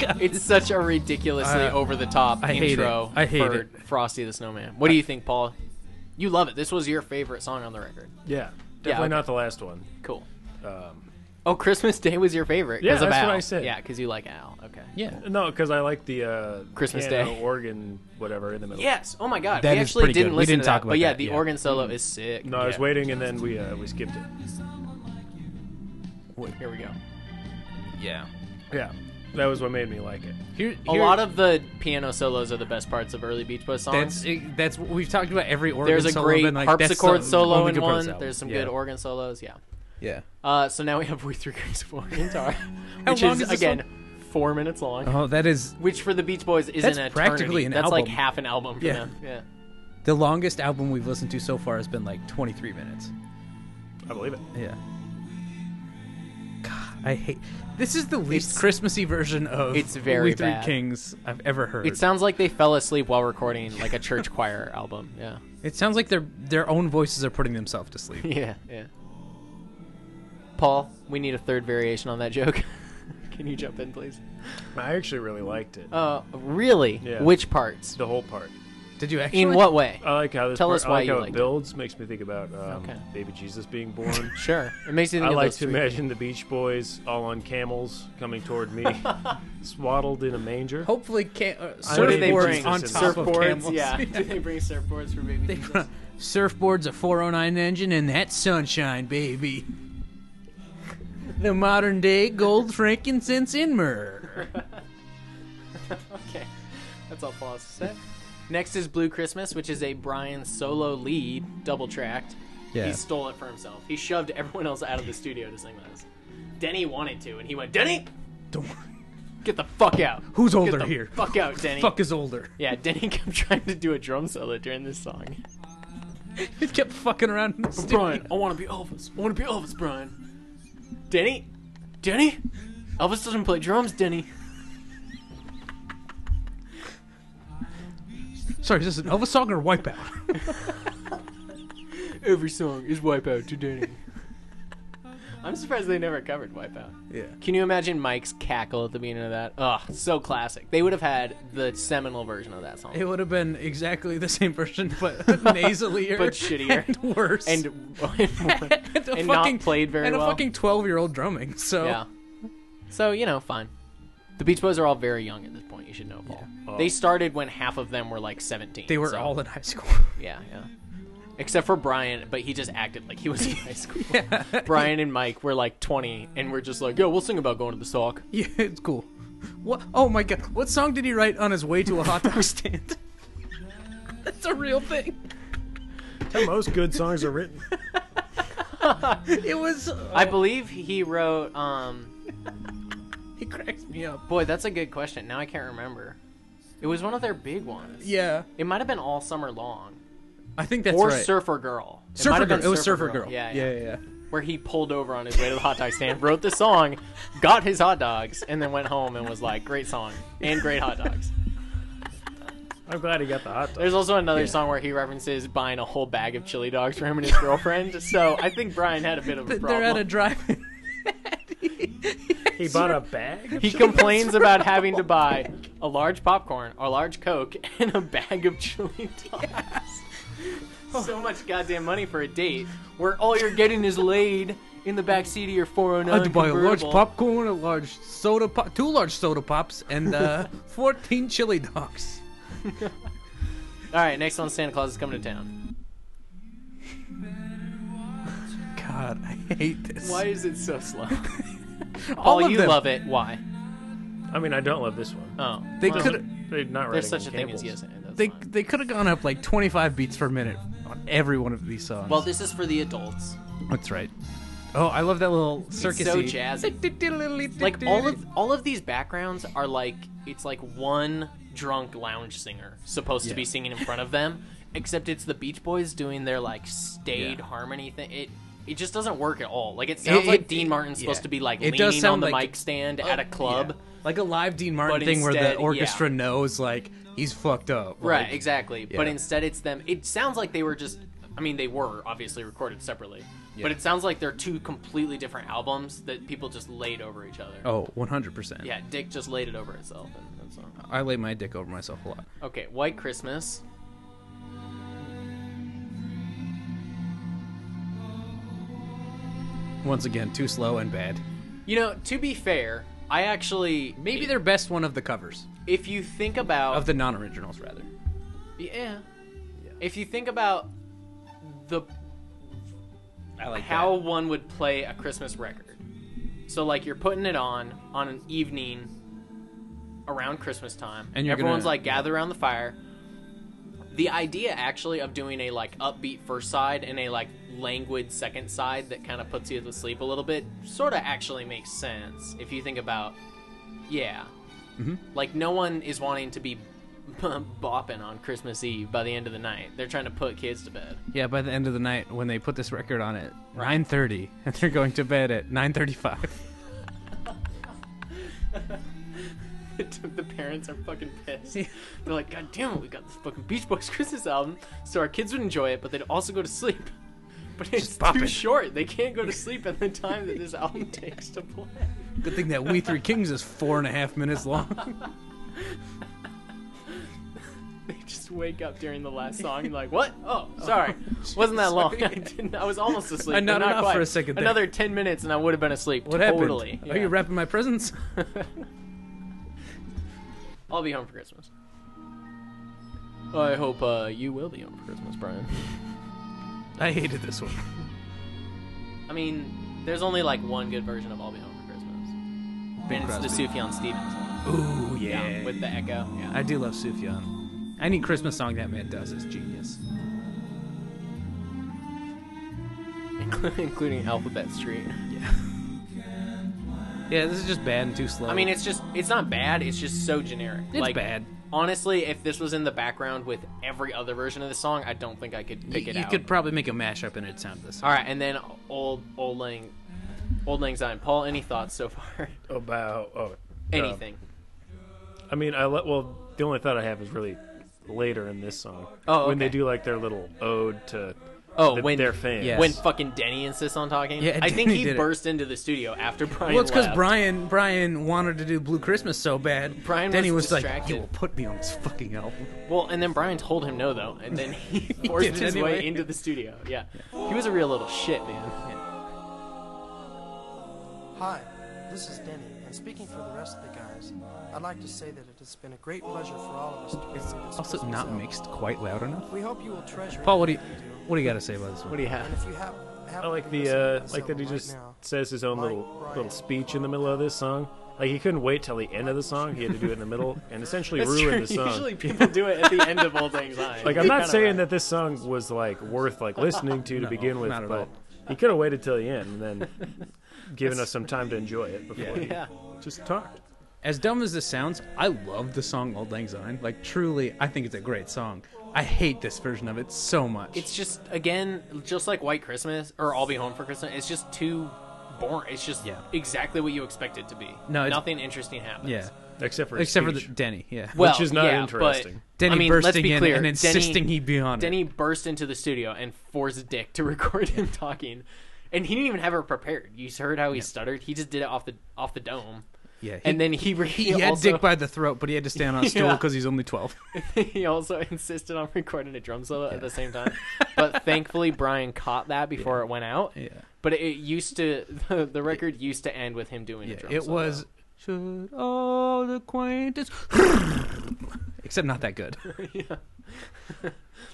[SPEAKER 3] God.
[SPEAKER 2] It's such a ridiculously
[SPEAKER 3] I-
[SPEAKER 2] over the top
[SPEAKER 3] I hate
[SPEAKER 2] intro
[SPEAKER 3] it. I hate
[SPEAKER 2] for
[SPEAKER 3] it.
[SPEAKER 2] Frosty the Snowman. What do you think, Paul? You love it. This was your favorite song on the record.
[SPEAKER 4] Yeah, definitely
[SPEAKER 2] okay.
[SPEAKER 4] not the last one.
[SPEAKER 2] Cool.
[SPEAKER 4] Um,
[SPEAKER 2] Oh, Christmas Day was your favorite. 'cause
[SPEAKER 4] Yeah,
[SPEAKER 2] of
[SPEAKER 4] that's
[SPEAKER 2] Al.
[SPEAKER 4] what I said.
[SPEAKER 2] Yeah, because you like Al. Okay.
[SPEAKER 3] Yeah.
[SPEAKER 4] no, because I like the uh,
[SPEAKER 2] Christmas
[SPEAKER 4] piano,
[SPEAKER 2] Day.
[SPEAKER 4] organ, whatever in the middle.
[SPEAKER 2] Yes. Oh my God.
[SPEAKER 3] That
[SPEAKER 2] we
[SPEAKER 3] is
[SPEAKER 2] actually
[SPEAKER 3] pretty good.
[SPEAKER 2] didn't
[SPEAKER 3] We
[SPEAKER 2] listen
[SPEAKER 3] didn't
[SPEAKER 2] to
[SPEAKER 3] talk
[SPEAKER 2] that,
[SPEAKER 3] about
[SPEAKER 2] but yeah,
[SPEAKER 3] that,
[SPEAKER 2] the
[SPEAKER 3] yeah.
[SPEAKER 2] organ solo is sick.
[SPEAKER 4] Mm. No, I was
[SPEAKER 2] Yeah.
[SPEAKER 4] waiting, and then we uh, we skipped it.
[SPEAKER 2] Here we go.
[SPEAKER 3] Yeah.
[SPEAKER 4] Yeah, that was what made me like it.
[SPEAKER 3] Here,
[SPEAKER 2] A lot of the piano solos are the best parts of early Beach Boys songs.
[SPEAKER 3] that's it- that's what we've talked about every organ.
[SPEAKER 2] There's a
[SPEAKER 3] solo,
[SPEAKER 2] great
[SPEAKER 3] been like, that's
[SPEAKER 2] harpsichord
[SPEAKER 3] the-
[SPEAKER 2] solo
[SPEAKER 3] the
[SPEAKER 2] in
[SPEAKER 3] good parts
[SPEAKER 2] one.
[SPEAKER 3] of
[SPEAKER 2] There's some
[SPEAKER 3] yeah.
[SPEAKER 2] good organ solos. Yeah.
[SPEAKER 3] Yeah.
[SPEAKER 2] Uh, so now we have We Three Kings of Orientar, which
[SPEAKER 3] long
[SPEAKER 2] is,
[SPEAKER 3] is this
[SPEAKER 2] again four minutes long.
[SPEAKER 3] Oh, that is
[SPEAKER 2] Which for the Beach Boys is
[SPEAKER 3] That's
[SPEAKER 2] an eternity.
[SPEAKER 3] practically an
[SPEAKER 2] That's like
[SPEAKER 3] album.
[SPEAKER 2] half an album for
[SPEAKER 3] Yeah.
[SPEAKER 2] them. Yeah.
[SPEAKER 3] the longest album we've listened to so far has been like 23 minutes.
[SPEAKER 4] I believe it.
[SPEAKER 3] Yeah. God, I hate. This is the least
[SPEAKER 2] It's-
[SPEAKER 3] Christmassy version of
[SPEAKER 2] it's very
[SPEAKER 3] We Three
[SPEAKER 2] bad.
[SPEAKER 3] Kings I've ever heard.
[SPEAKER 2] It sounds like they fell asleep while recording like a church choir album. Yeah.
[SPEAKER 3] it sounds like their their own voices are putting themselves to sleep.
[SPEAKER 2] Yeah. Yeah. Paul, we need a third variation on that joke. Can you jump in, please?
[SPEAKER 4] I actually really liked it.
[SPEAKER 2] Uh, really?
[SPEAKER 4] Yeah.
[SPEAKER 2] Which parts?
[SPEAKER 4] the whole part.
[SPEAKER 3] Did you actually?
[SPEAKER 2] In what way?
[SPEAKER 4] I like how this.
[SPEAKER 2] Tell
[SPEAKER 4] part,
[SPEAKER 2] us
[SPEAKER 4] I
[SPEAKER 2] why
[SPEAKER 4] like
[SPEAKER 2] you
[SPEAKER 4] how
[SPEAKER 2] liked
[SPEAKER 4] it
[SPEAKER 2] it.
[SPEAKER 4] builds. Makes me think about um,
[SPEAKER 2] Okay.
[SPEAKER 4] baby Jesus being born.
[SPEAKER 2] Sure. It makes you
[SPEAKER 4] I
[SPEAKER 2] think of
[SPEAKER 4] like
[SPEAKER 2] those
[SPEAKER 4] to
[SPEAKER 2] three.
[SPEAKER 4] imagine the Beach Boys all on camels coming toward me, swaddled in a manger.
[SPEAKER 3] Hopefully, can, uh,
[SPEAKER 4] What
[SPEAKER 2] did they
[SPEAKER 3] surfboards
[SPEAKER 2] bring?
[SPEAKER 3] on top of
[SPEAKER 2] surfboards,
[SPEAKER 3] camels.
[SPEAKER 2] yeah. Did they bring surfboards for baby
[SPEAKER 3] They
[SPEAKER 2] Jesus?
[SPEAKER 3] brought surfboards, a 409 engine, and that sunshine, baby. The modern day gold frankincense and myrrh.
[SPEAKER 2] Okay. That's all Paul has to say. Next is Blue Christmas, which is a Brian solo lead, double tracked.
[SPEAKER 3] Yeah.
[SPEAKER 2] He stole it for himself. He shoved everyone else out of the studio to sing this. Denny wanted to, and he went, Denny,
[SPEAKER 3] Don't worry.
[SPEAKER 2] get the fuck out.
[SPEAKER 3] Who's
[SPEAKER 2] Get
[SPEAKER 3] older
[SPEAKER 2] the
[SPEAKER 3] here?
[SPEAKER 2] Fuck out, Denny.
[SPEAKER 3] Fuck is older.
[SPEAKER 2] Yeah, Denny kept trying to do a drum solo during this song.
[SPEAKER 3] It kept fucking around in the studio.
[SPEAKER 2] Brian, I want to be Elvis. I want to be Elvis, Brian. Denny? Denny? Elvis doesn't play drums, Denny. oh.
[SPEAKER 3] Sorry, is this an Elvis song or Wipeout?
[SPEAKER 2] Every song is Wipeout to Denny. I'm surprised they never covered Wipeout.
[SPEAKER 3] Yeah.
[SPEAKER 2] Can you imagine Mike's cackle at the beginning of that? Ugh, so classic. They would have had the seminal version of that song.
[SPEAKER 3] It would have been exactly the same version, but nasalier.
[SPEAKER 2] But shittier.
[SPEAKER 3] And worse.
[SPEAKER 2] and
[SPEAKER 3] and, a
[SPEAKER 2] and not played very
[SPEAKER 3] and
[SPEAKER 2] well.
[SPEAKER 3] a fucking 12 year old drumming, so.
[SPEAKER 2] yeah. So, you know, fine. The Beach Boys are all very young at this point, you should know, Paul. They started when half of them were like 17.
[SPEAKER 3] They were
[SPEAKER 2] so-
[SPEAKER 3] all in high school.
[SPEAKER 2] Yeah, yeah. Except for Brian, but he just acted like he was in high school. Brian and Mike were like 20, and we're just like, yo, we'll sing about going to the sock.
[SPEAKER 3] yeah, it's cool. What? Oh my god. What song did he write on his way to a hot dog stand? That's a real thing.
[SPEAKER 4] That's how most good songs are written.
[SPEAKER 3] It was. uh,
[SPEAKER 2] I believe he wrote, um,
[SPEAKER 3] it cracks me up.
[SPEAKER 2] boy, that's a good question. Now I can't remember. It was one of their big ones.
[SPEAKER 3] Yeah.
[SPEAKER 2] It might have been All Summer Long.
[SPEAKER 3] I think that's
[SPEAKER 2] or
[SPEAKER 3] right.
[SPEAKER 2] Surfer Girl. It might
[SPEAKER 3] Surfer
[SPEAKER 2] have
[SPEAKER 3] Girl.
[SPEAKER 2] been
[SPEAKER 3] It was Surfer Girl.
[SPEAKER 2] Yeah, yeah,
[SPEAKER 3] yeah, yeah.
[SPEAKER 2] Where he pulled over on his way to the hot dog stand, wrote the song, got his hot dogs, and then went home and was like, great song and great hot dogs.
[SPEAKER 4] I'm glad he got the hot dog.
[SPEAKER 2] There's also another song where he references buying a whole bag of chili dogs for him and his girlfriend. So I think Brian had a bit of a
[SPEAKER 3] But They're at a
[SPEAKER 2] problem.
[SPEAKER 3] drive-in.
[SPEAKER 4] He bought a bag. of
[SPEAKER 2] He
[SPEAKER 4] chili
[SPEAKER 2] complains about having to buy a large popcorn, a large Coke, and a bag of chili dogs. So much goddamn money for a date where all you're getting is laid in the backseat of your 409
[SPEAKER 3] I had to buy a large
[SPEAKER 2] convertible.
[SPEAKER 3] popcorn, a large soda pop, two large soda pops, and uh, 14 chili dogs.
[SPEAKER 2] All right, next one, Santa Claus is coming to town.
[SPEAKER 3] God, I hate this.
[SPEAKER 2] Why is it so slow?
[SPEAKER 3] All
[SPEAKER 2] oh,
[SPEAKER 3] of
[SPEAKER 2] you
[SPEAKER 3] them.
[SPEAKER 2] love it. Why?
[SPEAKER 4] dogs. I mean, I don't love this one.
[SPEAKER 2] Oh,
[SPEAKER 3] They
[SPEAKER 2] well,
[SPEAKER 3] could
[SPEAKER 4] They're not
[SPEAKER 2] There's
[SPEAKER 4] writing
[SPEAKER 2] such a
[SPEAKER 4] in
[SPEAKER 2] thing as yes
[SPEAKER 4] Campbell's.
[SPEAKER 2] and. that's
[SPEAKER 3] they
[SPEAKER 2] fine.
[SPEAKER 3] they could have gone up like 25 beats per minute on every one of these songs.
[SPEAKER 2] Well, this is for the adults.
[SPEAKER 3] that's right. Oh, I love that little circus.
[SPEAKER 2] so jazzy. Like all of all of these backgrounds are like it's like one drunk lounge singer supposed to
[SPEAKER 3] Yeah.
[SPEAKER 2] be singing in front of them, except it's the Beach Boys doing their like staid
[SPEAKER 3] Yeah.
[SPEAKER 2] harmony thing. It it just doesn't work at all. Like it sounds
[SPEAKER 3] It-
[SPEAKER 2] like
[SPEAKER 3] it-
[SPEAKER 2] Dean Martin's
[SPEAKER 3] yeah.
[SPEAKER 2] supposed to be like
[SPEAKER 3] It does
[SPEAKER 2] leaning on
[SPEAKER 3] sound
[SPEAKER 2] the
[SPEAKER 3] like-
[SPEAKER 2] mic stand at a club.
[SPEAKER 3] like a live Dean Martin
[SPEAKER 2] But
[SPEAKER 3] thing where
[SPEAKER 2] instead-
[SPEAKER 3] the orchestra knows like he's fucked up.
[SPEAKER 2] Right,
[SPEAKER 3] Like,
[SPEAKER 2] exactly. But
[SPEAKER 3] yeah.
[SPEAKER 2] instead, it's them. It sounds like they were just. I mean, they were obviously recorded separately, But it sounds like they're two completely different albums that people just laid over each other.
[SPEAKER 3] Oh, 100%.
[SPEAKER 2] Yeah, Dick just laid it over itself. And that's all.
[SPEAKER 3] I lay my dick over myself a lot.
[SPEAKER 2] Okay, White Christmas.
[SPEAKER 3] Once again, too slow and bad.
[SPEAKER 2] You know, to be fair, I actually
[SPEAKER 3] Maybe their best one of the covers.
[SPEAKER 2] if you think about
[SPEAKER 3] Of the non originals, rather.
[SPEAKER 2] yeah, if you think about the
[SPEAKER 3] I like
[SPEAKER 2] how one would play a Christmas record. So like you're putting it on on an evening around Christmas time,
[SPEAKER 3] And you're
[SPEAKER 2] everyone's
[SPEAKER 3] gonna-
[SPEAKER 2] like gather around the fire. The idea actually of doing a like upbeat first side and a like languid second side that kind of puts you to sleep a little bit sort of actually makes sense if you think about yeah.
[SPEAKER 3] Mm-hmm.
[SPEAKER 2] Like no one is wanting to be bopping on Christmas Eve by the end of the night. They're trying to put kids to bed.
[SPEAKER 3] Yeah, by the end of the night when they put this record on at 9:30 and they're going to bed at 9:35.
[SPEAKER 2] the parents are fucking pissed. They're like, God damn it, we got this fucking Beach Boys Christmas album, so our kids would enjoy it, but they'd also go to sleep. But it's
[SPEAKER 3] pop
[SPEAKER 2] too
[SPEAKER 3] it.
[SPEAKER 2] short. They can't go to sleep at the time that this album takes to play.
[SPEAKER 3] Good thing that We Three Kings is four and a half minutes long.
[SPEAKER 2] They just wake up during the last song and like, what? Oh, sorry, wasn't that long? I, didn't, I was almost asleep.
[SPEAKER 3] And
[SPEAKER 2] but
[SPEAKER 3] not enough
[SPEAKER 2] quite.
[SPEAKER 3] for a second there.
[SPEAKER 2] Another ten minutes and I would have been asleep.
[SPEAKER 3] What
[SPEAKER 2] totally.
[SPEAKER 3] happened?
[SPEAKER 2] Yeah.
[SPEAKER 3] Are you wrapping my presents?
[SPEAKER 2] I'll be home for Christmas. I hope uh, you will be home for Christmas, Brian.
[SPEAKER 3] I hated this one.
[SPEAKER 2] I mean, there's only like one good version of I'll Be Home for Christmas. And it's the Sufjan Stevens one.
[SPEAKER 3] Ooh yeah.
[SPEAKER 2] with the echo. Yeah.
[SPEAKER 3] I do love Sufjan. Any Christmas song that man does is genius.
[SPEAKER 2] Including Alphabet Street.
[SPEAKER 3] Yeah, this is just bad and too slow.
[SPEAKER 2] I mean, it's just, it's not bad, it's just so generic.
[SPEAKER 3] It's
[SPEAKER 2] like,
[SPEAKER 3] bad.
[SPEAKER 2] Honestly, if this was in the background with every other version of the song, I don't think I could pick
[SPEAKER 3] you,
[SPEAKER 2] it
[SPEAKER 3] you
[SPEAKER 2] out.
[SPEAKER 3] could probably make a mashup and it'd sound this.
[SPEAKER 2] All right, and then Old Old Lang, Old Lang Syne. Paul, any thoughts so far?
[SPEAKER 4] About oh, um,
[SPEAKER 2] Anything?
[SPEAKER 3] Uh,
[SPEAKER 4] I mean, I lo- well, the only thought I have is really later in this song
[SPEAKER 2] Oh,
[SPEAKER 4] when they
[SPEAKER 2] okay.
[SPEAKER 4] do like their little ode to
[SPEAKER 2] oh,
[SPEAKER 4] the-
[SPEAKER 2] when
[SPEAKER 4] their fans.
[SPEAKER 3] yeah.
[SPEAKER 2] when
[SPEAKER 3] Yes.
[SPEAKER 2] fucking Denny insists on talking.
[SPEAKER 3] Yeah,
[SPEAKER 2] I think
[SPEAKER 3] Denny
[SPEAKER 2] he
[SPEAKER 3] did it.
[SPEAKER 2] burst into the studio after Brian.
[SPEAKER 3] Well, it's because
[SPEAKER 2] left.
[SPEAKER 3] Brian Brian wanted to do Blue Christmas so bad.
[SPEAKER 2] Brian
[SPEAKER 3] Denny
[SPEAKER 2] was
[SPEAKER 3] was, like,
[SPEAKER 2] distracted.
[SPEAKER 3] "You will put me on this fucking album."
[SPEAKER 2] Well, and then Brian told him no, though, and then he forced
[SPEAKER 3] did
[SPEAKER 2] his way
[SPEAKER 3] anyway.
[SPEAKER 2] into the studio. Yeah. he was a real little shit, man.
[SPEAKER 8] Hi, this is Denny, and speaking for the rest of the guys, I'd like to say that it has been a great pleasure for all of us to
[SPEAKER 3] It's
[SPEAKER 8] create this
[SPEAKER 3] also
[SPEAKER 8] Christmas
[SPEAKER 3] not
[SPEAKER 8] album.
[SPEAKER 3] mixed quite loud enough.
[SPEAKER 8] We hope you will treasure
[SPEAKER 3] Paul, what do you
[SPEAKER 8] everything we
[SPEAKER 3] what do you got to say about this one?
[SPEAKER 2] What do you
[SPEAKER 8] And
[SPEAKER 2] have?
[SPEAKER 8] if you have,
[SPEAKER 4] I like the uh, like that he just says his own little little speech in the middle of this song. Like he couldn't wait till the end of the song. He had to do it in the middle and essentially
[SPEAKER 2] That's
[SPEAKER 4] ruin
[SPEAKER 2] true.
[SPEAKER 4] the song.
[SPEAKER 2] Usually people do it at the end of Old Lang Syne.
[SPEAKER 4] like I'm not saying that this song was like worth like listening to to
[SPEAKER 3] No,
[SPEAKER 4] begin with,
[SPEAKER 3] not at
[SPEAKER 4] but
[SPEAKER 3] all.
[SPEAKER 4] he could have waited till the end and then given us some time to enjoy it before
[SPEAKER 3] Yeah.
[SPEAKER 4] he
[SPEAKER 2] Yeah.
[SPEAKER 4] just talked.
[SPEAKER 3] As dumb as this sounds, I love the song "Old Lang Syne." Like, truly, I think it's a great song. I hate this version of it so much.
[SPEAKER 2] It's just again, just like White Christmas or I'll Be Home for Christmas. It's just too boring. It's just
[SPEAKER 3] Yeah.
[SPEAKER 2] exactly what you expect it to be.
[SPEAKER 3] No, it's-
[SPEAKER 2] nothing interesting happens.
[SPEAKER 3] yeah,
[SPEAKER 4] Except for his
[SPEAKER 3] except for the,
[SPEAKER 4] speech.
[SPEAKER 3] Denny. Yeah,
[SPEAKER 2] Well,
[SPEAKER 4] Which is not
[SPEAKER 2] yeah,
[SPEAKER 4] interesting.
[SPEAKER 2] But,
[SPEAKER 3] Denny
[SPEAKER 2] I mean, let's
[SPEAKER 3] bursting
[SPEAKER 2] be
[SPEAKER 3] in
[SPEAKER 2] clear,
[SPEAKER 3] and insisting
[SPEAKER 2] Denny,
[SPEAKER 3] he be on it.
[SPEAKER 2] Denny burst into the studio and forced Dick to record him talking, and he didn't even have her prepared. You heard how he stuttered. He just did it off the off the dome.
[SPEAKER 3] yeah. He,
[SPEAKER 2] and then he re- he,
[SPEAKER 3] he had
[SPEAKER 2] also
[SPEAKER 3] Dick by the throat, but he had to stand on a stool
[SPEAKER 2] Yeah.
[SPEAKER 3] because he's only twelve.
[SPEAKER 2] he also insisted on recording a drum solo at the same time. But thankfully, Brian caught that before it went out.
[SPEAKER 3] yeah,
[SPEAKER 2] But it used to the, the record used to end with him doing
[SPEAKER 3] yeah.
[SPEAKER 2] a drum
[SPEAKER 3] It
[SPEAKER 2] solo.
[SPEAKER 3] was should all acquaintance, except not that good.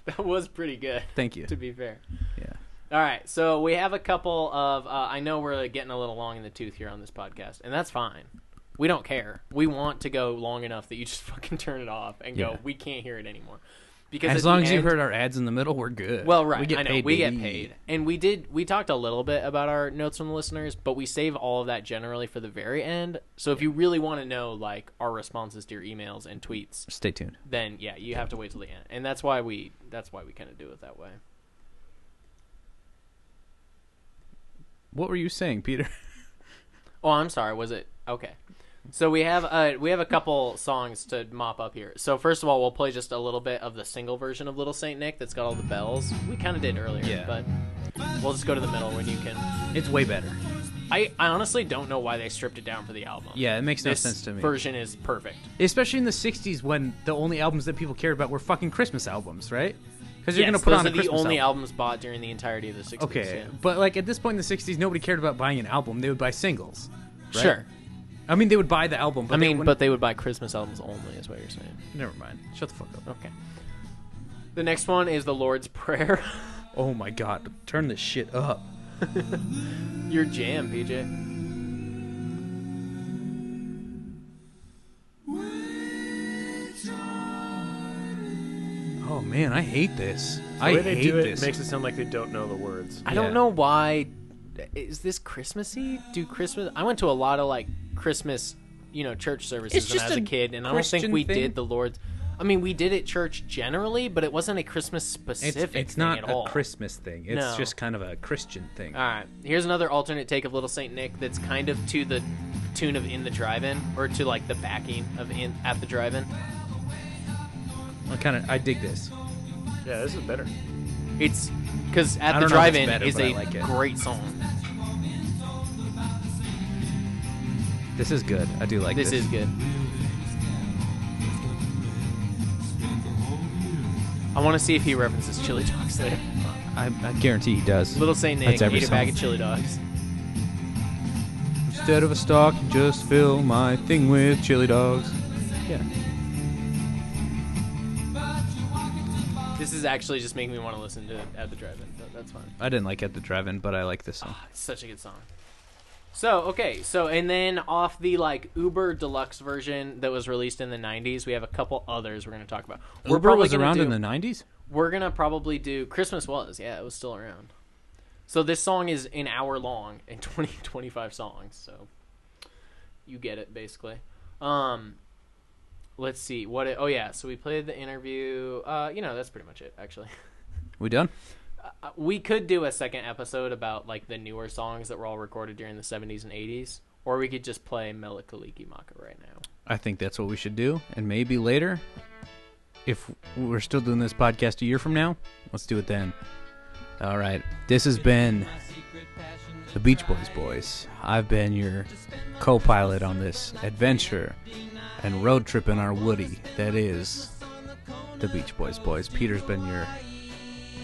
[SPEAKER 2] that was pretty good.
[SPEAKER 3] Thank you.
[SPEAKER 2] To be fair.
[SPEAKER 3] Yeah.
[SPEAKER 2] All right, so we have a couple of. Uh, I know we're getting a little long in the tooth here on this podcast, and that's fine. We don't care. We want to go long enough that you just fucking turn it off and go.
[SPEAKER 3] Yeah.
[SPEAKER 2] We can't hear it anymore. Because at
[SPEAKER 3] As
[SPEAKER 2] the
[SPEAKER 3] long as you
[SPEAKER 2] end-
[SPEAKER 3] heard our ads in the middle, we're good.
[SPEAKER 2] Well, right.
[SPEAKER 3] We get
[SPEAKER 2] I know.
[SPEAKER 3] paid,
[SPEAKER 2] we
[SPEAKER 3] baby.
[SPEAKER 2] get paid. And we did we talked a little bit about our notes from the listeners, but we save all of that generally for the very end. So if you really want to know like our responses to your emails and tweets,
[SPEAKER 3] Stay tuned.
[SPEAKER 2] then yeah, you have to wait till the end. And that's why we that's why we kind of do it that way.
[SPEAKER 3] What were you saying, Peter?
[SPEAKER 2] Oh, I'm sorry. Was it okay? So we have uh we have a couple songs to mop up here. So first of all, we'll play just a little bit of the single version of Little Saint Nick that's got all the bells. We kind of did earlier,
[SPEAKER 3] Yeah.
[SPEAKER 2] but We'll just go to the middle when you can.
[SPEAKER 3] It's way better.
[SPEAKER 2] I, I honestly don't know why they stripped it down for the album.
[SPEAKER 3] Yeah, it makes no
[SPEAKER 2] this
[SPEAKER 3] sense to me.
[SPEAKER 2] version is perfect.
[SPEAKER 3] Especially in the 60s when the only albums that people cared about were fucking Christmas albums, right? Because you're
[SPEAKER 2] Yes,
[SPEAKER 3] going to put
[SPEAKER 2] those
[SPEAKER 3] on
[SPEAKER 2] are
[SPEAKER 3] a Christmas
[SPEAKER 2] the only
[SPEAKER 3] album.
[SPEAKER 2] albums bought during the entirety of the 60s.
[SPEAKER 3] Okay,
[SPEAKER 2] yeah.
[SPEAKER 3] but like at this point in the 60s, nobody cared about buying an album. They would buy singles. right?
[SPEAKER 2] Sure.
[SPEAKER 3] I mean, they would buy the album, but
[SPEAKER 2] I
[SPEAKER 3] they
[SPEAKER 2] mean,
[SPEAKER 3] wouldn't-
[SPEAKER 2] but they would buy Christmas albums only, is what you're saying.
[SPEAKER 3] never mind. Shut the fuck up.
[SPEAKER 2] Okay. The next one is The Lord's Prayer.
[SPEAKER 3] Oh my god, turn this shit up.
[SPEAKER 2] Your jam, PJ.
[SPEAKER 3] Oh man, I hate this.
[SPEAKER 4] The
[SPEAKER 3] I
[SPEAKER 4] way they
[SPEAKER 3] hate
[SPEAKER 4] do it
[SPEAKER 3] this.
[SPEAKER 4] makes it sound like they don't know the words.
[SPEAKER 2] I
[SPEAKER 3] Yeah.
[SPEAKER 2] don't know why. Is this Christmassy? Do Christmas? I went to a lot of like Christmas, you know, church services
[SPEAKER 3] It's
[SPEAKER 2] when I
[SPEAKER 3] just
[SPEAKER 2] was a,
[SPEAKER 3] a
[SPEAKER 2] kid, and I don't think
[SPEAKER 3] Christian
[SPEAKER 2] we
[SPEAKER 3] thing.
[SPEAKER 2] did the Lord's. I mean, we did at church generally, but it wasn't a Christmas
[SPEAKER 3] it's,
[SPEAKER 2] specific.
[SPEAKER 3] it's
[SPEAKER 2] thing
[SPEAKER 3] not
[SPEAKER 2] at
[SPEAKER 3] a
[SPEAKER 2] all.
[SPEAKER 3] Christmas thing. It's
[SPEAKER 2] No. Uh,
[SPEAKER 3] just kind of a Christian thing.
[SPEAKER 2] All right. Here's another alternate take of Little Saint Nick that's kind of to the tune of In the Drive-In or to like the backing of In at the Drive-In.
[SPEAKER 3] I kind of I dig this.
[SPEAKER 4] Yeah, this is better.
[SPEAKER 2] It's cuz
[SPEAKER 3] I
[SPEAKER 2] At the
[SPEAKER 3] don't know if it's
[SPEAKER 2] Drive-In
[SPEAKER 3] better,
[SPEAKER 2] is
[SPEAKER 3] but I
[SPEAKER 2] a
[SPEAKER 3] like it.
[SPEAKER 2] great song.
[SPEAKER 3] This is good. I do like
[SPEAKER 2] This
[SPEAKER 3] this.
[SPEAKER 2] is good. I want to see if he references chili dogs there.
[SPEAKER 3] I, I guarantee he does.
[SPEAKER 2] Little Saint Nick
[SPEAKER 3] That's every
[SPEAKER 2] ate a bag
[SPEAKER 3] song.
[SPEAKER 2] of chili dogs.
[SPEAKER 3] Instead of a stock, just fill my thing with chili dogs. Yeah.
[SPEAKER 2] This is actually just making me want to listen to At the Drive-In, but that's fine.
[SPEAKER 3] I didn't like at the drive-in, but I like this song.
[SPEAKER 2] It's such a good song. So okay, so and then off the like Uber Deluxe version that was released in the '90s, we have a couple others we're going to talk about. We're
[SPEAKER 3] Uber
[SPEAKER 2] probably
[SPEAKER 3] was
[SPEAKER 2] gonna
[SPEAKER 3] around
[SPEAKER 2] do,
[SPEAKER 3] in the 90s?
[SPEAKER 2] We're gonna probably do Christmas was yeah, it was still around. So this song is an hour long and 20, 25 songs. So you get it basically. Um, let's see what. It, oh yeah, so we played the interview. Uh, you know that's pretty much it actually Uh,
[SPEAKER 3] We done?
[SPEAKER 2] we could do a second episode about like the newer songs that were all recorded during the 70s and 80s or we could just play Melikaliki Maka right now.
[SPEAKER 3] I think that's what we should do. And maybe later, if we're still doing this podcast a year from now, let's do it then. All right. This has been the Beach Boys Boys. I've been your co pilot on this adventure and road trip in our Woody. That is the Beach Boys Boys. Peter's been your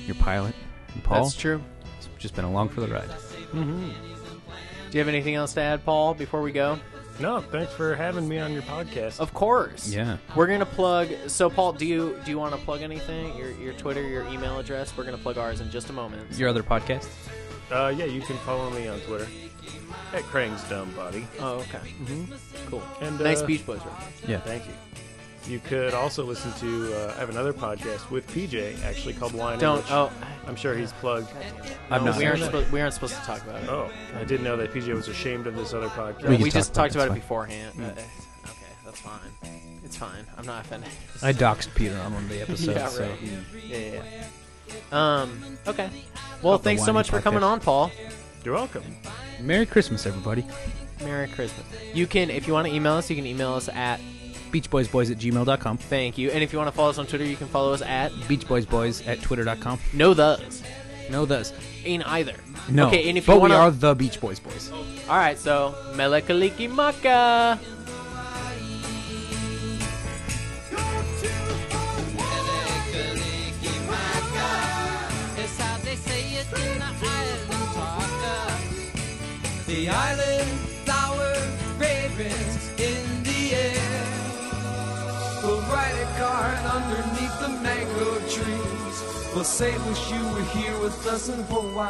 [SPEAKER 3] your pilot. And Paul,
[SPEAKER 2] true.
[SPEAKER 3] it's just been along for the ride.
[SPEAKER 2] Do you have anything else to add, Paul, before we go?
[SPEAKER 4] No, thanks for having me on your podcast.
[SPEAKER 2] Of course.
[SPEAKER 3] Yeah.
[SPEAKER 2] We're gonna plug. So, Paul, do you do you want to plug anything? Your your Twitter, your email address. We're gonna plug ours in just a moment.
[SPEAKER 3] Your other podcast?
[SPEAKER 4] Uh, yeah, you can follow me on Twitter at Krang's Dumb Body.
[SPEAKER 2] Oh, okay. Cool.
[SPEAKER 4] And,
[SPEAKER 2] nice
[SPEAKER 4] uh,
[SPEAKER 2] Beach Boys reference.
[SPEAKER 3] Yeah.
[SPEAKER 4] Thank you. You could also listen to. Uh, I have another podcast with PJ actually called Wine. and
[SPEAKER 2] Don't.
[SPEAKER 4] Which
[SPEAKER 2] Oh,
[SPEAKER 4] I'm sure he's plugged.
[SPEAKER 3] I'm not.
[SPEAKER 2] we aren't supposed we aren't supposed to talk about it.
[SPEAKER 4] Oh, I didn't know that PJ was ashamed of this other podcast.
[SPEAKER 2] we
[SPEAKER 3] can talk
[SPEAKER 2] just
[SPEAKER 3] about it,
[SPEAKER 2] talked about it
[SPEAKER 3] it's fine.
[SPEAKER 2] beforehand.
[SPEAKER 3] Mm.
[SPEAKER 2] Uh, okay, that's fine. It's fine. I'm not offended.
[SPEAKER 3] I doxed Peter on one of the episodes.
[SPEAKER 2] Yeah,
[SPEAKER 3] so.
[SPEAKER 2] right. Yeah. Um. Okay. Well,
[SPEAKER 3] Of the
[SPEAKER 2] thanks so
[SPEAKER 3] whiny
[SPEAKER 2] much for coming
[SPEAKER 3] podcast.
[SPEAKER 2] on, Paul.
[SPEAKER 4] You're welcome.
[SPEAKER 3] Merry Christmas, everybody.
[SPEAKER 2] Merry Christmas. You can, if you want to email us, you can email us at
[SPEAKER 3] beachboysboys at gmail.com
[SPEAKER 2] thank you, and if you want to follow us on Twitter, you can follow us at
[SPEAKER 3] beachboysboys at twitter.com
[SPEAKER 2] no those
[SPEAKER 3] no those
[SPEAKER 2] ain't either.
[SPEAKER 3] no
[SPEAKER 2] Okay, and if
[SPEAKER 3] but
[SPEAKER 2] you want
[SPEAKER 3] we
[SPEAKER 2] to,
[SPEAKER 3] are the beach boys boys
[SPEAKER 2] all right. So melekaliki maka.
[SPEAKER 5] It's how they say it in the island talker. The island flower fragrance in the air. We'll ride a car underneath the mango trees. We'll say wish you were here with us in Hawaii.